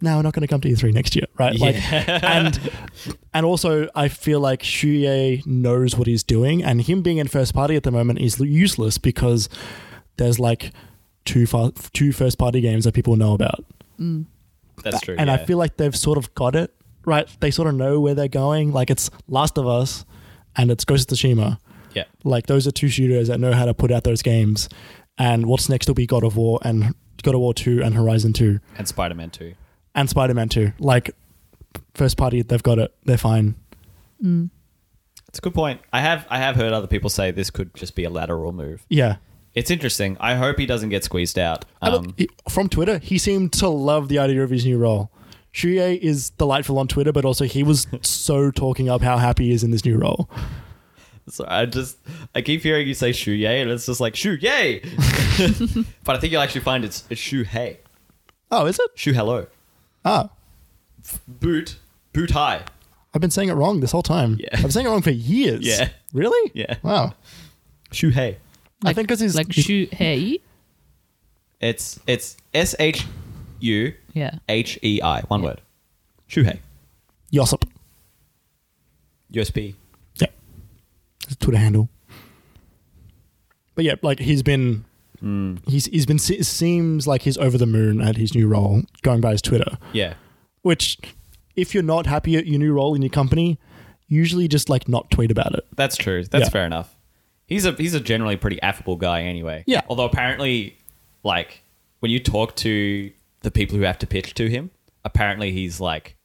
Speaker 3: no, we're not going to come to E3 next year, right? Like, and and also I feel like Shuye knows what he's doing, and him being in first party at the moment is useless because there's like two fa- two first party games that people know about
Speaker 1: That's true.
Speaker 3: and I
Speaker 1: yeah.
Speaker 3: feel like they've sort of got it right. They sort of know where they're going. Like it's Last of Us, and it's Ghost of Tsushima.
Speaker 1: Yeah.
Speaker 3: Like those are two studios that know how to put out those games. And what's next will be God of War and God of War Two and Horizon Two
Speaker 1: And Spider Man 2.
Speaker 3: and Spider Man Two. Like first party, they've got it. They're fine.
Speaker 1: It's a good point. I have I have heard other people say this could just be a lateral move.
Speaker 3: Yeah.
Speaker 1: It's interesting. I hope he doesn't get squeezed out.
Speaker 3: And
Speaker 1: Um,
Speaker 3: look, he- from Twitter, he seemed to love the idea of his new role. Shuye is delightful on Twitter, but also he was so talking up how happy he is in this new role.
Speaker 1: so I just I keep hearing you say "shoo yay" and it's just like "shoo yay," but I think you'll actually find it's, it's "shoo hey,"
Speaker 3: Oh, is it?
Speaker 1: "shoo hello,"
Speaker 3: Ah,
Speaker 1: "boot," "boot high."
Speaker 3: I've been saying it wrong this whole time.
Speaker 1: Yeah.
Speaker 3: I've been saying it wrong for years.
Speaker 1: Yeah.
Speaker 3: Really?
Speaker 1: Yeah.
Speaker 3: Wow.
Speaker 1: "Shoo hey."
Speaker 3: I think 'cause he's-
Speaker 2: like
Speaker 3: he's-
Speaker 2: shoot hey.
Speaker 1: It's it's S H U
Speaker 2: Yeah.
Speaker 1: H E I. One word. "Shoo hey."
Speaker 3: Yossip.
Speaker 1: USB.
Speaker 3: Yeah. His Twitter handle. But yeah, like he's been,
Speaker 1: Hmm.
Speaker 3: he's he's been. It seems like he's over the moon at his new role, going by his Twitter.
Speaker 1: Yeah.
Speaker 3: Which, if you're not happy at your new role in your company, usually just like not tweet about it.
Speaker 1: That's true. That's
Speaker 3: Yeah.
Speaker 1: fair enough. He's a he's a generally pretty affable guy anyway.
Speaker 3: Yeah.
Speaker 1: Although apparently, like when you talk to the people who have to pitch to him, apparently he's like,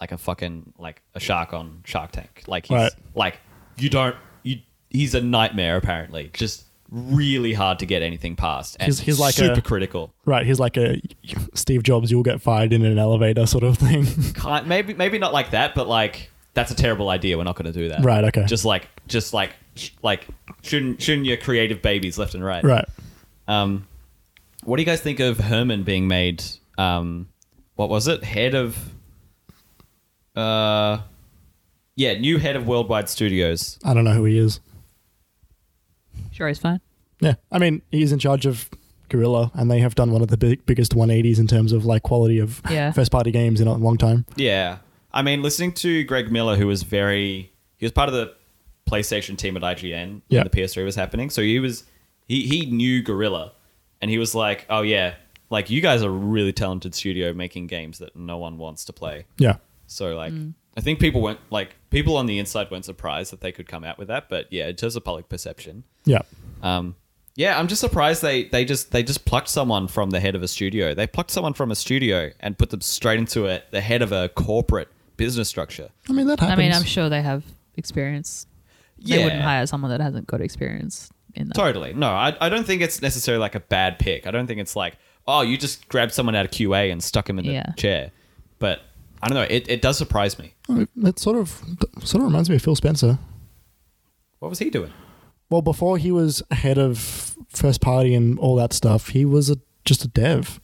Speaker 1: like a fucking like a shark on Shark Tank. Like he's
Speaker 3: Right.
Speaker 1: like you don't you he's a nightmare apparently. Just really hard to get anything past. And
Speaker 3: He's- he's like a-
Speaker 1: super critical.
Speaker 3: Right? He's like a Steve Jobs. You'll get fired in an elevator sort of thing.
Speaker 1: Kind maybe maybe not like that, but like that's a terrible idea. We're not going to do that.
Speaker 3: Right, okay.
Speaker 1: Just like just like sh- like shouldn't shouldn't your creative babies left and right.
Speaker 3: right.
Speaker 1: Um, what do you guys think of Herman being made? Um, what was it? Head of. Uh, yeah, new head of Worldwide Studios.
Speaker 3: I don't know who he is.
Speaker 2: Sure, he's fine.
Speaker 3: Yeah, I mean, he's in charge of Gorilla, and they have done one of the big, biggest 180s in terms of like quality of
Speaker 2: Yeah.
Speaker 3: first party games in a long time.
Speaker 1: Yeah. I mean, listening to Greg Miller, who was very, he was part of the PlayStation team at IGN
Speaker 3: Yeah.
Speaker 1: when the PS3 was happening. So he was, he, he knew Gorilla and he was like, oh yeah, like you guys are a really talented studio making games that no one wants to play.
Speaker 3: Yeah,
Speaker 1: So like, I think people weren't like, people on the inside weren't surprised that they could come out with that. But yeah, in terms of public perception,
Speaker 3: yeah,
Speaker 1: um, yeah, I'm just surprised they they just they just plucked someone from the head of a studio. They plucked someone from a studio and put them straight into a, the head of a corporate business structure.
Speaker 3: I mean that happens.
Speaker 2: I mean, I'm sure they have experience. They wouldn't hire someone that hasn't got experience in that.
Speaker 1: totally. No, I, I don't think it's necessarily like a bad pick. I don't think it's like oh you just grabbed someone out of QA and stuck him in the
Speaker 2: Yeah.
Speaker 1: chair. But I don't know. It, it does surprise me.
Speaker 3: Oh, That sort of sort of reminds me of Phil Spencer.
Speaker 1: What was he doing?
Speaker 3: Well, before he was head of first party and all that stuff, he was a, just a dev.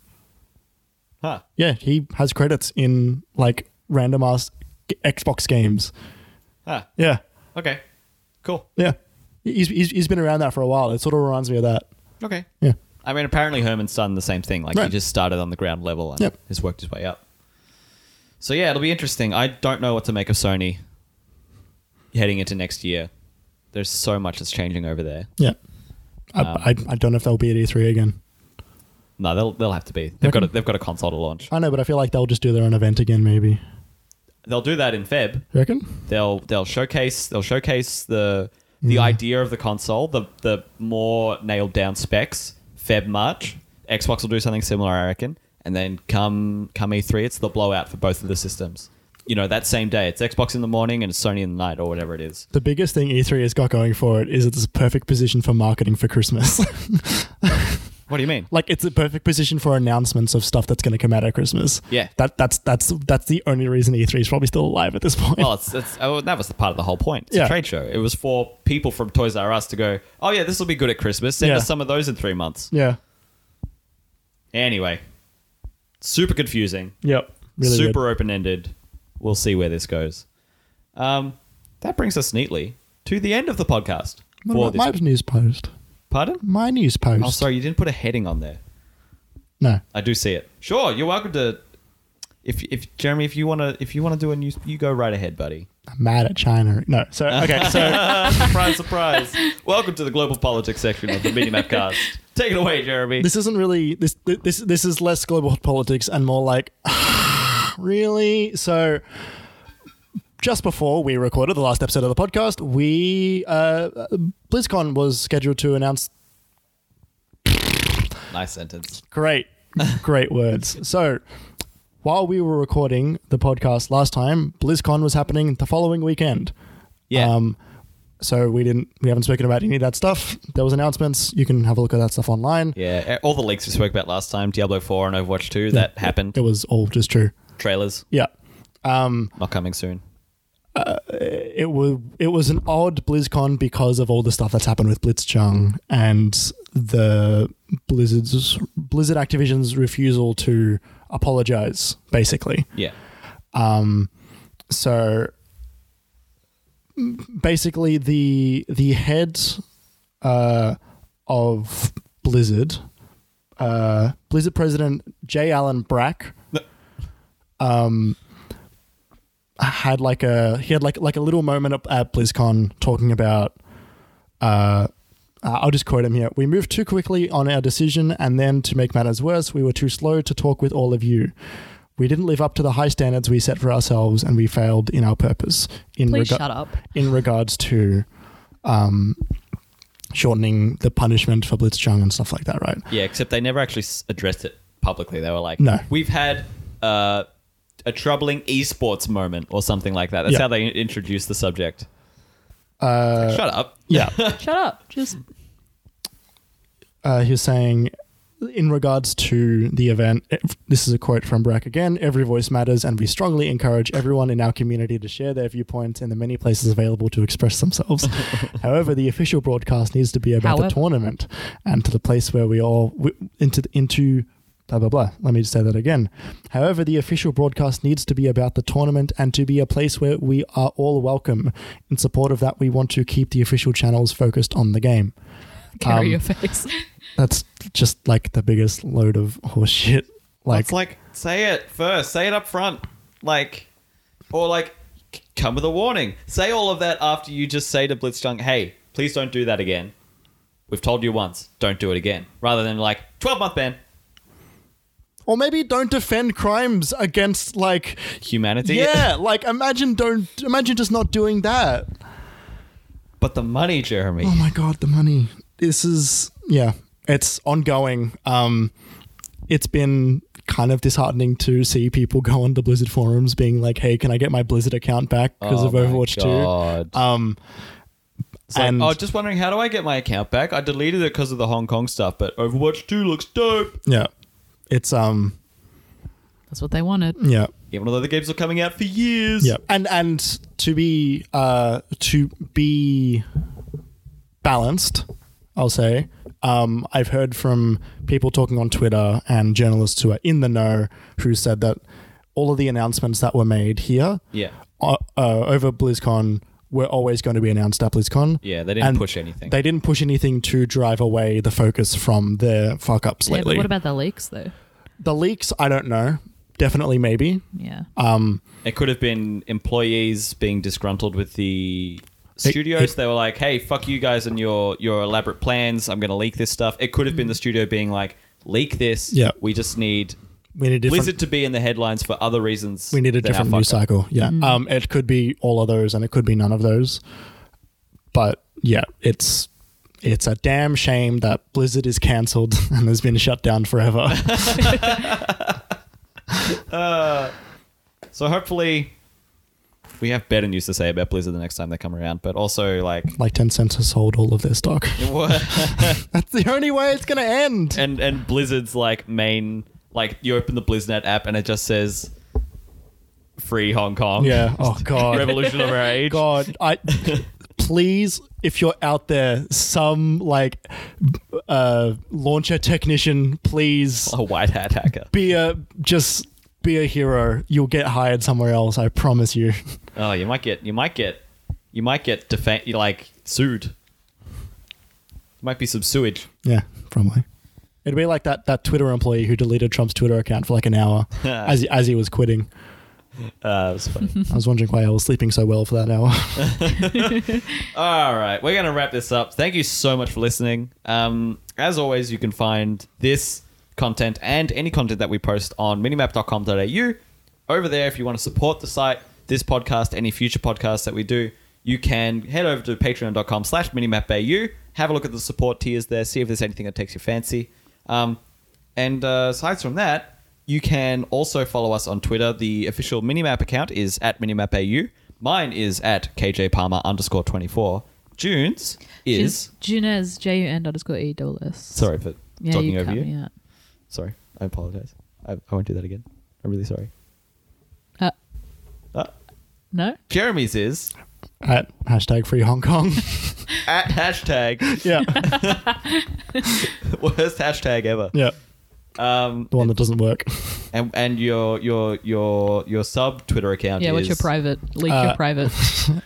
Speaker 1: Huh?
Speaker 3: Yeah, he has credits in like random ass g- Xbox games.
Speaker 1: Huh?
Speaker 3: Yeah,
Speaker 1: Okay. Cool.
Speaker 3: yeah. He's, he's, he's been around that for a while. It sort of reminds me of that.
Speaker 1: Okay.
Speaker 3: Yeah.
Speaker 1: I mean, apparently Herman's done the same thing. Like he
Speaker 3: Right.
Speaker 1: just started on the ground level and
Speaker 3: Yep.
Speaker 1: has worked his way up. So yeah, it'll be interesting. I don't know what to make of Sony heading into next year. There's so much that's changing over there.
Speaker 3: Yeah. I,
Speaker 1: Um,
Speaker 3: I, I don't know if they'll be at E3 again.
Speaker 1: No, they'll they'll have to be. They've got a,
Speaker 3: Reckon? Uh,
Speaker 1: they've got a console to launch.
Speaker 3: I know, but I feel like they'll just do their own event again, maybe.
Speaker 1: They'll do that in Feb.
Speaker 3: You reckon?
Speaker 1: They'll they'll showcase they'll showcase the
Speaker 3: Mm.
Speaker 1: the idea of the console, the the more nailed down specs. Feb March, Xbox will do something similar, I reckon. And then come come E3, it's the blowout for both of the systems. You know, that same day, it's Xbox in the morning and it's Sony in the night or whatever it is.
Speaker 3: The biggest thing E3 has got going for it is it's a perfect position for marketing for Christmas.
Speaker 1: What do you mean?
Speaker 3: like it's a perfect position for announcements of stuff that's going to come out at Christmas.
Speaker 1: Yeah.
Speaker 3: That that's that's that's the only reason E3 is probably still alive at this point.
Speaker 1: Well, it's, it's oh, that was the part of the whole point. It's a
Speaker 3: Yeah.
Speaker 1: trade show. It was for people from Toys R Us to go, oh yeah, this will be good at Christmas. Send
Speaker 3: Yeah.
Speaker 1: us some of those in three months.
Speaker 3: yeah.
Speaker 1: Anyway, super confusing.
Speaker 3: Yep. Really good.
Speaker 1: super open ended. We'll see where this goes. Um, that brings us neatly to the end of the podcast.
Speaker 3: What
Speaker 1: for
Speaker 3: about my
Speaker 1: this-
Speaker 3: news post.
Speaker 1: Pardon?
Speaker 3: My news post.
Speaker 1: Oh, sorry, you didn't put a heading on there.
Speaker 3: No.
Speaker 1: I do see it. Sure, you're welcome to. If, if Jeremy, if you wanna, if you wanna do a news, you go right ahead, buddy.
Speaker 3: I'm mad at China. No. So okay. So
Speaker 1: surprise, surprise! Welcome to the global politics section of the Mini Mapcast. Take it away, Jeremy.
Speaker 3: this isn't really this this this is less global politics and more like really. So just before we recorded the last episode of the podcast, we uh, BlizzCon was scheduled to announce
Speaker 1: nice sentence.
Speaker 3: Great, great words. So, while we were recording the podcast last time, BlizzCon was happening the following weekend.
Speaker 1: Yeah.
Speaker 3: Um, so we didn't, we haven't spoken about any of that stuff. There was announcements. You can have a look at that stuff online.
Speaker 1: yeah. All the leaks we spoke about last time, Diablo Four and Overwatch Two, that happened.
Speaker 3: It was all just true.
Speaker 1: Trailers
Speaker 3: Yeah.
Speaker 1: not coming soon.
Speaker 3: It was it was an odd BlizzCon because of all the stuff that's happened with Blitzchung and the Blizzard's Blizzard Activision's refusal to apologize, basically. Um,
Speaker 1: Yeah.
Speaker 3: so m- basically the the head uh, of Blizzard, uh, Blizzard president J. Allen Brack, um, had like a he had like like a little moment up at BlizzCon talking about. Uh, uh, I'll just quote him here. We moved too quickly on our decision, and then to make matters worse, we were too slow to talk with all of you. We didn't live up to the high standards we set for ourselves, and we failed in our purpose. In
Speaker 2: Please
Speaker 3: rega-
Speaker 2: shut up.
Speaker 3: in regards to um, shortening the punishment for Blitzchung and stuff like that, right?
Speaker 1: Yeah, except they never actually s- addressed it publicly. They were like,
Speaker 3: No.
Speaker 1: we've had uh, a troubling esports moment or something like that." That's
Speaker 3: Yeah. Uh,
Speaker 1: how they in- introduced the subject. Shut up.
Speaker 3: Yeah.
Speaker 2: Shut up. Just
Speaker 3: uh, he was saying in regards to the event ev- this is a quote from brack again every voice matters and we strongly encourage everyone in our community to share their viewpoints in the many places available to express themselves however the official broadcast needs to be about
Speaker 2: However.
Speaker 3: the tournament and to the place where we all w- into the, into blah blah blah let me just say that again however the official broadcast needs to be about the tournament and to be a place where we are all welcome in support of that we want to keep the official channels focused on the game
Speaker 2: carry
Speaker 3: Um,
Speaker 2: your face.
Speaker 3: That's just like the biggest load of horseshit. Like,
Speaker 1: it's like say it first, say it up front, like, or like, c- come with a warning. Say all of that after you just say to Blitzchung, "Hey, please don't do that again. We've told you once, don't do it again." Rather than like twelve month ban,
Speaker 3: or maybe don't defend crimes against like
Speaker 1: humanity.
Speaker 3: yeah, like imagine don't imagine just not doing that.
Speaker 1: but the money, Jeremy.
Speaker 3: Oh my god, the money. This is yeah, it's ongoing. Um it's been kind of disheartening to see people go on the Blizzard forums being like, "Hey, can I get my Blizzard account back because
Speaker 1: Oh
Speaker 3: of
Speaker 1: my
Speaker 3: Overwatch 2?"
Speaker 1: God.
Speaker 3: Um
Speaker 1: It's like,
Speaker 3: and-
Speaker 1: oh, just wondering, how do I get my account back? I deleted it because of the Hong Kong stuff, but Overwatch 2 looks dope.
Speaker 3: yeah. It's um
Speaker 2: That's what they wanted.
Speaker 3: yeah.
Speaker 1: Even although the games are coming out for years.
Speaker 3: Yeah. And and to be uh to be balanced, I'll say. Um, I've heard from people talking on Twitter and journalists who are in the know who said that all of the announcements that were made here
Speaker 1: Yeah.
Speaker 3: uh, uh, over BlizzCon were always going to be announced at BlizzCon.
Speaker 1: Yeah, they didn't
Speaker 3: And
Speaker 1: push anything.
Speaker 3: They didn't push anything to drive away the focus from their fuck ups
Speaker 2: Yeah,
Speaker 3: lately.
Speaker 2: but what about the leaks though?
Speaker 3: the leaks? I don't know. Definitely, maybe.
Speaker 2: Yeah.
Speaker 1: it could have been employees being disgruntled with the studios. they were like, hey, fuck you guys and your, your elaborate plans. I'm going to leak this stuff. It could have been the studio being like, leak this.
Speaker 3: Yeah.
Speaker 1: We just need
Speaker 3: We need a different.
Speaker 1: Blizzard to be in the headlines for other reasons.
Speaker 3: we need a
Speaker 1: than our
Speaker 3: different news
Speaker 1: fuck up."
Speaker 3: cycle. Yeah. Um, it could be all of those, and it could be none of those. But yeah, it's it's a damn shame that Blizzard is cancelled and has been shut down forever.
Speaker 1: So hopefully we have better news to say about Blizzard the next time they come around, but also like.
Speaker 3: like Ten Cents has sold all of their stock. That's the only way it's gonna end.
Speaker 1: and and Blizzard's like main like you open the Blizznet app and it just says free Hong Kong.
Speaker 3: Yeah. Oh god.
Speaker 1: Revolution of our age.
Speaker 3: God, I please, if you're out there, some like b- uh, launcher technician, please
Speaker 1: A white hat hacker.
Speaker 3: be a just be a hero. You'll get hired somewhere else. I promise you.
Speaker 1: Oh, you might get you might get you might get defa- you like sued. There might be some sewage.
Speaker 3: Yeah, probably. It'd be like that that Twitter employee who deleted Trump's Twitter account for like an hour as he, as he was quitting.
Speaker 1: Uh, it was funny.
Speaker 3: I was wondering why I was sleeping so well for that hour.
Speaker 1: All right, we're going to wrap this up. Thank you so much for listening. Um, as always, you can find this content and any content that we post on minimap.com.au. Over there, if you want to support the site, this podcast, any future podcasts that we do, you can head over to patreon.com slash minimap.au. Have a look at the support tiers there, see if there's anything that takes your fancy. Um, and uh, aside from that, you can also follow us on Twitter. The official Minimap account is at MinimapAU. Mine is at KJ Palmer underscore 24. June's is.
Speaker 2: Junez J U N underscore E double S.
Speaker 1: Sorry for
Speaker 2: Yeah,
Speaker 1: talking
Speaker 2: you
Speaker 1: over
Speaker 2: cut
Speaker 1: you.
Speaker 2: me out.
Speaker 1: Sorry. I apologize. I, I won't do that again. I'm really sorry.
Speaker 2: Uh,
Speaker 1: Uh,
Speaker 2: no.
Speaker 1: Jeremy's is
Speaker 3: At hashtag free Hong Kong.
Speaker 1: at hashtag
Speaker 3: yeah,
Speaker 1: worst hashtag ever.
Speaker 3: yeah,
Speaker 1: Um,
Speaker 3: the one that doesn't work.
Speaker 1: and, and your your your your sub Twitter account
Speaker 2: Yeah,
Speaker 1: is
Speaker 2: what's your private? Leak your
Speaker 3: Uh,
Speaker 2: private.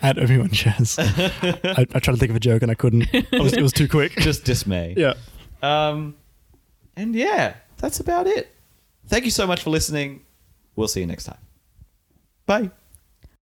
Speaker 3: At everyone shares. I, I tried to think of a joke and I couldn't. It was, it was too quick.
Speaker 1: just dismay.
Speaker 3: Yeah.
Speaker 1: Um, and yeah, that's about it. Thank you so much for listening. We'll see you next time. Bye.